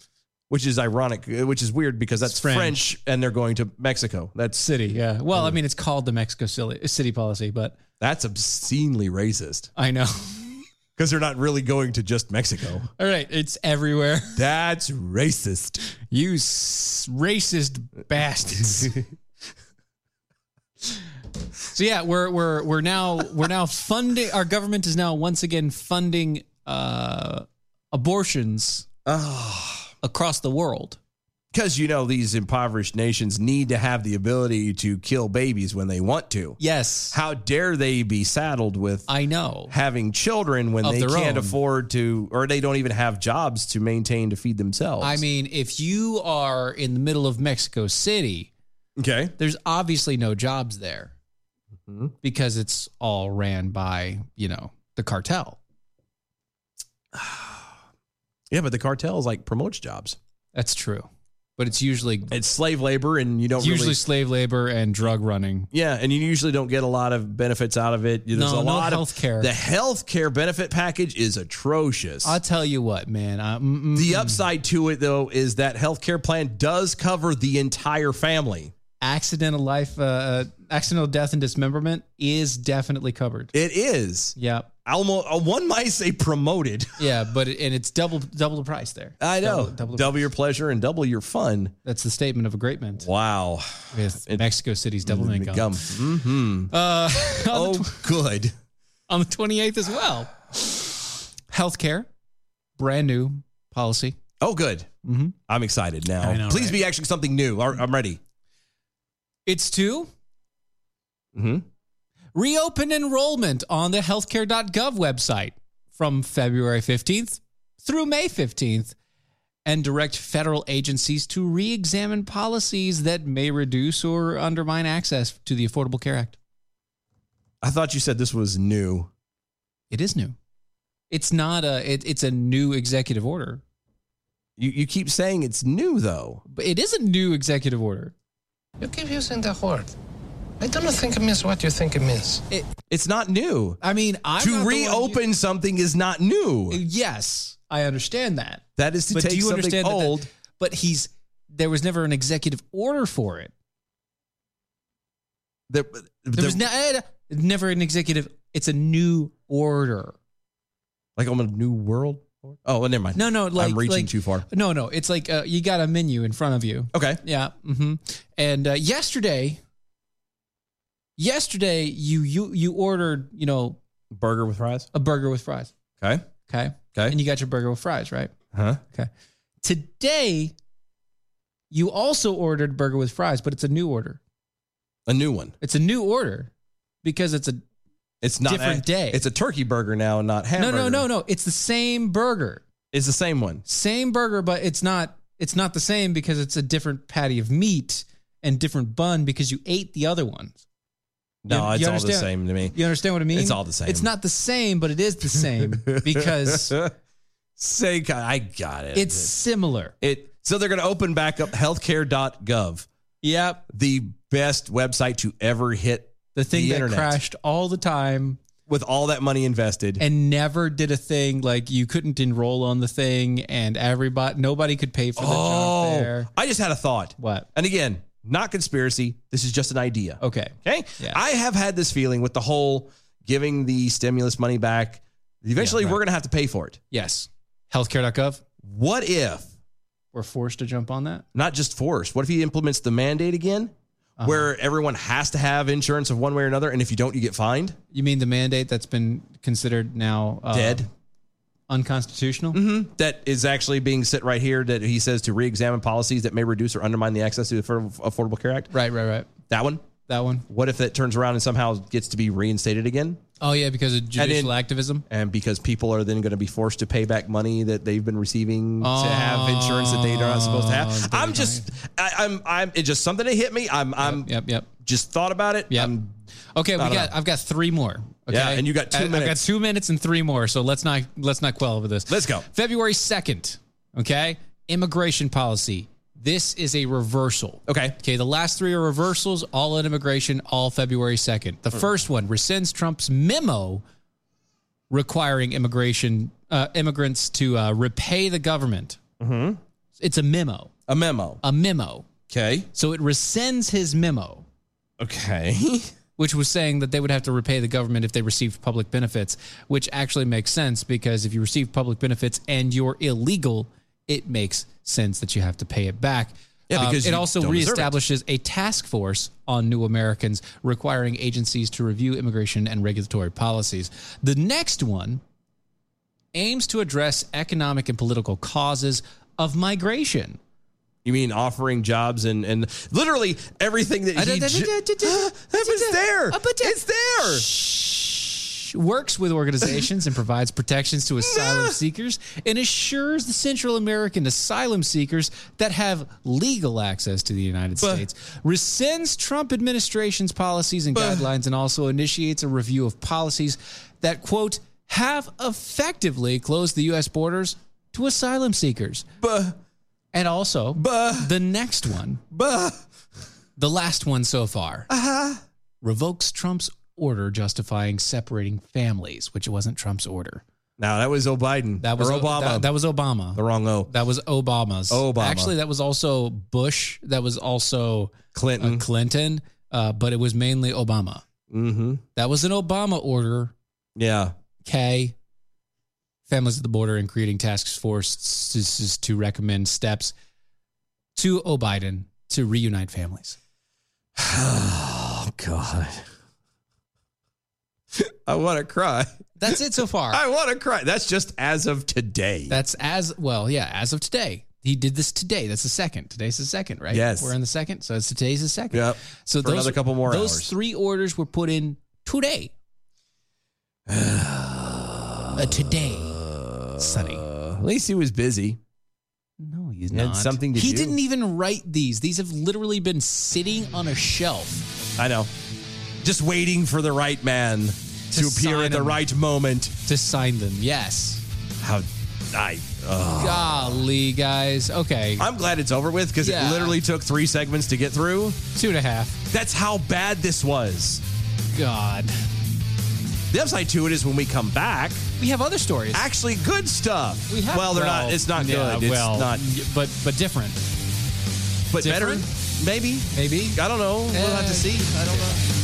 Speaker 3: which is ironic, which is weird because that's French.
Speaker 2: French.
Speaker 3: and they're going to Mexico. That's
Speaker 2: City, yeah. Well, I mean, it's called the Mexico City, city policy, but
Speaker 3: that's obscenely racist
Speaker 2: I know.
Speaker 3: because they're not really going to just Mexico.
Speaker 2: All right, it's everywhere.
Speaker 3: That's racist.
Speaker 2: You s- racist bastards. so yeah, we're we're we're now we're now funding. Our government is now once again funding uh, abortions across the world.
Speaker 3: Because you know these impoverished nations need to have the ability to kill babies when they want to.
Speaker 2: Yes,
Speaker 3: How dare they be saddled with
Speaker 2: I know.
Speaker 3: having children when
Speaker 2: Of
Speaker 3: they
Speaker 2: their
Speaker 3: can't
Speaker 2: own.
Speaker 3: afford to, or they don't even have jobs to maintain to feed themselves?
Speaker 2: I mean, if you are in the middle of Mexico City,
Speaker 3: okay,
Speaker 2: there's obviously no jobs there because it's all ran by you know the cartel
Speaker 3: yeah, but the cartels like promotes jobs.
Speaker 2: that's true but it's usually
Speaker 3: It's slave labor, and you don't
Speaker 2: it's usually
Speaker 3: really
Speaker 2: slave labor and drug running
Speaker 3: Yeah, and you usually don't get a lot of benefits out of it. There's
Speaker 2: No,
Speaker 3: a
Speaker 2: no
Speaker 3: lot
Speaker 2: healthcare.
Speaker 3: of the healthcare benefit package is atrocious.
Speaker 2: i'll tell you what man I, mm, mm,
Speaker 3: the upside to it though is that healthcare plan does cover the entire family.
Speaker 2: accidental life uh, uh, accidental death and dismemberment is definitely covered
Speaker 3: It is.
Speaker 2: yeah
Speaker 3: Almost uh, one might say promoted.
Speaker 2: yeah but it, and it's double double the price there
Speaker 3: I know.
Speaker 2: double, double the
Speaker 3: double
Speaker 2: price.
Speaker 3: your pleasure and double your fun.
Speaker 2: that's the statement of a great man
Speaker 3: Wow. Mm-hmm.
Speaker 2: with mexico city's double income
Speaker 3: Gum. Mhm.
Speaker 2: Uh, on the
Speaker 3: Oh good.
Speaker 2: on the 28th as well. Healthcare, brand new policy.
Speaker 3: Oh good. I'm excited now.
Speaker 2: Mm-hmm. I know,
Speaker 3: Please
Speaker 2: right?
Speaker 3: be actually something new. All right, I'm ready.
Speaker 2: It's to Mm-hmm.
Speaker 3: Mhm.
Speaker 2: reopen enrollment on the healthcare.gov website from February 15th through May 15th and direct federal agencies to re examine policies that may reduce or undermine access to the Affordable Care Act.
Speaker 3: I thought you said this was new.
Speaker 2: It is new. It's not a, it, it's a new executive order,
Speaker 3: You you keep saying it's new though.
Speaker 2: but it is a new executive order.
Speaker 4: You keep using the word. I don't think it means what you think it means.
Speaker 2: It,
Speaker 3: It's not new.
Speaker 2: I mean, I'm not
Speaker 3: to
Speaker 2: the one who-
Speaker 3: reopen something is not new.
Speaker 2: Yes, I understand that.
Speaker 3: That is to
Speaker 2: but
Speaker 3: take
Speaker 2: do you
Speaker 3: something
Speaker 2: understand that-
Speaker 3: old.
Speaker 2: That, but he's there was never an executive order for it.
Speaker 3: There,
Speaker 2: There was no, eh, never an executive. It's a new order.
Speaker 3: Like I'm a new world. Oh, well, never mind.
Speaker 2: No, no, like
Speaker 3: I'm reaching
Speaker 2: like-
Speaker 3: too far.
Speaker 2: No, no, it's like uh, you got a menu in front of you.
Speaker 3: Okay.
Speaker 2: Yeah. hmm And uh, yesterday, yesterday you you you ordered you know
Speaker 3: burger with fries,
Speaker 2: a burger with fries.
Speaker 3: Okay.
Speaker 2: Okay.
Speaker 3: Okay.
Speaker 2: And you got your burger with fries, right?
Speaker 3: Huh?
Speaker 2: Okay. Today, you also ordered burger with fries, but it's a new order.
Speaker 3: A new one.
Speaker 2: It's a new order because it's a
Speaker 3: It's not
Speaker 2: different
Speaker 3: a-
Speaker 2: day.
Speaker 3: It's a turkey burger now, and not hamburger.
Speaker 2: No, no, no, no. It's the same burger.
Speaker 3: It's the same one.
Speaker 2: Same burger, but it's not it's not the same because it's a different patty of meat and different bun because you ate the other ones.
Speaker 3: No,
Speaker 2: You-
Speaker 3: it's
Speaker 2: you
Speaker 3: all the
Speaker 2: understand-
Speaker 3: same to me.
Speaker 2: You understand what I mean?
Speaker 3: It's all the same.
Speaker 2: It's not the same, but it is the same because
Speaker 3: say God, I got it.
Speaker 2: it's similar.
Speaker 3: It so they're going to open back up healthcare.gov.
Speaker 2: Yep,
Speaker 3: the best website to ever hit
Speaker 2: The thing that
Speaker 3: internet.
Speaker 2: crashed all the time
Speaker 3: with all that money invested.
Speaker 2: and never did a thing like you couldn't enroll on the thing and everybody nobody could pay for the
Speaker 3: oh,
Speaker 2: junk there.
Speaker 3: I just had a thought.
Speaker 2: What?
Speaker 3: And again, not conspiracy. This is just an idea.
Speaker 2: Okay.
Speaker 3: Okay. I have had this feeling with the whole giving the stimulus money back. Eventually, we're going to have to pay for it.
Speaker 2: Yes. Healthcare.gov.
Speaker 3: What if
Speaker 2: we're forced to jump on that?
Speaker 3: Not just forced. What if he implements the mandate again, where everyone has to have insurance of one way or another, and if you don't, you get fined?
Speaker 2: You mean the mandate that's been considered now uh,
Speaker 3: Dead.
Speaker 2: unconstitutional?
Speaker 3: Mm-hmm. That is actually being set right here that he says to re-examine policies that may reduce or undermine the access to the Afford- Affordable Care Act.
Speaker 2: Right, right, right.
Speaker 3: That one.
Speaker 2: That one.
Speaker 3: What if that turns around and somehow gets to be reinstated again?
Speaker 2: Oh yeah, because of
Speaker 3: And
Speaker 2: judicial
Speaker 3: then-
Speaker 2: activism.
Speaker 3: And because people are then going to be forced to pay back money that they've been receiving to have insurance that they are not supposed to have.
Speaker 2: Oh,
Speaker 3: I'm just, I, I'm, I'm. It's just something that hit me. I'm, I'm. Yep,
Speaker 2: yep.
Speaker 3: Just thought about it. Yeah.
Speaker 2: Okay, we
Speaker 3: I don't
Speaker 2: got.
Speaker 3: know.
Speaker 2: I've got three more. Okay?
Speaker 3: Yeah, and you got two
Speaker 2: I- I've got
Speaker 3: minutes.
Speaker 2: two minutes and three more. So let's not let's not quell over this.
Speaker 3: Let's go.
Speaker 2: February second. Okay, immigration policy. This is a reversal.
Speaker 3: Okay.
Speaker 2: Okay. The last three are reversals. All in immigration. All February second.
Speaker 3: Hmm.
Speaker 2: The first one rescinds Trump's memo requiring immigration uh, immigrants to uh, repay the government.
Speaker 3: Mm-hmm.
Speaker 2: It's a memo.
Speaker 3: A memo.
Speaker 2: A memo.
Speaker 3: Okay.
Speaker 2: So it rescinds his memo.
Speaker 3: Okay.
Speaker 2: Which was saying that they would have to repay the government if they received public benefits, which actually makes sense because if you receive public benefits and you're illegal, it makes sense that you have to pay it back.
Speaker 3: Yeah,
Speaker 2: Um,
Speaker 3: because
Speaker 2: it
Speaker 3: you
Speaker 2: also
Speaker 3: don't deserve it.
Speaker 2: reestablishes a task force on new Americans requiring agencies to review immigration and regulatory policies. The next one aims to address economic and political causes of migration.
Speaker 3: You mean offering jobs and and literally everything that he ju-
Speaker 2: it's
Speaker 3: there.
Speaker 2: It's
Speaker 3: there.
Speaker 2: Works with organizations and provides protections to asylum seekers and assures the Central American asylum seekers that have legal access to the United States. Rescinds Trump administration's policies and guidelines and also initiates a review of policies that, quote, have effectively closed the U.S. borders to asylum seekers. and also, the next one, the last one so far revokes Trump's order justifying separating families, which wasn't Trump's order.
Speaker 3: No, that was O'Biden.
Speaker 2: That was
Speaker 3: Or Obama.
Speaker 2: That, that was Obama.
Speaker 3: The wrong O.
Speaker 2: That was Obama's.
Speaker 3: Obama.
Speaker 2: Actually, that was also Bush. That was also
Speaker 3: Clinton.
Speaker 2: uh, Clinton. Uh, but it was mainly Obama.
Speaker 3: Mm-hmm.
Speaker 2: That was an Obama order.
Speaker 3: Yeah.
Speaker 2: K. Families at the border and creating task forces to recommend steps to O'Biden to reunite families.
Speaker 3: oh God. I want to cry.
Speaker 2: That's it so far.
Speaker 3: I want to cry. That's just as of today.
Speaker 2: That's as well, yeah, as of today. He did this today. That's the second. Today's the second, right?
Speaker 3: Yes.
Speaker 2: We're in the second. So it's today's the second.
Speaker 3: Yep.
Speaker 2: So
Speaker 3: For another couple more
Speaker 2: Those
Speaker 3: hours.
Speaker 2: three orders were put in today. Uh, today. Sunny.
Speaker 3: At least he was busy.
Speaker 2: No, he's
Speaker 3: He had
Speaker 2: not.
Speaker 3: something to
Speaker 2: he
Speaker 3: do.
Speaker 2: didn't even write these. These have literally been sitting on a shelf
Speaker 3: I know. Just waiting for the right man to, appear
Speaker 2: sign
Speaker 3: at the
Speaker 2: him.
Speaker 3: right moment.
Speaker 2: to sign them. Yes.
Speaker 3: How I. ugh.
Speaker 2: Golly, guys. Okay.
Speaker 3: I'm glad it's over with because
Speaker 2: Yeah.
Speaker 3: it literally took three segments to get through.
Speaker 2: Two and a half.
Speaker 3: That's how bad this was.
Speaker 2: God.
Speaker 3: The upside to it is when we come back,
Speaker 2: We have other stories.
Speaker 3: actually good stuff.
Speaker 2: We have
Speaker 3: well, they're not. It's not
Speaker 2: yeah,
Speaker 3: good. It's
Speaker 2: well,
Speaker 3: not.
Speaker 2: y- but but different.
Speaker 3: But better, maybe.
Speaker 2: Maybe. Eh,
Speaker 3: I don't know. We'll have to see.
Speaker 2: I don't know.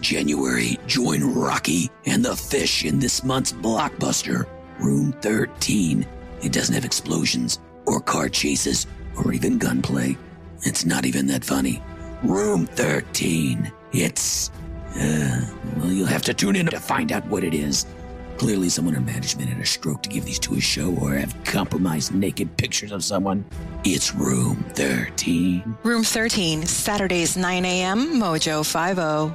Speaker 5: January, join Rocky and the fish in this month's blockbuster, Room 13. It doesn't have explosions or car chases or even gunplay. It's not even that funny. Room 13. It's. Uh, well, you'll have to tune in to find out what it is. Clearly, someone in management had a stroke to give these two a show or have compromised naked pictures of someone. It's Room 13.
Speaker 24: Room 13, Saturdays 9 a.m. Mojo oh. 50.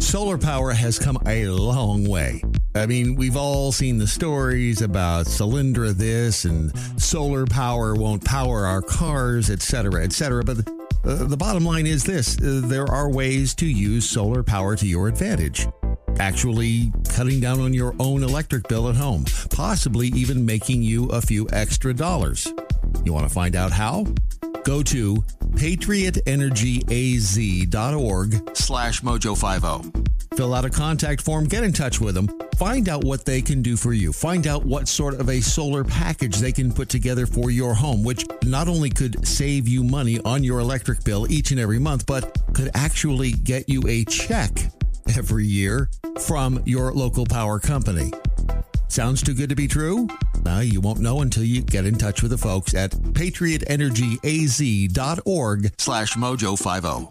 Speaker 13: Solar power has come a long way. I mean, we've all seen the stories about Solyndra this and solar power won't power our cars, et cetera, et cetera. But uh, the bottom line is this uh, there are ways to use solar power to your advantage. Actually, cutting down on your own electric bill at home, possibly even making you a few extra dollars. You want to find out how? Go to patriotenergyaz.org slash oh. mojo50. Fill out a contact form, get in touch with them, find out what they can do for you, find out what sort of a solar package they can put together for your home, which not only could save you money on your electric bill each and every month, but could actually get you a check every year from your local power company. Sounds too good to be true? Now you won't know until you get in touch with the folks at patriotenergyaz.org slash oh. mojo50.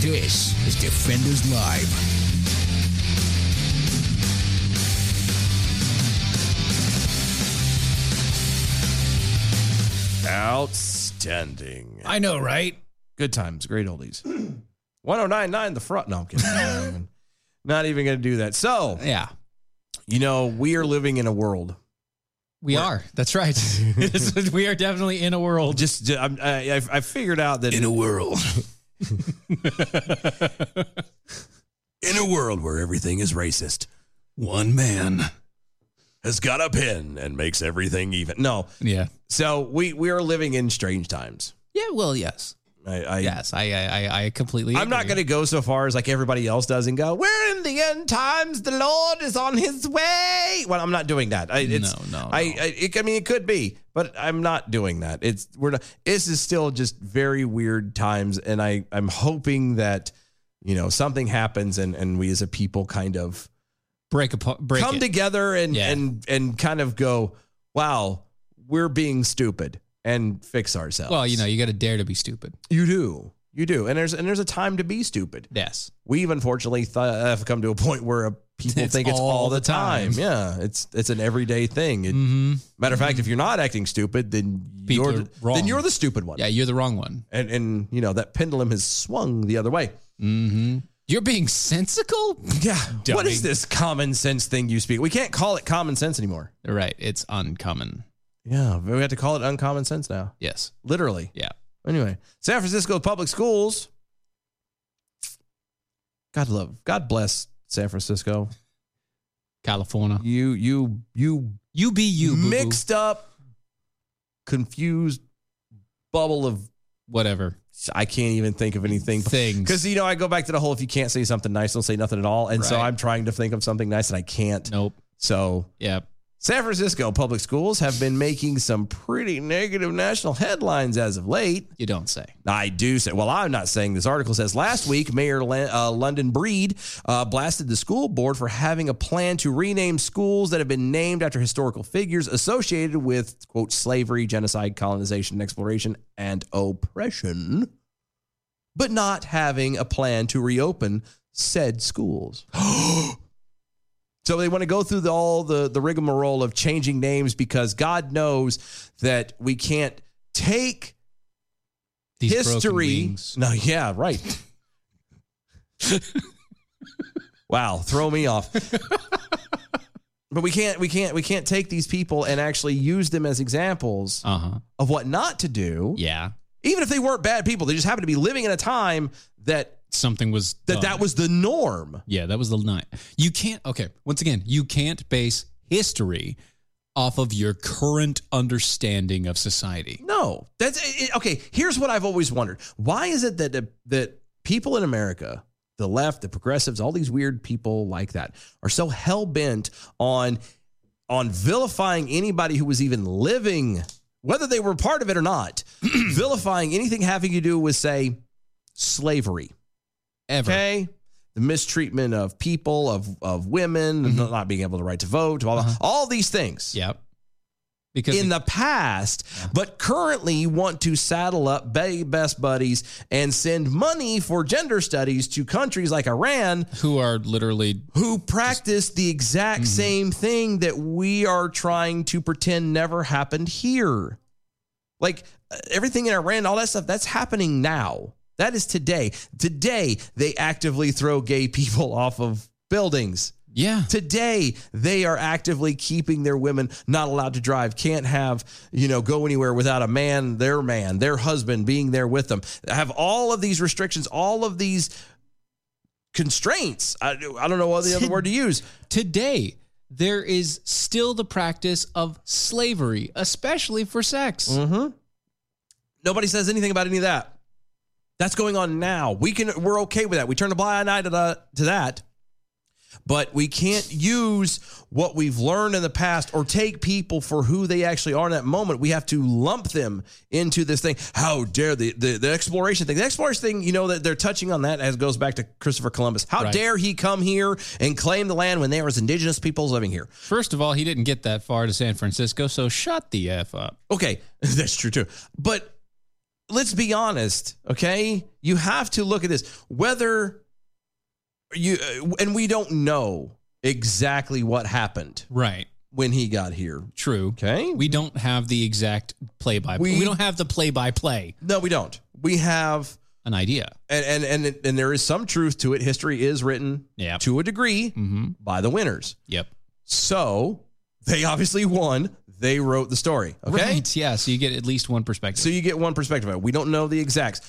Speaker 1: This is Defenders Live.
Speaker 3: Outstanding.
Speaker 2: I know, right?
Speaker 3: Good times, great oldies. 1099 the front. No, I'm kidding. not even, not even gonna do that. So
Speaker 2: yeah.
Speaker 3: You know, we are living in a world.
Speaker 2: We are. That's right. It is- we are definitely in a world.
Speaker 3: Just, ju- I'm- I, I, I figured out that in a
Speaker 5: world. In a world where everything is racist, one man has got a pen and makes everything even.
Speaker 3: No.
Speaker 2: Yeah.
Speaker 3: So we we are living in strange times.
Speaker 2: Yeah. Well, yes.
Speaker 3: I, I
Speaker 2: yes. I I I completely.
Speaker 3: I'm not going to go so far as like everybody else does and go, "We're in the end times. The Lord is on His way." Well, I'm not doing that. I, it's,
Speaker 2: No, no,
Speaker 3: I, I, it, I mean, it could be, but I'm not doing that. It's we're not. This is still just very weird times, and I I'm hoping that you know something happens and and we as a people kind of
Speaker 2: break apart. Break
Speaker 3: come
Speaker 2: it.
Speaker 3: together and
Speaker 2: Yeah.
Speaker 3: and and kind of go, "Wow, we're being stupid," and fix ourselves.
Speaker 2: Well, you know, you got to dare to be stupid.
Speaker 3: You do. You do. And there's and there's a time to be stupid.
Speaker 2: Yes.
Speaker 3: We've unfortunately th- uh, have come to a point where uh, people
Speaker 2: It's
Speaker 3: think it's
Speaker 2: all
Speaker 3: all
Speaker 2: the
Speaker 3: the time.
Speaker 2: time.
Speaker 3: Yeah, it's it's an everyday thing. It-
Speaker 2: Mhm.
Speaker 3: Matter of fact, if you're not acting stupid, then
Speaker 2: People
Speaker 3: you're
Speaker 2: are wrong.
Speaker 3: then you're the stupid one.
Speaker 2: Yeah, you're the wrong one.
Speaker 3: And and you know that pendulum has swung the other way.
Speaker 2: Mm-hmm. You're being sensical.
Speaker 3: Yeah. What
Speaker 2: Dummy.
Speaker 3: is this common sense thing you speak? We can't call it common sense anymore.
Speaker 2: Right. It's uncommon.
Speaker 3: Yeah, we have to call it uncommon sense now.
Speaker 2: Yes.
Speaker 3: Literally.
Speaker 2: Yeah.
Speaker 3: Anyway, San Francisco public schools. God love, God bless San Francisco,
Speaker 2: California.
Speaker 3: You you you
Speaker 2: you be you boo-boo.
Speaker 3: mixed up, confused bubble of
Speaker 2: whatever.
Speaker 3: I can't even think of anything.
Speaker 2: Things.
Speaker 3: because you know I go back to the whole if you can't say something nice, don't say nothing at all. And so
Speaker 2: Right.
Speaker 3: I'm trying to think of something nice and I can't.
Speaker 2: Nope.
Speaker 3: So
Speaker 2: yeah.
Speaker 3: San Francisco public schools have been making some pretty negative national headlines as of late.
Speaker 2: You don't say.
Speaker 3: I do say. Well, I'm not saying this article says last week Mayor Lan- uh, London Breed uh, blasted the school board for having a plan to rename schools that have been named after historical figures associated with quote slavery, genocide, colonization, exploration, and oppression, but not having a plan to reopen said schools. So they want to go through the, all the the rigmarole of changing names because God knows that we can't take
Speaker 2: These broken
Speaker 3: history.
Speaker 2: wings.
Speaker 3: No, yeah, right. wow, throw me off. but we can't we can't we can't take these people and actually use them as examples of what not to do.
Speaker 2: Uh-huh. Yeah.
Speaker 3: Even if they weren't bad people, they just happened to be living in a time that
Speaker 2: something was
Speaker 3: that
Speaker 2: done.
Speaker 3: that was the norm.
Speaker 2: Yeah, that was the night. You can't. Okay, once again, you can't base history off of your current understanding of society.
Speaker 3: No, that's it, it- okay. Here's what I've always wondered: Why is it that that people in America, the left, the progressives, all these weird people like that, are so hell bent on on vilifying anybody who was even living, whether they were part of it or not, vilifying anything having to do with say slavery,
Speaker 2: ever
Speaker 3: okay, the mistreatment of people, of of women, not being able to right to vote, blah, blah, all these things.
Speaker 2: Yep. Because
Speaker 3: in the past, but currently you want to saddle up ba- best buddies and send money for gender studies to countries like Iran,
Speaker 2: who are literally
Speaker 3: who practice the exact same thing that we are trying to pretend never happened here. Like uh, everything in Iran, all that stuff, that's happening now. That is today. Today, they actively throw gay people off of buildings.
Speaker 2: Yeah.
Speaker 3: Today, they are actively keeping their women not allowed to drive, can't have, you know, go anywhere without a man, their man, their husband being there with them. Have all of these restrictions, all of these constraints. I, I don't know what the other word to use.
Speaker 2: Today, there is still the practice of slavery, especially for sex.
Speaker 3: Mm-hmm. Nobody says anything about any of that. That's going on now. We can we're okay with that. We turn a blind eye to, the, to that. But we can't use what we've learned in the past or take people for who they actually are in that moment. We have to lump them into this thing. How dare the the, the exploration thing? The exploration thing, you know, that they're touching on that as goes back to Christopher Columbus. How
Speaker 2: Right.
Speaker 3: dare he come here and claim the land when there was indigenous peoples living here?
Speaker 2: First of all, he didn't get that far to San Francisco, so shut the f up.
Speaker 3: Okay, that's true too. But let's be honest, okay? You have to look at this. Whether you uh, and we don't know exactly what happened
Speaker 2: Right.
Speaker 3: when he got here.
Speaker 2: True.
Speaker 3: Okay?
Speaker 2: We don't have the exact play by play.
Speaker 3: We-
Speaker 2: We don't have the play by play.
Speaker 3: No, we don't. We have
Speaker 2: an idea.
Speaker 3: And and and it- and there is some truth to it. History is written to a degree by the winners.
Speaker 2: Yep.
Speaker 3: So, they obviously won. They wrote the story, okay?
Speaker 2: Right. Yeah. So you get at least one perspective.
Speaker 3: So you get one perspective. on it. We don't know the exacts,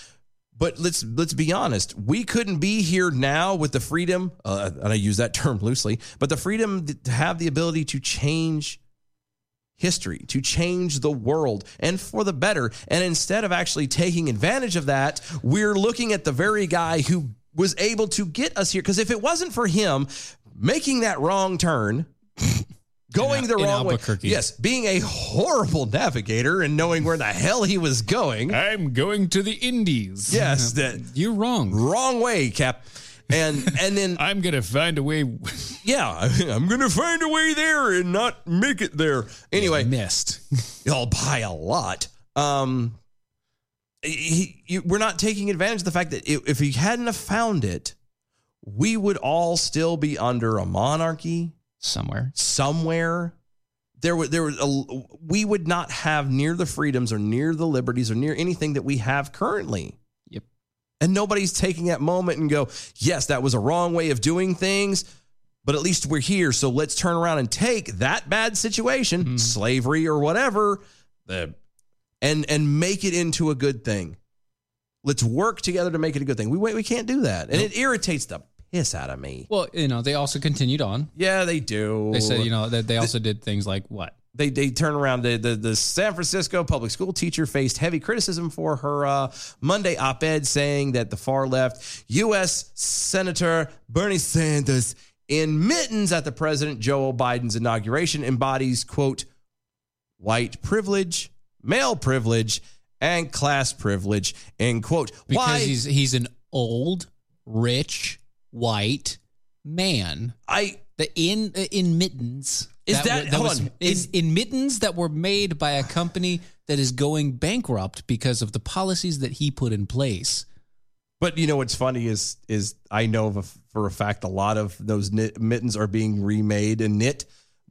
Speaker 3: but let's let's be honest. We couldn't be here now with the freedom, uh, and I use that term loosely, but the freedom to have the ability to change history, to change the world, and for the better. And instead of actually taking advantage of that, we're looking at the very guy who was able to get us here. Because if it wasn't for him making that wrong turn. Going
Speaker 2: In
Speaker 3: the
Speaker 2: Al- in
Speaker 3: wrong way.
Speaker 2: Albuquerque.
Speaker 3: Yes, being a horrible navigator and knowing where the hell he was going.
Speaker 2: I'm going to the Indies.
Speaker 3: Yes, that
Speaker 2: you're wrong.
Speaker 3: Wrong way, Cap. And and then
Speaker 2: I'm gonna find a way.
Speaker 3: yeah, I'm gonna find a way there and not make it there. Anyway,
Speaker 2: missed.
Speaker 3: Y'all by a lot. Um, he, you, we're not taking advantage of the fact that i- if he hadn't have found it, we would all still be under a monarchy
Speaker 2: somewhere.
Speaker 3: Somewhere. There would there would a, we would not have near the freedoms or near the liberties or near anything that we have currently.
Speaker 2: Yep.
Speaker 3: And nobody's taking that moment and go, "Yes, that was a wrong way of doing things." But at least we're here, so let's turn around and take that bad situation, slavery or whatever, the and and make it into a good thing. Let's work together to make it a good thing. We wait, we can't do that, and it irritates the piss out of me.
Speaker 2: Well, you know, they also continued on.
Speaker 3: Yeah, they do.
Speaker 2: They said, you know, that they also did things like what?
Speaker 3: They they turn around. The, the the San Francisco public school teacher faced heavy criticism for her uh, Monday op-ed saying that the far left U.S. Senator Bernie Sanders in mittens at the President Joe Biden's inauguration embodies quote white privilege, male privilege, and class privilege end quote.
Speaker 2: Because
Speaker 3: Why?
Speaker 2: he's he's an old, rich, white man.
Speaker 3: I
Speaker 2: the in uh, in mittens
Speaker 3: Is that-
Speaker 2: were-
Speaker 3: hold
Speaker 2: was,
Speaker 3: on.
Speaker 2: in,
Speaker 3: Is-
Speaker 2: in mittens that were made by a company that is going bankrupt because of the policies that he put in place.
Speaker 3: But you know what's funny is is I know of a, for a fact a lot of those knit, mittens are being remade and knit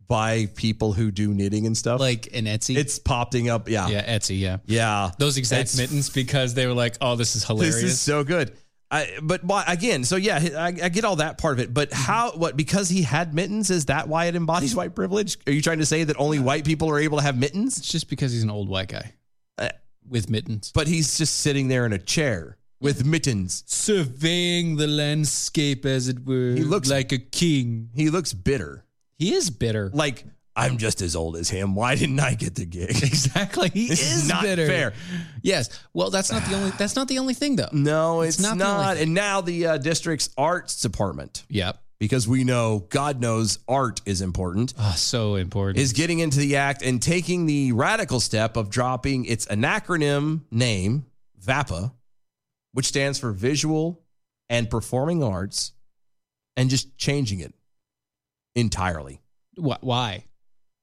Speaker 3: by people who do knitting and stuff.
Speaker 2: Like in Etsy,
Speaker 3: it's popping up. Yeah,
Speaker 2: yeah, Etsy, yeah,
Speaker 3: yeah.
Speaker 2: Those exact
Speaker 3: It's-
Speaker 2: mittens because they were like, "Oh, this is hilarious."
Speaker 3: This is so good. I, but why- again, so yeah, I, I get all that part of it.
Speaker 2: Mm-hmm.
Speaker 3: But how? What? Because he had mittens, is that why it embodies white privilege? Are you trying to say that only white people are able to have mittens? It's
Speaker 2: just because he's an old white guy with mittens.
Speaker 3: Uh, But he's just sitting there in a chair with mittens,
Speaker 2: surveying the landscape as it were.
Speaker 3: He looks
Speaker 2: like a king.
Speaker 3: He looks bitter.
Speaker 2: He is bitter.
Speaker 3: Like I'm just as old as him. Why didn't I get the gig?
Speaker 2: Exactly. He
Speaker 3: This is
Speaker 2: is
Speaker 3: not
Speaker 2: bitter.
Speaker 3: fair. Mm.
Speaker 2: Yes. Well, that's not the only. That's not the only thing though.
Speaker 3: No,
Speaker 2: It's
Speaker 3: it's,
Speaker 2: not
Speaker 3: not.
Speaker 2: the only thing.
Speaker 3: And now the uh, district's arts department.
Speaker 2: Yep.
Speaker 3: Because we know, God knows, art is important.
Speaker 2: Ah, so important.
Speaker 3: Is getting into the act and taking the radical step of dropping its anacronym name, VAPA, which stands for Visual and Performing Arts, and just changing it entirely.
Speaker 2: Wh- Why?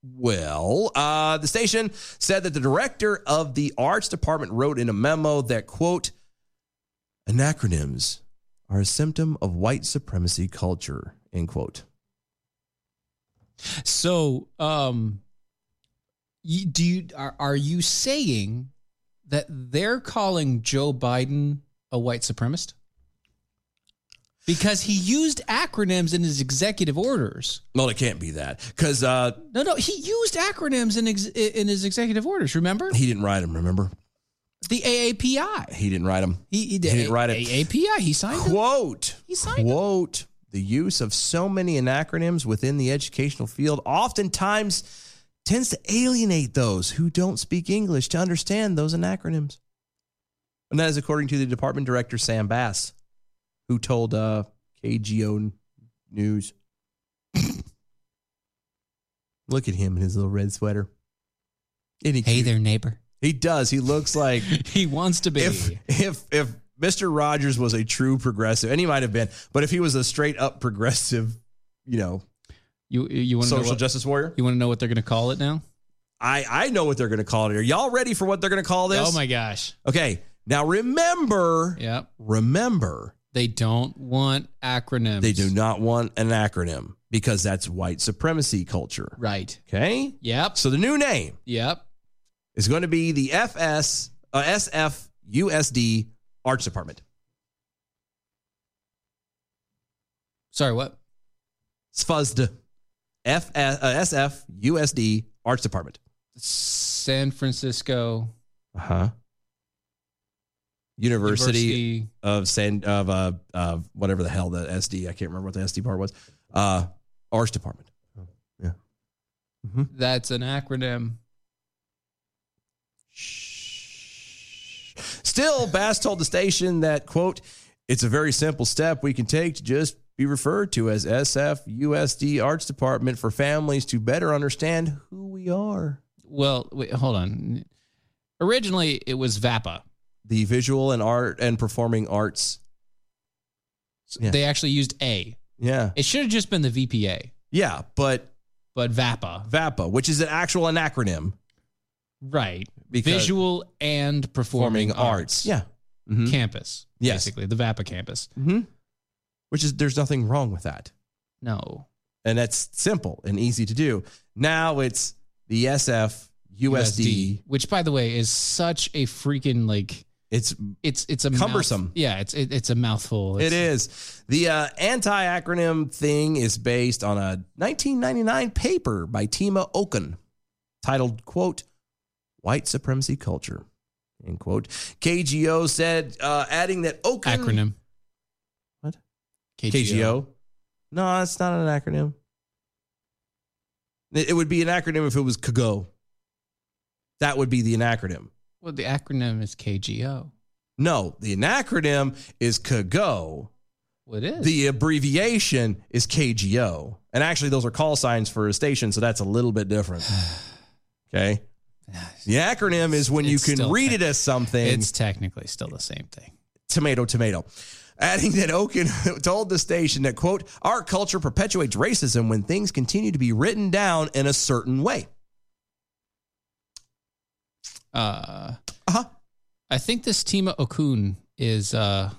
Speaker 3: Well, uh, the station said that the director of the arts department wrote in a memo that, quote, anacronyms are a symptom of white supremacy culture, end quote.
Speaker 2: So, um, you, do you are, are you saying that they're calling Joe Biden a white supremacist because he used acronyms in his executive orders?
Speaker 3: Well, it can't be that because uh,
Speaker 2: No, no, he used acronyms in ex, in his executive orders. Remember
Speaker 3: he didn't write them, remember?
Speaker 2: the AAPI.
Speaker 3: He didn't write them.
Speaker 2: He, he did.
Speaker 3: He didn't write it.
Speaker 2: AAPI. He signed it.
Speaker 3: Quote.
Speaker 2: He signed it.
Speaker 3: quote the use of so many anacronyms within the educational field oftentimes tends to alienate those who don't speak English to understand those anacronyms. And that is according to the department director Sam Bass, who told uh, KGO News. Look at him in his little red sweater. Isn't he
Speaker 2: Hey
Speaker 3: cute?
Speaker 2: there, neighbor.
Speaker 3: He does. He looks like
Speaker 2: he wants to be.
Speaker 3: If if if Mr. Rogers was a true progressive, and he might have been, but if he was a straight up progressive, you know,
Speaker 2: You you want to
Speaker 3: social justice warrior,
Speaker 2: You want to know what they're going to call it now?
Speaker 3: I I know what they're going to call it. Are y'all ready for what they're going to call this?
Speaker 2: Oh my gosh.
Speaker 3: Okay, now remember,
Speaker 2: Yep.
Speaker 3: remember,
Speaker 2: They don't want acronyms.
Speaker 3: they do not want an acronym because that's white supremacy culture.
Speaker 2: Right.
Speaker 3: Okay.
Speaker 2: Yep.
Speaker 3: So the new name
Speaker 2: Yep.
Speaker 3: is going to be the FS uh, SFUSD Arts Department.
Speaker 2: Sorry, what?
Speaker 3: SFUSD. F- uh, SFUSD Arts Department.
Speaker 2: San Francisco
Speaker 3: Uh huh. University,
Speaker 2: University.
Speaker 3: of San of uh of whatever the hell the SD I can't remember what the SD part was. Uh, Arts Department.
Speaker 2: That's an acronym.
Speaker 3: Still, Bass told the station that quote, "It's a very simple step we can take to just be referred to as SFUSD Arts Department for families to better understand who we are."
Speaker 2: Well, wait, hold on. Originally, it was VAPA.
Speaker 3: The visual and art and performing arts. Yeah.
Speaker 2: They actually used A.
Speaker 3: Yeah,
Speaker 2: It should have just been the VPA,
Speaker 3: yeah, but
Speaker 2: but VAPA.
Speaker 3: VAPA, which is an actual acronym.
Speaker 2: Right.
Speaker 3: Because-
Speaker 2: Visual and Performing,
Speaker 3: performing
Speaker 2: Arts. Mm-hmm.
Speaker 3: arts. Yeah. Mhm.
Speaker 2: Campus.
Speaker 3: Yes.
Speaker 2: Basically, the VAPA campus.
Speaker 3: Mm-hmm. Which is there's nothing wrong with that.
Speaker 2: No.
Speaker 3: And that's simple and easy to do. Now it's the SF USD.
Speaker 2: Which, by the way, is such a freaking like.
Speaker 3: It's
Speaker 2: It's it's a
Speaker 3: Cumbersome.
Speaker 2: Mouth, yeah, it's it, it's a mouthful.
Speaker 3: it is. The uh, anti-acronym thing is based on a 1999 paper by Tima Oken titled quote White Supremacy Culture. End quote. KGO said uh, adding that Oken
Speaker 2: acronym.
Speaker 3: What? KGO. No, it's not an acronym. It it would be an acronym if it was KGO. That would be the anacronym.
Speaker 2: Well, the acronym is KGO.
Speaker 3: No, the anacronym is KGO.
Speaker 2: What is?
Speaker 3: The abbreviation is KGO. And actually, those are call signs for a station, so that's a little bit different. Okay. The acronym is when you
Speaker 2: It's
Speaker 3: can
Speaker 2: still
Speaker 3: read
Speaker 2: te-
Speaker 3: it as something.
Speaker 2: It's technically still the same thing.
Speaker 3: tomato tomato adding that oken told the station that quote our culture perpetuates racism when things continue to be written down in a certain way
Speaker 2: Uh
Speaker 3: huh.
Speaker 2: I think this Tima Okun is uh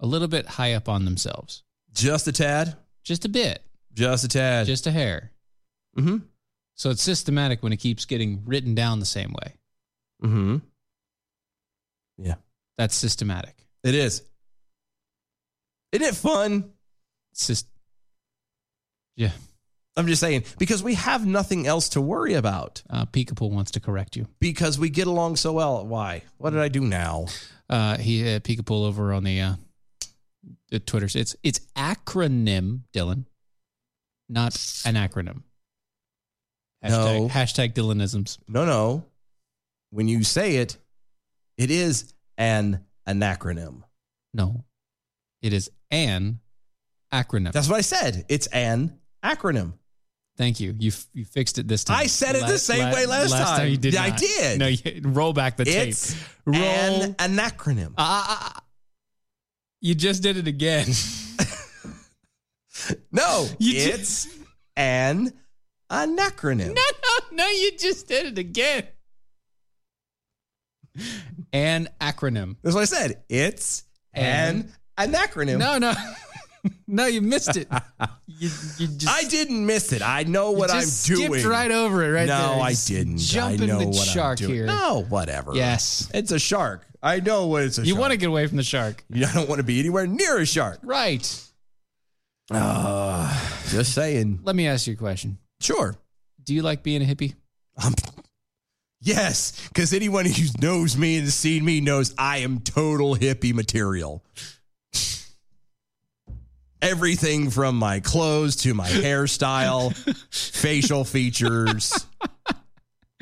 Speaker 2: a little bit high up on themselves,
Speaker 3: just a tad
Speaker 2: just a bit,
Speaker 3: just a tad
Speaker 2: just a hair.
Speaker 3: mm-hmm
Speaker 2: So it's systematic when it keeps getting written down the same way.
Speaker 3: mm-hmm yeah
Speaker 2: That's systematic.
Speaker 3: it is Isn't it fun?
Speaker 2: It's just, yeah.
Speaker 3: I'm just saying because we have nothing else to worry about.
Speaker 2: Uh, Peekable wants to correct you.
Speaker 3: Because we get along so well. Why? What did I do now?
Speaker 2: Uh, he uh, Peekable over on the uh, the Twitter. It's it's acronym, Dylan, not an acronym. Hashtag,
Speaker 3: No.
Speaker 2: hashtag Dylanisms.
Speaker 3: No, no. When you say it, it is an anacronym.
Speaker 2: No, it is an acronym.
Speaker 3: That's what I said. It's an acronym.
Speaker 2: Thank you. You f- you fixed it this time.
Speaker 3: I said it
Speaker 2: La-
Speaker 3: the same
Speaker 2: la-
Speaker 3: way last time.
Speaker 2: you did.
Speaker 3: Yeah, I
Speaker 2: not.
Speaker 3: did.
Speaker 2: No, you, roll back the tape. Uh,
Speaker 3: It's
Speaker 2: roll. Ah,
Speaker 3: an anacronym.
Speaker 2: you just did it again.
Speaker 3: no,
Speaker 2: You did-
Speaker 3: it's an anacronym.
Speaker 2: no, you just did it again. An acronym.
Speaker 3: That's what I said. It's an anacronym.
Speaker 2: No, no, no. You missed it.
Speaker 3: I didn't miss it. I know what
Speaker 2: you
Speaker 3: I'm
Speaker 2: just
Speaker 3: doing.
Speaker 2: Skipped right over it. Right
Speaker 3: no,
Speaker 2: there.
Speaker 3: I
Speaker 2: Just
Speaker 3: didn't.
Speaker 2: Jumping
Speaker 3: I know
Speaker 2: the
Speaker 3: what I'm
Speaker 2: shark
Speaker 3: doing.
Speaker 2: here.
Speaker 3: No, whatever.
Speaker 2: Yes.
Speaker 3: It's a shark. I know what it's a
Speaker 2: You
Speaker 3: shark.
Speaker 2: want to get away from the shark,
Speaker 3: You don't want to be anywhere near a shark.
Speaker 2: right?
Speaker 3: Uh, just saying.
Speaker 2: Let me ask you a question.
Speaker 3: Sure.
Speaker 2: Do you like being a hippie?
Speaker 3: Um, Yes, because anyone who knows me and has seen me knows I am total hippie material. Everything from my clothes to my hairstyle, facial features,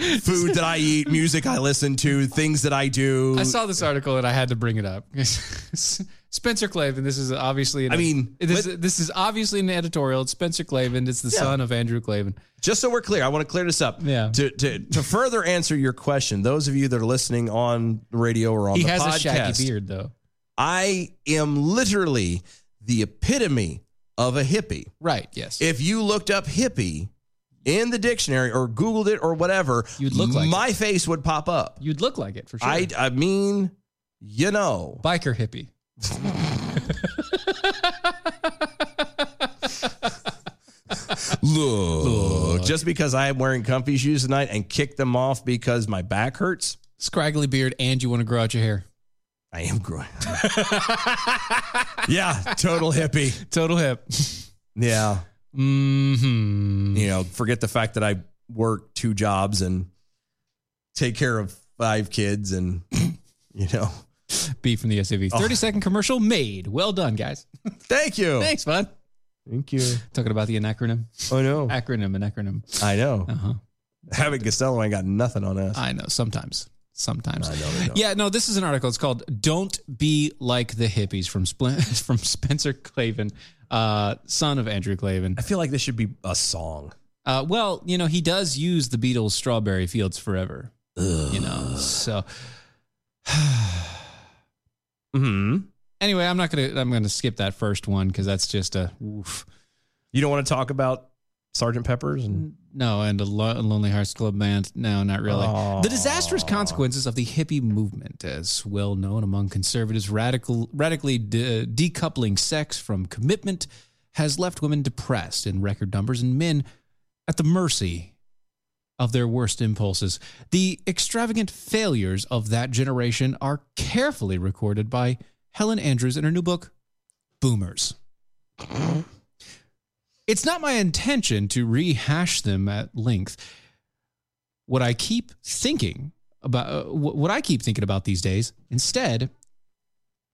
Speaker 3: food that I eat, music I listen to, things that I do.
Speaker 2: I saw this article and I had to bring it up. Spencer Clavin. This is obviously. An,
Speaker 3: I mean,
Speaker 2: this this is obviously an editorial. It's Spencer Clavin. It's the
Speaker 3: Yeah.
Speaker 2: son of Andrew Clavin.
Speaker 3: just so we're clear, I want to clear this up.
Speaker 2: Yeah.
Speaker 3: To, to, to further answer your question, those of you that are listening on the radio or on
Speaker 2: He
Speaker 3: the
Speaker 2: has
Speaker 3: podcast,
Speaker 2: a shaggy beard though.
Speaker 3: I am literally the epitome of a hippie.
Speaker 2: Right. Yes.
Speaker 3: If you looked up hippie in the dictionary or Googled it or whatever,
Speaker 2: You'd look like
Speaker 3: my face would pop up.
Speaker 2: You'd look like it for sure.
Speaker 3: I, I mean, you know,
Speaker 2: biker hippie.
Speaker 3: look, just because I am wearing comfy shoes tonight and kick them off because my back hurts,
Speaker 2: Scraggly beard, and you want to grow out your hair.
Speaker 3: I am growing. yeah, total hippie.
Speaker 2: Total hip.
Speaker 3: Yeah.
Speaker 2: Mm-hmm.
Speaker 3: You know, forget the fact that I work two jobs and take care of five kids and, you know,
Speaker 2: B from the SUV.
Speaker 3: Oh.
Speaker 2: Thirty second commercial made. Well done, guys.
Speaker 3: Thank you.
Speaker 2: Thanks, man.
Speaker 3: Thank you.
Speaker 2: Talking about the anacronym.
Speaker 3: Oh, no.
Speaker 2: Acronym, anacronym.
Speaker 3: I know.
Speaker 2: Uh-huh.
Speaker 3: Having Costello ain't got nothing on us.
Speaker 2: I know. Sometimes. Sometimes.
Speaker 3: I know. they don't.
Speaker 2: Yeah, no, this is an article. It's called "Don't Be Like the Hippies" from Spl- from Spencer Clavin, uh, son of Andrew Clavin.
Speaker 3: I feel like this should be a song.
Speaker 2: Uh, well, you know, he does use the Beatles' "Strawberry Fields Forever." You know, so.
Speaker 3: hmm
Speaker 2: Mm-hmm. Anyway, I'm not gonna. I'm gonna skip that first one because that's just a oof.
Speaker 3: You don't want to talk about Sergeant Pepper's
Speaker 2: Mm.
Speaker 3: and
Speaker 2: no, and a lo- Lonely Hearts Club Band. No, not really.
Speaker 3: Aw.
Speaker 2: The disastrous consequences of the hippie movement, as well known among conservatives, radical, radically de- decoupling sex from commitment, has left women depressed in record numbers and men at the mercy of their worst impulses. The extravagant failures of that generation are carefully recorded by Helen Andrews in her new book, Boomers. It's not my intention to rehash them at length. What I keep thinking about, uh, wh- what I keep thinking about these days, instead,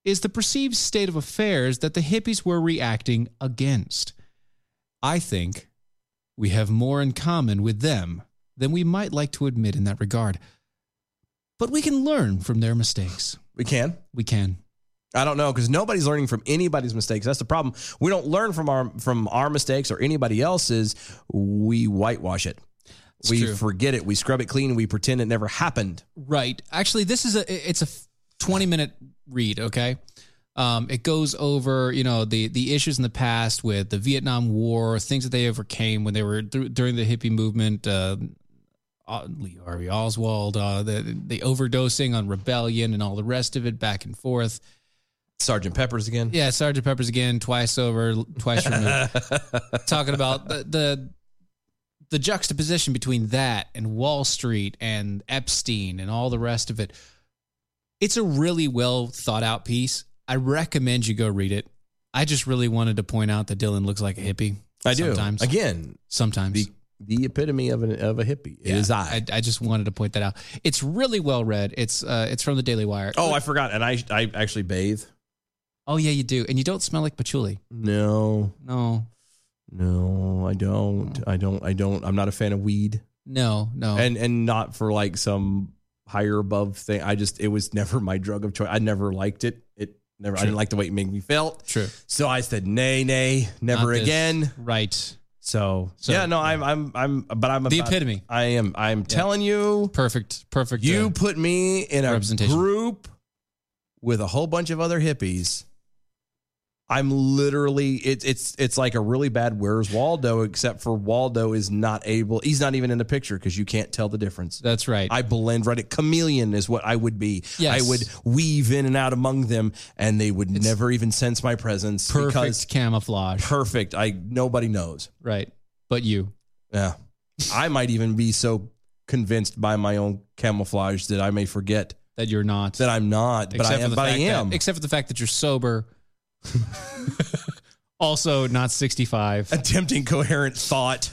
Speaker 2: is the perceived state of affairs that the hippies were reacting against. I think we have more in common with them than we might like to admit in that regard. But we can learn from their mistakes.
Speaker 3: we can.
Speaker 2: We can.
Speaker 3: I don't know because nobody's learning from anybody's mistakes. That's the problem. We don't learn from our from our mistakes or anybody else's. We whitewash it.
Speaker 2: It's
Speaker 3: we
Speaker 2: true.
Speaker 3: forget it. We scrub it clean. We pretend it never happened.
Speaker 2: Right. Actually, this is a it's a 20 minute read, okay? Um, it goes over, you know, the the issues in the past with the Vietnam War, things that they overcame when they were through, during the hippie movement, uh, uh, Lee Harvey Oswald, uh, the the overdosing on rebellion and all the rest of it, back and forth.
Speaker 3: Sergeant Pepper's again.
Speaker 2: Yeah, Sergeant Pepper's again, twice over, twice removed. Talking about the, the the juxtaposition between that and Wall Street and Epstein and all the rest of it. It's a really well thought out piece. I recommend you go read it. I I just really wanted to point out that Dylan looks like a hippie.
Speaker 3: I do. Again,
Speaker 2: sometimes
Speaker 3: the the epitome of an of a hippie. It is I.
Speaker 2: I. just wanted to point that out. It's really well read. It's uh, it's from the Daily Wire.
Speaker 3: Oh, I forgot, and I I actually bathe.
Speaker 2: Oh yeah, you do, and you don't smell like patchouli.
Speaker 3: No,
Speaker 2: no,
Speaker 3: no, I don't. I don't. I don't. I'm not a fan of weed.
Speaker 2: No, no.
Speaker 3: and and not for like some higher above thing. I just it was never my drug of choice. I never liked it. It never. I
Speaker 2: True.
Speaker 3: didn't like the way it made me felt.
Speaker 2: True.
Speaker 3: So I said nay, nay, never
Speaker 2: Not this.
Speaker 3: again.
Speaker 2: Right.
Speaker 3: So, yeah, no, I'm I'm I'm, but I'm
Speaker 2: The
Speaker 3: about-
Speaker 2: epitome.
Speaker 3: I am. I'm telling you,
Speaker 2: perfect, perfect.
Speaker 3: You
Speaker 2: uh,
Speaker 3: put me in a
Speaker 2: representation.
Speaker 3: group with a whole bunch of other hippies. I'm literally it's it's it's like a really bad Where's Waldo, except for Waldo is not able. He's not even in the picture because you can't tell the difference.
Speaker 2: That's right.
Speaker 3: I blend right. at Chameleon is what I would be.
Speaker 2: Yes.
Speaker 3: I would weave in and out among them, and they would never even sense my presence.
Speaker 2: perfect
Speaker 3: because
Speaker 2: camouflage.
Speaker 3: perfect. I nobody knows.
Speaker 2: Right. But you.
Speaker 3: Yeah. I might even be so convinced by my own camouflage that I may forget
Speaker 2: that you're not.
Speaker 3: That I'm not, but I
Speaker 2: Except for
Speaker 3: am.
Speaker 2: the
Speaker 3: But I
Speaker 2: fact
Speaker 3: am.
Speaker 2: That, except for the fact that you're sober. also not 65.
Speaker 3: Attempting coherent thought.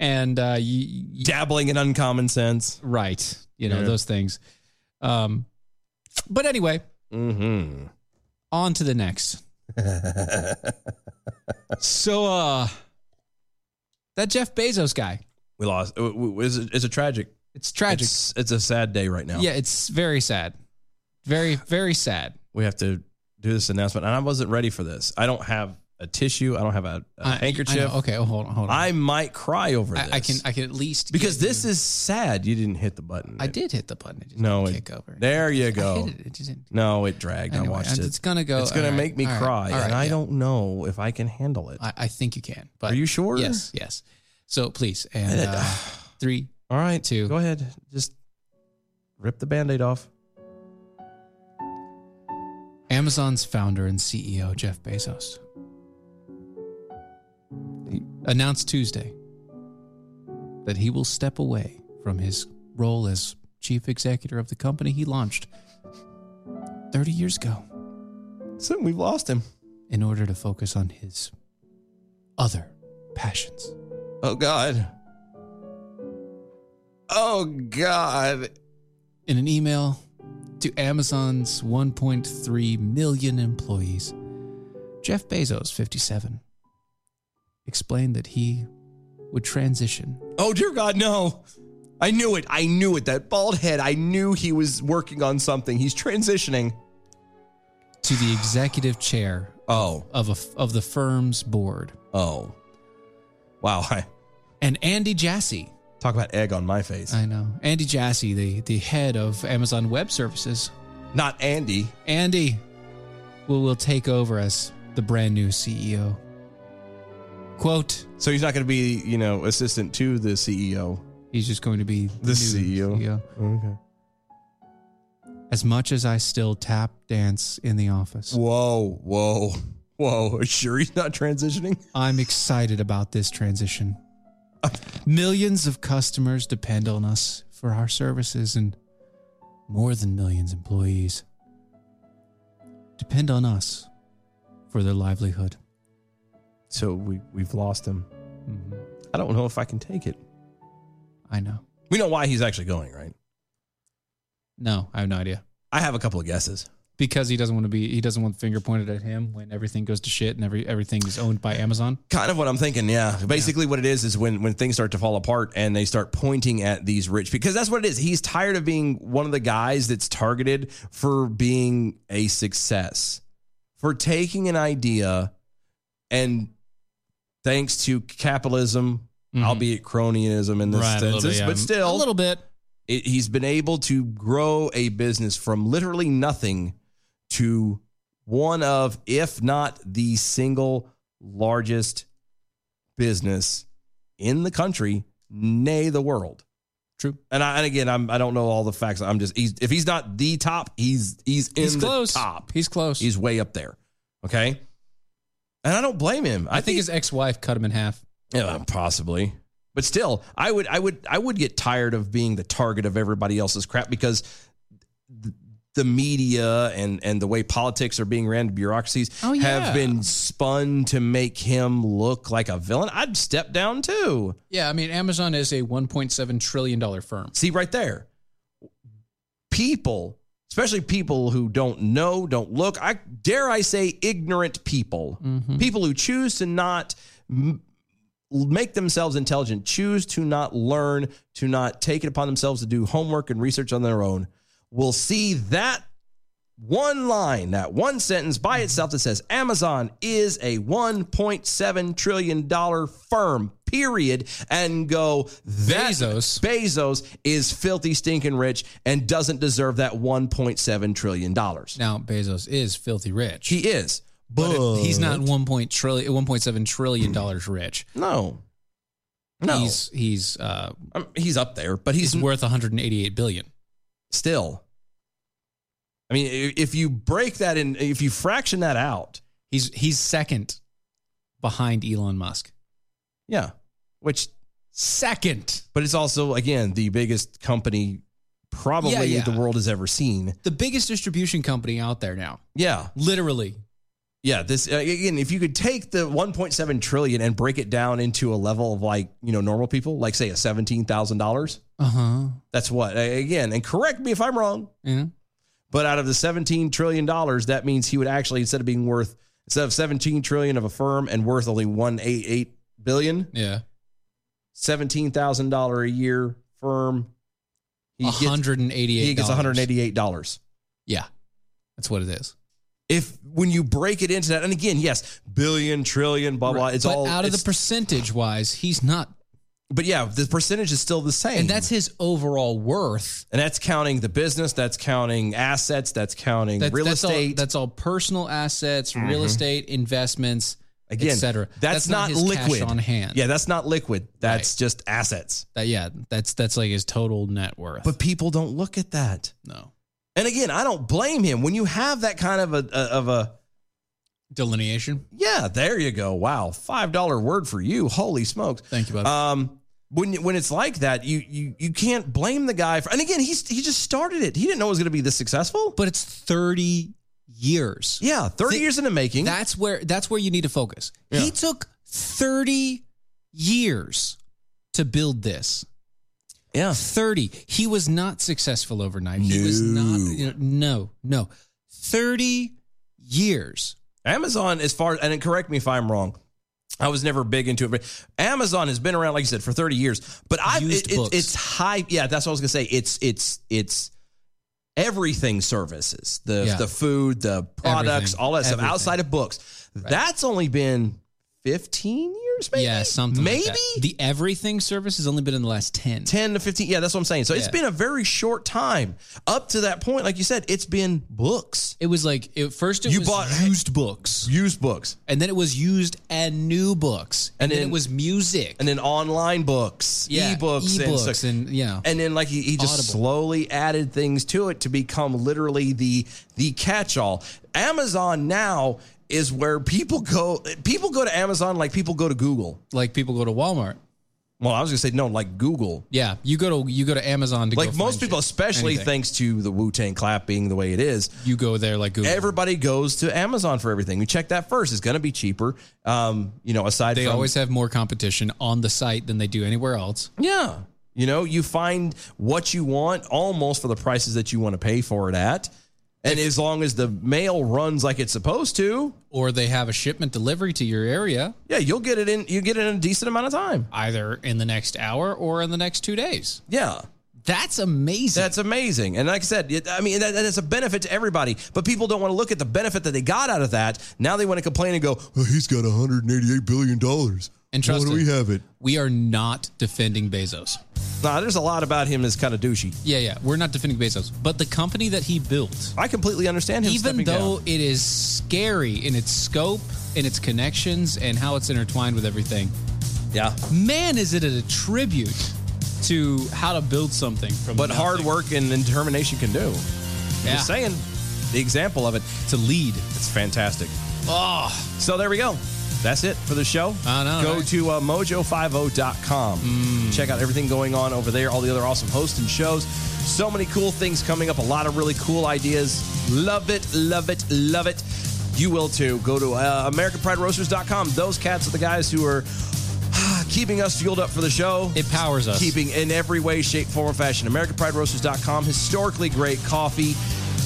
Speaker 2: and uh, you,
Speaker 3: dabbling in uncommon sense.
Speaker 2: Right. You know,
Speaker 3: Yeah.
Speaker 2: those things. Um, but anyway,
Speaker 3: mm-hmm.
Speaker 2: on to the next. so uh that Jeff Bezos guy.
Speaker 3: we lost. uh, It was- It's a tragic.
Speaker 2: It's tragic.
Speaker 3: It's, it's a sad day right now.
Speaker 2: Yeah, it's very sad. Very, very sad.
Speaker 3: We have to do this announcement, and I wasn't ready for this. I don't have a tissue. I don't have a, a
Speaker 2: I- I
Speaker 3: handkerchief.
Speaker 2: know. Okay, oh, hold on, hold on.
Speaker 3: I might cry over
Speaker 2: I,
Speaker 3: this.
Speaker 2: I can I can at least
Speaker 3: because
Speaker 2: give
Speaker 3: this
Speaker 2: you-
Speaker 3: is sad. You didn't hit the button.
Speaker 2: I did hit the button. I just
Speaker 3: no,
Speaker 2: didn't
Speaker 3: it-
Speaker 2: kick over.
Speaker 3: There you go.
Speaker 2: hit it. It just didn't-
Speaker 3: No, it dragged.
Speaker 2: Anyway,
Speaker 3: I watched it.
Speaker 2: it's gonna go-
Speaker 3: It's gonna
Speaker 2: all right,
Speaker 3: make me
Speaker 2: all right,
Speaker 3: cry,
Speaker 2: all
Speaker 3: and
Speaker 2: right,
Speaker 3: I
Speaker 2: yeah.
Speaker 3: don't know if I can handle it.
Speaker 2: I, I think you can. But
Speaker 3: Are you sure?
Speaker 2: Yes, yes. So please, and uh, three.
Speaker 3: All right,
Speaker 2: two.
Speaker 3: Go ahead. Just rip the band-aid off.
Speaker 2: Amazon's founder and CEO Jeff Bezos announced Tuesday that he will step away from his role as chief executive of the company he launched 30 years ago
Speaker 3: So we've lost him.
Speaker 2: in order to focus on his other passions.
Speaker 3: Oh God. Oh God.
Speaker 2: In an email to Amazon's 1.3 million employees, Jeff Bezos, 57, explained that he would transition
Speaker 3: Oh dear God, no. I knew it. I knew it. That bald head. I knew he was working on something. He's transitioning.
Speaker 2: to the executive chair
Speaker 3: oh.
Speaker 2: of a, of the firm's board.
Speaker 3: Oh. Wow. I,
Speaker 2: And Andy Jassy.
Speaker 3: Talk about egg on my face.
Speaker 2: I know. Andy Jassy, the, the head of Amazon Web Services.
Speaker 3: Not Andy.
Speaker 2: Andy will, will take over as the brand new CEO. Quote.
Speaker 3: So he's not going to be, you know, assistant to the CEO.
Speaker 2: He's just going to be E
Speaker 3: the E CEO. Okay.
Speaker 2: As much as I still tap dance in the office,
Speaker 3: Whoa, whoa, whoa. Are you sure he's not transitioning?
Speaker 2: I'm excited about this transition. Millions of customers depend on us for our services, and more than millions employees depend on us for their livelihood.
Speaker 3: So we, we've lost him. I don't know if I can take it.
Speaker 2: I know.
Speaker 3: We know why he's actually going, right?
Speaker 2: No, I have no idea.
Speaker 3: I have a couple of guesses.
Speaker 2: Because he doesn't want to be, he doesn't want the finger pointed at him when everything goes to shit and every everything is owned by Amazon.
Speaker 3: Kind of what I'm thinking, yeah. Basically, what it is is when when things start to fall apart and they start pointing at these rich because that's what it is. He's tired of being one of the guys that's targeted for being a success, for taking an idea, and thanks to capitalism, albeit cronyism in this
Speaker 2: Mm-hmm. Right, a little
Speaker 3: sense,
Speaker 2: bit, yeah.
Speaker 3: but still
Speaker 2: A little bit.
Speaker 3: it, he's been able to grow a business from literally nothing to one of, if not the single largest business in the country, nay, the world.
Speaker 2: True.
Speaker 3: And I, and again, I'm I don't know all the facts. I'm just he's, if he's not the top, he's he's in
Speaker 2: He's
Speaker 3: the
Speaker 2: close.
Speaker 3: top.
Speaker 2: He's close.
Speaker 3: He's way up there. Okay. And I don't blame him.
Speaker 2: I think his ex-wife cut him in half.
Speaker 3: Yeah, possibly. But still, I would, I would, I would get tired of being the target of everybody else's crap because th- the media and and the way politics are being ran, bureaucracies
Speaker 2: Oh, yeah.
Speaker 3: have been spun to make him look like a villain. I'd step down too.
Speaker 2: Yeah, I mean, Amazon is a $1.7 trillion firm.
Speaker 3: See right there. People, especially people who don't know, don't look, I dare I say ignorant people. People who choose to not m- make themselves intelligent, choose to not learn, to not take it upon themselves to do homework and research on their own, will see that one line, that one sentence by itself that says Amazon is a $1.7 trillion firm, period, and go, that Bezos. Bezos is filthy, stinking rich and doesn't deserve that $1.7 trillion. Now,
Speaker 2: Bezos is filthy rich.
Speaker 3: He is.
Speaker 2: But,
Speaker 3: But-
Speaker 2: he's not one point trillion, one point seven trillion dollars rich.
Speaker 3: No, no,
Speaker 2: he's he's uh,
Speaker 3: he's up there, but he's,
Speaker 2: worth one hundred and eighty-eight billion.
Speaker 3: Still, I mean, i- if you break that in, if you fraction that out,
Speaker 2: he's he's second behind Elon Musk.
Speaker 3: Yeah, which
Speaker 2: second,
Speaker 3: but it's also again the biggest company probably
Speaker 2: Yeah, yeah.
Speaker 3: the world has ever seen.
Speaker 2: the biggest distribution company out there now.
Speaker 3: Yeah,
Speaker 2: literally.
Speaker 3: Yeah, this uh, again. If you could take the 1.7 trillion and break it down into a level of like you know normal people, like say a seventeen thousand dollars,
Speaker 2: Uh huh.
Speaker 3: that's what uh, again. And correct me if I'm wrong,
Speaker 2: Yeah.
Speaker 3: But out of the 17 trillion dollars, that means he would actually instead of being worth instead of 17 trillion of a firm and worth only 188 billion,
Speaker 2: Yeah.
Speaker 3: $17,000 a year firm. He gets-
Speaker 2: $188.
Speaker 3: He gets $188.
Speaker 2: Yeah. That's what it is.
Speaker 3: If when you break it into that, and again, yes, billion, trillion, blah blah. It's
Speaker 2: but
Speaker 3: all
Speaker 2: out of the
Speaker 3: it's-
Speaker 2: percentage wise, he's not.
Speaker 3: But yeah, the percentage is still the same,
Speaker 2: and that's his overall worth.
Speaker 3: and that's counting the business, that's counting assets, that's counting
Speaker 2: That's,
Speaker 3: real
Speaker 2: that's
Speaker 3: estate.
Speaker 2: All, that's all personal assets, real
Speaker 3: Mhm.
Speaker 2: estate, investments,
Speaker 3: Again,
Speaker 2: etc.
Speaker 3: That's, not,
Speaker 2: his cash
Speaker 3: liquid
Speaker 2: on hand.
Speaker 3: Yeah, that's not liquid. That's just assets.
Speaker 2: That- yeah, that's that's like his total net worth.
Speaker 3: But people don't look at that.
Speaker 2: No.
Speaker 3: And again, I don't blame him. When you have that kind of a, a of a
Speaker 2: delineation,
Speaker 3: yeah, there you go. Wow, five dollar word for you. Holy smokes!
Speaker 2: Thank you, brother.
Speaker 3: Um, when you- when it's like that, you you you can't blame the guy for. And again, he's he just started it. He didn't know it was going to be this successful.
Speaker 2: But it's thirty years.
Speaker 3: Yeah, thirty years in the making.
Speaker 2: That's where that's where you need to focus. He took thirty years to build this.
Speaker 3: Yeah,
Speaker 2: thirty. He was not successful overnight. He was not. you know, no, no, thirty years.
Speaker 3: Amazon, as far and correct me if I'm wrong. I was never big into it, but Amazon has been around, like you said, for 30 years. But I, it, it- it's high. Yeah, that's what I was gonna say. It's it's it's everything services, the
Speaker 2: Yeah.
Speaker 3: the food, the products,
Speaker 2: Everything.
Speaker 3: all that stuff
Speaker 2: Everything.
Speaker 3: outside of books. That's only been 15 years, maybe.
Speaker 2: Yeah, something. like that.
Speaker 3: Maybe?
Speaker 2: the everything service has only been in the last ten.
Speaker 3: 10 to 15. Yeah, that's what I'm saying. So it's
Speaker 2: Yeah.
Speaker 3: been a very short time up to that point. Like you said, it's been books.
Speaker 2: It was like it, first it
Speaker 3: you
Speaker 2: was
Speaker 3: bought
Speaker 2: used books,
Speaker 3: used books,
Speaker 2: and then it was used and new books, and,
Speaker 3: And
Speaker 2: then,
Speaker 3: then-
Speaker 2: it was music,
Speaker 3: and then online books,
Speaker 2: yeah,
Speaker 3: ebooks, and
Speaker 2: ebooks,
Speaker 3: stuff.
Speaker 2: and, you know,
Speaker 3: and then like he, he just
Speaker 2: Audible.
Speaker 3: slowly added things to it to become literally the the catch-all amazon now is where people go people go to amazon like people go to google
Speaker 2: like people go to Walmart.
Speaker 3: well i was gonna say no like google
Speaker 2: Yeah, you go to you go to Amazon to
Speaker 3: like
Speaker 2: go
Speaker 3: most
Speaker 2: find
Speaker 3: people
Speaker 2: shit.
Speaker 3: especially
Speaker 2: Anything.
Speaker 3: thanks to the wu-tang clap being the way it is
Speaker 2: you go there like google
Speaker 3: everybody goes to amazon for everything we check that first it's gonna be cheaper um you know aside
Speaker 2: they
Speaker 3: from
Speaker 2: always have more competition on the site than they do anywhere else.
Speaker 3: Yeah. You know, you find what you want almost for the prices that you want to pay for it at. And as long as the mail runs like it's supposed to,
Speaker 2: or they have a shipment delivery to your area,
Speaker 3: yeah, you'll get it in you get it in a decent amount of time.
Speaker 2: either in the next hour or in the next two days.
Speaker 3: Yeah.
Speaker 2: That's amazing.
Speaker 3: That's amazing. And like I said, it, I mean, that, that is a benefit to everybody, but people don't want to look at the benefit that they got out of that. Now they want to complain and go, well, he's got $188 billion.
Speaker 2: And trust
Speaker 3: Why do we
Speaker 2: him.
Speaker 3: have it?
Speaker 2: We are not defending Bezos.
Speaker 3: Nah, there's a lot about him that's kind of douchey.
Speaker 2: Yeah, yeah, we're not defending Bezos, but the company that he built.
Speaker 3: I completely understand him
Speaker 2: Even
Speaker 3: stepping
Speaker 2: though
Speaker 3: down.
Speaker 2: it is scary in its scope and its connections and how it's intertwined with everything.
Speaker 3: Yeah.
Speaker 2: Man, is it a tribute to how to build something from
Speaker 3: But
Speaker 2: nothing.
Speaker 3: hard work and determination can do.
Speaker 2: Yeah.
Speaker 3: Just saying, the example of it
Speaker 2: to lead.
Speaker 3: It's fantastic.
Speaker 2: Oh,
Speaker 3: so there we go. That's it for the show. I know. Go to uh, mojo50.com.
Speaker 2: Mm.
Speaker 3: Check out everything going on over there, all the other awesome hosts and shows. So many cool things coming up, a lot of really cool ideas. Love it, love it, love it. You will too. Go to uh, AmericanPrideRoasters.com. Those cats are the guys who are keeping us fueled up for the show. It powers
Speaker 2: us.
Speaker 3: Keeping in every way, shape, form, or fashion. AmericanPrideRoasters.com. Historically great coffee,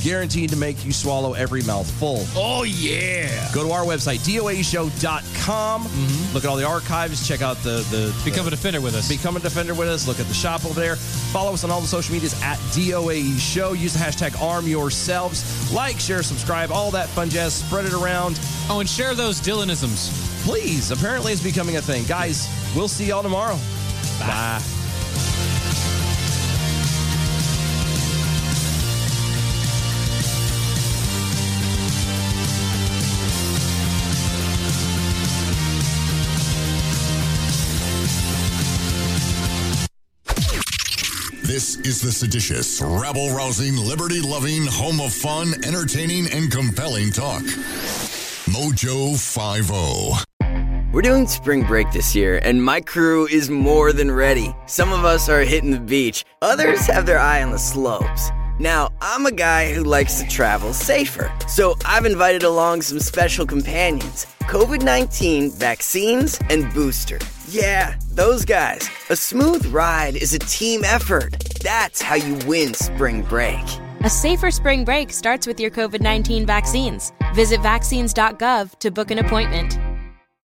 Speaker 3: guaranteed to make you swallow every mouthful. Oh, yeah. Go to our website, DOAShow.com. Look at all the archives. Check out the. the become a defender with us. Become a defender with us. Look at the shop over there. Follow us on all the social medias at DOAE Show. Use the hashtag ArmYourselves. Like, share, subscribe, all that fun jazz. Spread it around. Oh, and share those Dylanisms. Please. Apparently, it's becoming a thing. Guys, we'll see y'all tomorrow. Bye.
Speaker 7: This is the seditious, rabble rousing, liberty loving, home of fun, entertaining, and compelling talk. Mojo oh. 50.
Speaker 10: We're doing spring break this year, and my crew is more than ready. Some of us are hitting the beach, others have their eye on the slopes. Now, I'm a guy who likes to travel safer, so I've invited along some special companions COVID 19 vaccines and booster. Yeah, those guys. A smooth ride is a team effort. That's how you win spring break.
Speaker 25: A safer spring break starts with your COVID 19 vaccines. Visit vaccines.gov to book an appointment.